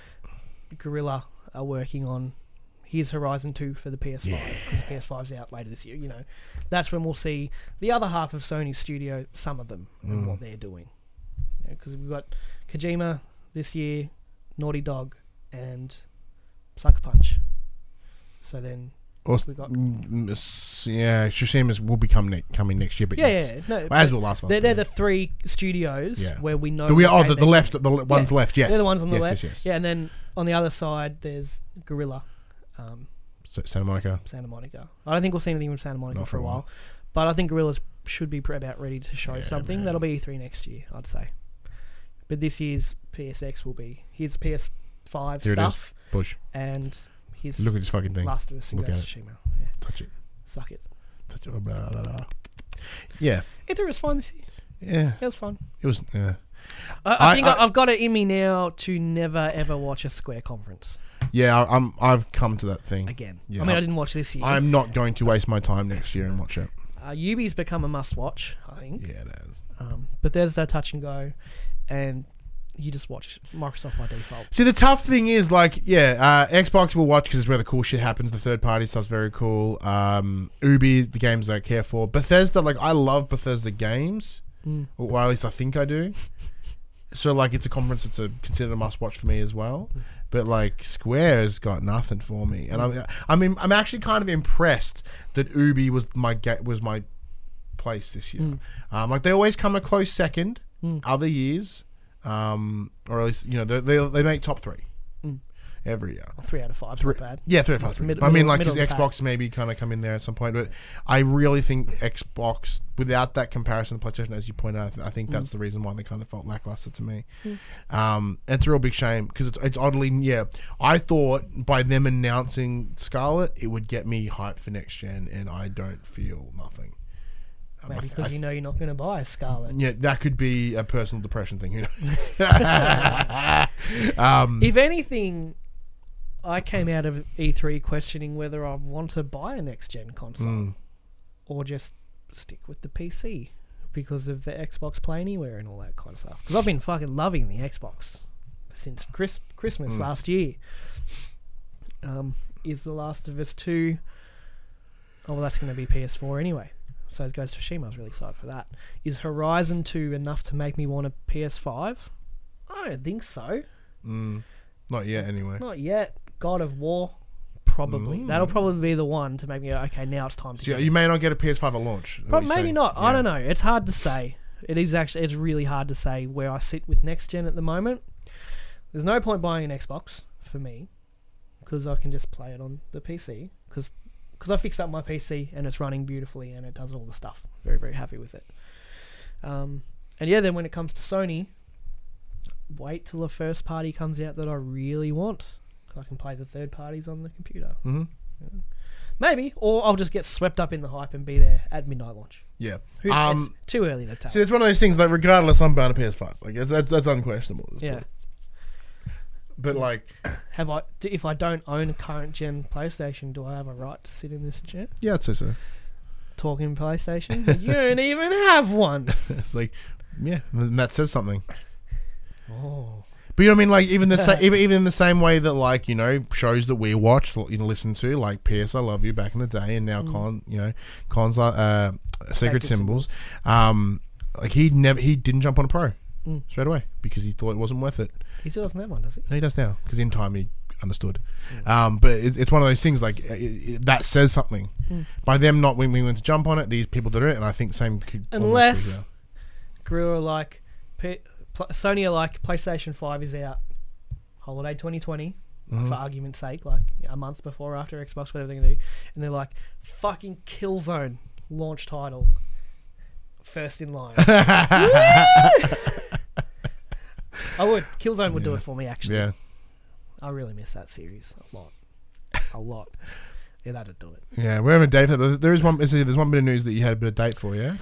C: Gorilla are working on his Horizon Two for the PS5. 'cause the PS5's out later this year. You know, that's when we'll see the other half of Sony's studio, some of them,
B: Mm.
C: and what they're doing. Because we've got Kojima this year, Naughty Dog, and Sucker Punch. So then,
B: Or,
C: We got-
B: Mm, s- yeah, Shushima's will become ne- coming next year, but
C: yeah,
B: yes.
C: yeah, no,
B: Might as well last one.
C: they're, they're the three studios
B: Yeah.
C: where we know.
B: The we,
C: what
B: oh,
C: game
B: the, the
C: they're
B: left, the le- ones
C: Yeah.
B: left, yes.
C: They're the ones on the
B: yes, Yes,
C: left.
B: yes,
C: Yeah, and then on the other side, there's Gorilla, um,
B: So, Santa Monica.
C: Santa Monica. I don't think we'll see anything from Santa Monica
B: Not
C: for a
B: for a
C: while, but I think Gorillas should be pr- about ready to show something. That'll be E3 next year, I'd say. But this year's PSX will be his PS5
B: Here it is.
C: stuff
B: Bush.
C: and his
B: Look at this fucking thing.
C: Last of Us and
B: Look at
C: Ghost of Tsushima. Yeah,
B: Touch it.
C: suck it.
B: Touch it. Blah, blah, blah. Yeah.
C: E3 was fine this year.
B: Yeah.
C: It was fun.
B: It was. Yeah.
C: I, I
B: I-
C: think
B: I-
C: I, I've got it in me now to never ever watch a Square conference
B: Yeah, I, I'm. I've come to that thing.
C: again.
B: Yeah.
C: I mean, I didn't watch this year.
B: I'm not going to waste my time next year and watch it.
C: Uh, Yubi's become a must watch, I think.
B: Yeah, it is.
C: Um, but there's that touch and go, and you just watch Microsoft by default.
B: See, the tough thing is, like, yeah, uh, Xbox will watch because it's where the cool shit happens. The third party stuff's very cool. Um, Ubi, the games I care for. Bethesda, like, I love Bethesda games, or at least I think I do. So, like, it's a conference that's a considered a must watch for me as well. But like, Square's got nothing for me, and I'm, I mean, I'm actually kind of impressed that Ubi was my ga- was my place this
C: Mm.
B: year. Um, like they always come a close second other years, um, or at least you know they they, they make top three every year.
C: Three out of five's
B: Three-
C: Mm. Oh,
B: Um,
C: not bad.
B: Yeah, three or five. Three.
C: mid-
B: I mean,
C: middle-
B: like,
C: middle
B: does
C: of the
B: Xbox maybe kind of come in there at some point? But I really think Xbox, without that comparison to PlayStation, as you point out, I, th- I think
C: Mm.
B: that's the reason why they kind of felt lackluster to me. Um, it's a real big shame because it's, it's oddly, yeah. I thought by them announcing Scarlet, it would get me hyped for next gen, and I don't feel nothing. Um,
C: Maybe
B: I-
C: because
B: I
C: you know you're not going to buy Scarlet.
B: yeah, that could be a personal depression thing. Who
C: (laughs)
B: knows? um,
C: If anything, I came out of E3 questioning whether I want to buy a next gen console or just stick with the PC because of the Xbox Play Anywhere and all that kind of stuff. Because I've been fucking loving the Xbox since Chris- Christmas last year. Um, is The Last of Us 2. Oh, well, that's going to be PS4 anyway. So it goes to Shima. I was really excited for that. Is Horizon 2 enough to make me want a PS5? I don't think so.
B: Mm, not yet, anyway.
C: Not yet. God of War, probably. That'll probably be the one to make me go, okay, now it's time to.
B: So yeah,
C: get it."
B: you may not get a PS5 at launch. is what
C: Prob-
B: you're
C: maybe
B: saying.
C: not. I
B: Yeah.
C: don't know. It's hard to say. It is actually. It's really hard to say where I sit with next gen at the moment. There's no point buying an Xbox for me because I can just play it on the PC because I fixed up my PC and it's running beautifully and it does all the stuff. Very very happy with it. Um, and yeah, then when it comes to Sony, wait till the first party comes out that I really want because I can play the third parties on the computer.
B: Mhm.
C: Yeah. Maybe, or I'll just get swept up in the hype and be there at midnight launch.
B: Yeah.
C: Who,
B: um,
C: it's too early to tell.
B: see, it's one of those things that, regardless, I'm buying a PS5. Like, it's, that's, that's unquestionable. at this
C: yeah.
B: point. But, like,
C: Have I? d- If I don't own a current gen PlayStation, do I have a right to sit in this chair
B: yeah, I'd say so.
C: talking PlayStation? you don't even have one.
B: (laughs) It's like, yeah, and that says something.
C: Oh,
B: But you know what I mean? Like even the sa- even even in the same way that like you know shows that we watch, you know, listen to, like Pierce, I Love You back in the day, and now Con, you know, Con's like uh, Sacred
C: Mm. Sacred
B: Symbols. Um, like he never he didn't jump on a pro
C: Mm.
B: straight away because he thought it wasn't worth it.
C: he still doesn't have one, does he?
B: No, he does now because in time he understood.
C: Mm.
B: Um, but it, it's one of those things like it, it, that says something.
C: Mm.
B: By them not when we went to jump on it, these people that are it, and I think same could almost be
C: Unless-
B: there.
C: Gorilla are like, P- Pl- Sony are like, PlayStation Five is out, holiday 2020.
B: Mm-hmm.
C: For argument's sake, like a month before or after Xbox, whatever they're gonna do, and they're like, "Fucking Killzone launch title, first
B: (laughs)
C: in line." I would. Killzone would do
B: Yeah.
C: it for me, actually.
B: yeah,
C: I really miss that series a lot, a lot. Yeah, that'd do it.
B: yeah. We're having a date. for that. There is one. is there- There's one bit of news that you had a bit of date for. Yeah.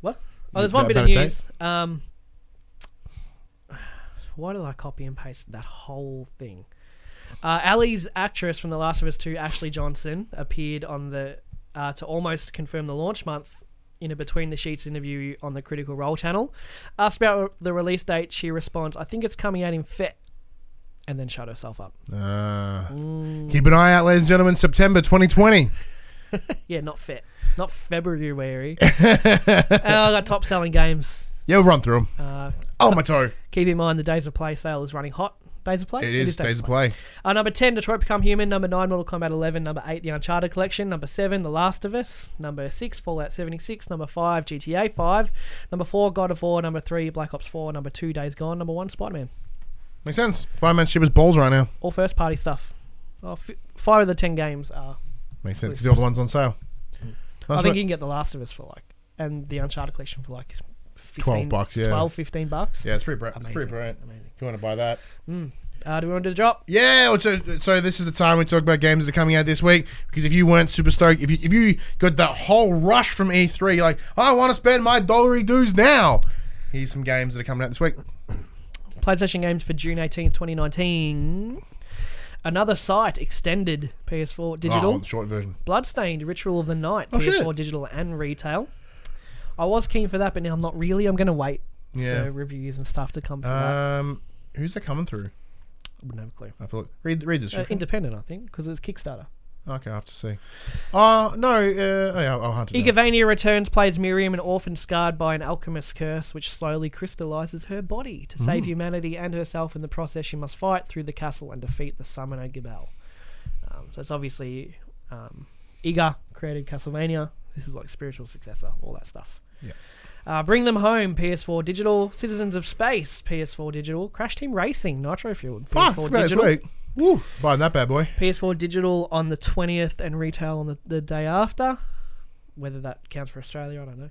C: What? Oh, there's
B: Yeah,
C: one bit of
B: about a date.
C: news. Um, (sighs) why did I copy and paste that whole thing? Uh, Ali's actress from The Last of Us 2, Ashley Johnson, appeared on the uh, to almost confirm the launch month in a Between the Sheets interview on the Critical Role channel. Asked about the release date, she responds, "I think it's coming out in Feb," and then shut herself up.
B: Uh,
C: Mm.
B: Keep an eye out, ladies and gentlemen. September 2020.
C: Yeah, not Feb,
B: (laughs)
C: not February. uh, I got top selling games.
B: Yeah, we'll run through them.
C: Uh,
B: Oh, my toe.
C: keep in mind the Days of Play sale is running hot. Days of Play.
B: It is days of play.
C: Uh, number 10, Detroit Become Human. Number 9, Mortal Kombat 11. Number 8, The Uncharted Collection. Number 7, The Last of Us. Number 6, Fallout 76. Number 5, GTA 5. Number 4, God of War. Number 3, Black Ops 4. Number 2, Days Gone. Number 1, Spider Man.
B: Makes sense. Spider Man ship his balls right now.
C: All first party stuff. Oh, f- five of the 10 games are.
B: Makes sense because the other one's on sale.
C: I
B: That's
C: think
B: what-
C: you can get The Last of Us for like. And The Uncharted Collection for like 15,
B: 12 bucks, yeah.
C: 12, 15 bucks.
B: yeah, it's pretty bright. It's pretty
C: Amazing.
B: bright.
C: Amazing.
B: If you want to buy that.
C: Uh, do we want to do the drop?
B: Yeah, well, so, so this is the time we talk about games that are coming out this week. Because if you weren't super stoked, if you, if you got that whole rush from E3, you're like, I want to spend my dollary dues now. Here's some games that are coming out this week.
C: PlayStation games for June 18th, 2019. Another site extended PS4 digital.
B: Oh, the short version.
C: Bloodstained Ritual of the Night,
B: Oh,
C: PS4
B: shit.
C: digital and retail. I was keen for that, but now I'm not really. I'm going to wait
B: Yeah.
C: for reviews and stuff to come from that.
B: Um, who's that coming through?
C: I wouldn't have a clue.
B: I feel read read this.
C: Uh, independent, I think, because it's Kickstarter.
B: okay, I have to see. Uh no. Uh, oh yeah, I'll hunt it. down.
C: Igavania returns, plays Miriam, an orphan scarred by an alchemist's curse, which slowly crystallizes her body. To
B: Mm.
C: save humanity and herself in the process, she must fight through the castle and defeat the summoner Gibel. Um, so it's obviously um, Iga created Castlevania. This is like spiritual successor, all that stuff.
B: Yeah.
C: Uh, Bring Them Home, PS4 Digital. Citizens of Space, PS4 Digital. Crash Team Racing, Nitro Fuel,
B: Fuck,
C: PS4
B: it's about this
C: Digital.
B: week. Woo, buying that bad boy.
C: PS4 digital on the 20th and retail on the, the day after. Whether that counts for Australia, I don't know.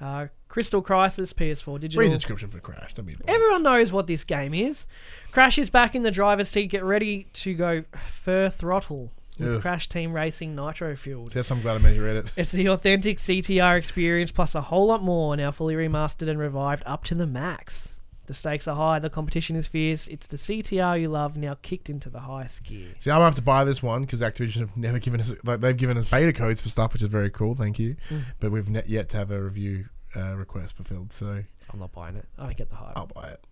C: Uh, Crystal Crisis, PS4
B: Read the
C: digital.
B: description for Crash. That'd be a bummer.
C: Everyone knows what this game is. Crash is back in the driver's seat. Get ready to go fur throttle with
B: Ugh.
C: Crash Team Racing Nitro Fueled.
B: Yes, I'm glad I made you read it.
C: It's the authentic CTR experience plus a whole lot more, now fully remastered and revived up to the max. The stakes are high, the competition is fierce. It's the CTR you love now kicked into the highest gear.
B: See, I'm gonna have to buy this one because Activision have never given us like they've given us beta codes for stuff, which is very cool. Thank you,
C: Mm.
B: but we've not yet to have a review uh, request fulfilled. So
C: I'm not buying it. Oh, I don't get the hype.
B: I'll buy it.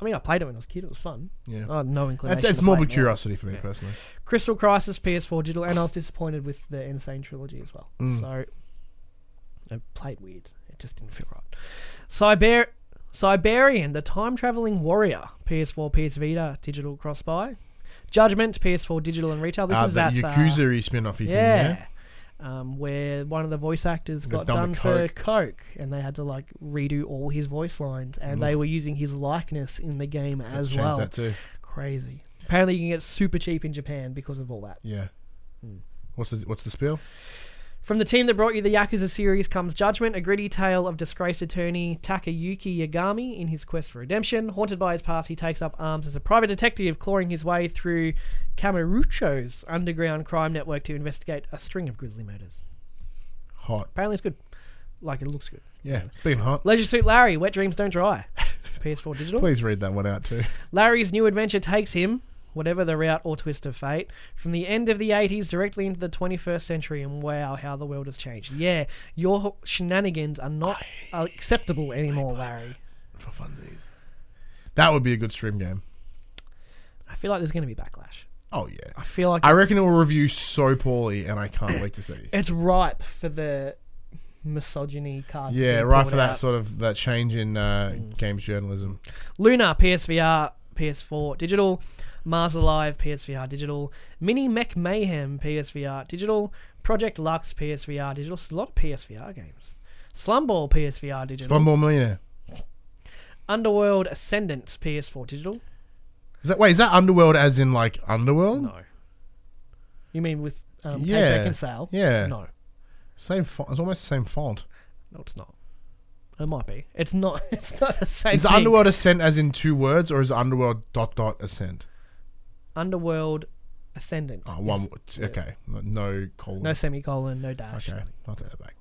C: I mean, I played it when I was a kid. It was fun.
B: Yeah,
C: I had no inclination.
B: that's, that's
C: to
B: more
C: play
B: of a
C: it now.
B: curiosity for me personally.
C: Crystal Crisis, PS4 digital, and I was disappointed with the Insane trilogy as well.
B: Mm.
C: So I played weird. It just didn't feel right. Cyber Siberian, the time traveling warrior, PS4, PS Vita, digital cross buy. Judgment, PS4 digital and retail. This
B: Ah,
C: is
B: that
C: that uh,
B: Yakuza spin off you thing, yeah.
C: yeah. Um, where one of the voice actors
B: Got
C: got
B: done
C: done
B: with
C: for coke, and they had to like redo all his voice lines, and they were using his likeness in the game as
B: Change
C: well.
B: Mm. that too.
C: Crazy. Apparently, you can get super cheap in Japan because of all that.
B: Yeah.
C: Hmm.
B: What's the what's the spiel?
C: From the team that brought you the Yakuza series comes Judgment, a gritty tale of disgraced attorney Takayuki Yagami in his quest for redemption. Haunted by his past, he takes up arms as a private detective, clawing his way through Kamurocho's underground crime network to investigate a string of grisly murders.
B: Hot.
C: Apparently, it's good. Like, it looks good.
B: Yeah. Speaking of hot.
C: Leisure Suit Larry, Wet Dreams Don't Dry. (laughs) PS4 Digital.
B: Please read that one out
C: (laughs)
B: too.
C: Larry's new adventure takes him, whatever the route or twist of fate, from the end of the 80s directly into the 21st century, and wow, how the world has changed. Yeah, your shenanigans are not uh, acceptable anymore, Larry.
B: For funsies. That would be a good stream game.
C: I feel like there's going to be backlash.
B: Oh yeah.
C: I feel like
B: I
C: it's,
B: reckon it will review so poorly, and I can't wait to
C: (laughs)
B: see.
C: it's ripe for the misogyny card. to be
B: Yeah, right
C: pulled
B: for that
C: out. Mm.
B: sort of that change in uh, games journalism.
C: Luna, PSVR, PS4 digital. Mars Alive, PSVR digital. Mini Mech Mayhem, PSVR digital. Project Lux, PSVR digital. There's a lot of PSVR games. Slumball, PSVR digital.
B: Slumball Millionaire.
C: Underworld Ascendant, PS4 digital.
B: Is that wait? Is that Underworld as in like Underworld?
C: No. You mean with um,
B: Yeah.
C: Kate Beckinsale?
B: Yeah.
C: No,
B: Same. Font. It's almost the same font.
C: no, it's not. It might be. It's not. (laughs) It's not the same.
B: Is
C: thing.
B: Underworld Ascent as in two words, or is it Underworld dot dot Ascent?
C: Underworld Ascendant?
B: Oh, one.
C: Yes.
B: word. Okay. No colon.
C: No semicolon. No dash.
B: okay. I'll take that back.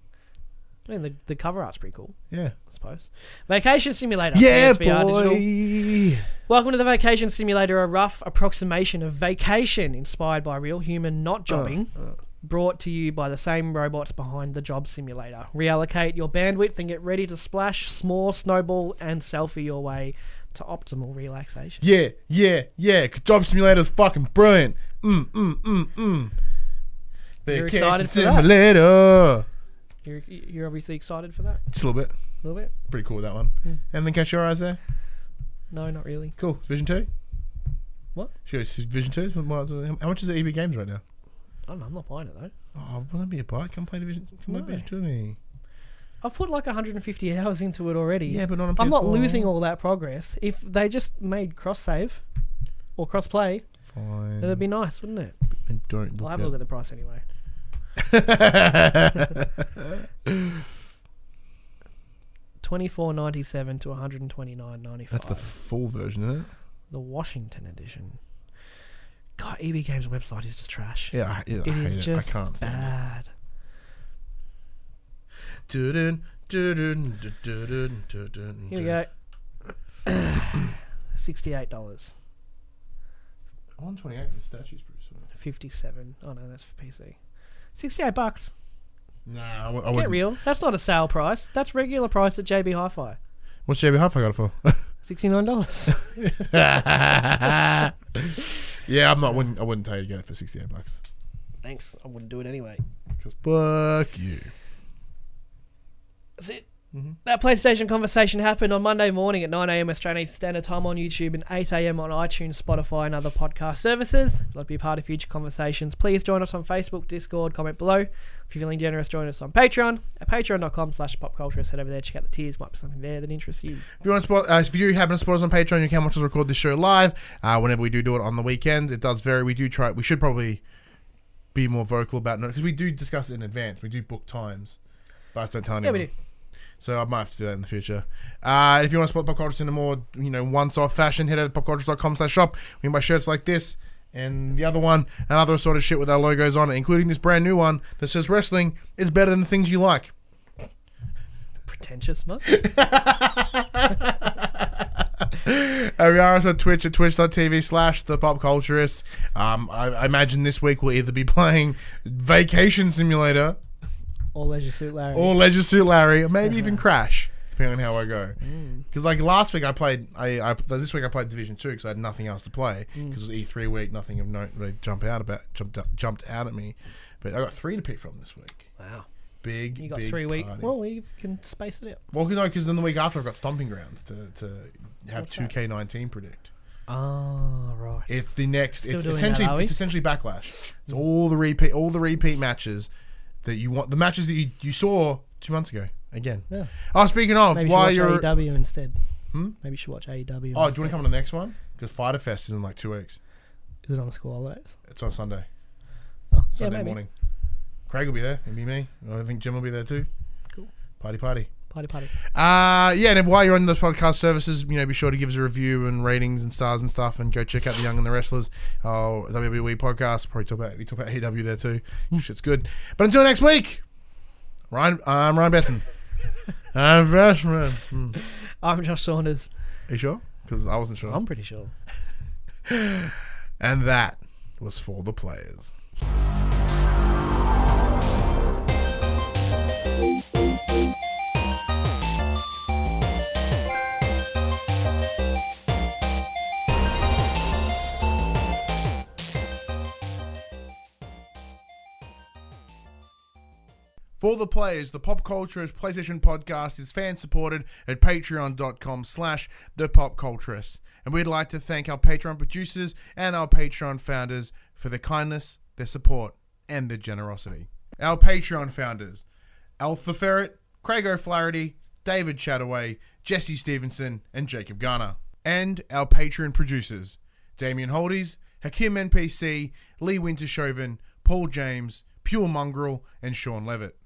C: I mean, the, the cover art's pretty cool,
B: Yeah.
C: I suppose. Vacation Simulator.
B: Yeah,
C: PSVR
B: boy.
C: digital. Welcome to the Vacation Simulator, a rough approximation of vacation inspired by real human not jobbing, brought to you by the same robots behind the job simulator. Reallocate your bandwidth and get ready to splash, s'more, snowball, and selfie your way to optimal relaxation.
B: Yeah, yeah, yeah. 'cause Job Simulator is fucking brilliant. Mm, mm, mm, mm.
C: You're
B: Vacation
C: excited for that?
B: Simulator.
C: You're, you're obviously excited for that?
B: Just a little bit.
C: A little bit?
B: Pretty cool with that one.
C: Hmm.
B: And then catch your eyes there.
C: No, not really.
B: Cool. Vision two.
C: What?
B: She goes, Vision two. How much is the EB Games right now?
C: I don't know, I'm not buying it though.
B: Oh, will that be a bite? Come play Division. Come
C: No.
B: play Division two with me.
C: I've put like 150 hours into it already.
B: Yeah, but not on
C: I'm not
B: PS4.
C: losing all that progress. If they just made cross save or cross play,
B: Fine.
C: it'd be nice, wouldn't it?
B: And don't
C: I'll
B: look
C: have a
B: (laughs)
C: look at the price anyway. Twenty four ninety seven to one hundred twenty nine ninety five.
B: That's the full version, isn't it?
C: the Washington edition. God, EB Games website is just trash.
B: Yeah, I, yeah, I
C: It
B: hate
C: is
B: it.
C: just
B: I can't stand
C: bad.
B: it. Dun, dun, dun, dun, dun, dun, dun,
C: Here we
B: dun.
C: go. (coughs) Sixty eight dollars
B: 128 for the statues, pretty soon.
C: fifty seven. Oh no, that's for PC. Sixty eight bucks.
B: Nah, I, w- I
C: Get
B: wouldn't.
C: real. That's not a sale price. That's regular price at JB Hi-Fi.
B: What's JB Huff I got it for?
C: Sixty nine dollars.
B: (laughs) yeah, I'm not. Wouldn't, I wouldn't tell you to get it for 68 bucks.
C: Thanks. I wouldn't do it anyway.
B: Because fuck you.
C: That's it. That PlayStation conversation happened on Monday morning at 9 a.m. Australian Standard Time on YouTube and 8 a.m. on iTunes, Spotify, and other podcast services. If you'd like to be part of future conversations, please join us on Facebook, Discord, comment below. If you're feeling generous, join us on Patreon at patreon.com slash popculturist. Head over there, check out the tiers, might be something there that interests you.
B: If you want to support, uh, if you happen to support us on Patreon, you can watch us record this show live. Uh, whenever we do do it on the weekends, it does vary. We do try. We should probably be more vocal about it because we do discuss it in advance. We do book times, but I just don't tell
C: Yeah,
B: anyone.
C: we do.
B: So I might have to do that in the future. Uh, if you want to support Pop Culture in a more you know once-off fashion, head over to popculture.com slash shop. We can buy shirts like this and the other one and other sort of shit with our logos on it, including this brand new one that says "Wrestling is better than the things you like."
C: Pretentious much? (laughs)
B: Uh, we are also on Twitch at twitch.tv slash the pop culturist. Um, I, I imagine this week we'll either be playing Vacation Simulator
C: or Leisure Suit Larry.
B: or Leisure Suit Larry, or maybe
C: Uh-huh.
B: even Crash, depending on how I go.
C: Mm.
B: Because like last week I played, I, I this week I played Division Two because I had nothing else to play
C: Mm.
B: because it was E three week, nothing of note really jumped out about jumped up- jumped out at me. But I got three to pick from this week.
C: wow.
B: Big,
C: You got
B: big
C: three weeks.
B: party.
C: Well, we can space it out.
B: Well, no, because then the week after I've got Stomping Grounds to to have
C: What's
B: two
C: that?
B: K nineteen predict.
C: Oh, right.
B: It's the next.
C: Still
B: it's
C: doing that,
B: essentially
C: are we? Hmm.
B: it's essentially backlash. It's all the repeat all the repeat matches that you want the matches that you, you saw two months ago again.
C: Yeah.
B: Oh, speaking of,
C: Maybe you
B: while
C: should
B: you're
C: watch E AEW instead.
B: Hmm?
C: Maybe you should watch AEW. Oh, do
B: oh, do
C: you
B: you want to come on the next one? Because Fighter Fest is in like two weeks.
C: Is it on the school holidays?
B: It's on Sunday,
C: Oh,
B: Sunday
C: maybe.
B: morning. Craig will be there. It'll be me. I think Jim will be there too.
C: Cool.
B: Party party.
C: Party, party.
B: Uh, yeah, and while you're on those podcast services, you know, be sure to give us a review and ratings and stars and stuff, and go check out the Young and the Wrestlers, uh, WWE podcast. Probably talk about we talk about AEW there too. Shit's good. But until next week, Ryan, I'm Ryan Bethan. I'm Freshman. Hmm. Are
C: I'm Josh Saunders.
B: you sure? Because I wasn't sure.
C: I'm pretty sure.
B: and that was for the players. For the players, the Pop Culturist PlayStation podcast is fan supported at patreon.com slash the Pop Culturist. And we'd like to thank our Patreon producers and our Patreon founders for their kindness, their support, and their generosity. Our Patreon founders, Alpha Ferret, Craig O'Flaherty, David Chataway, Jesse Stevenson, and Jacob Garner. And our Patreon producers, Damien Holdies, Hakim NPC, Lee Wintershoven, Paul James, Pure Mongrel, and Sean Levitt.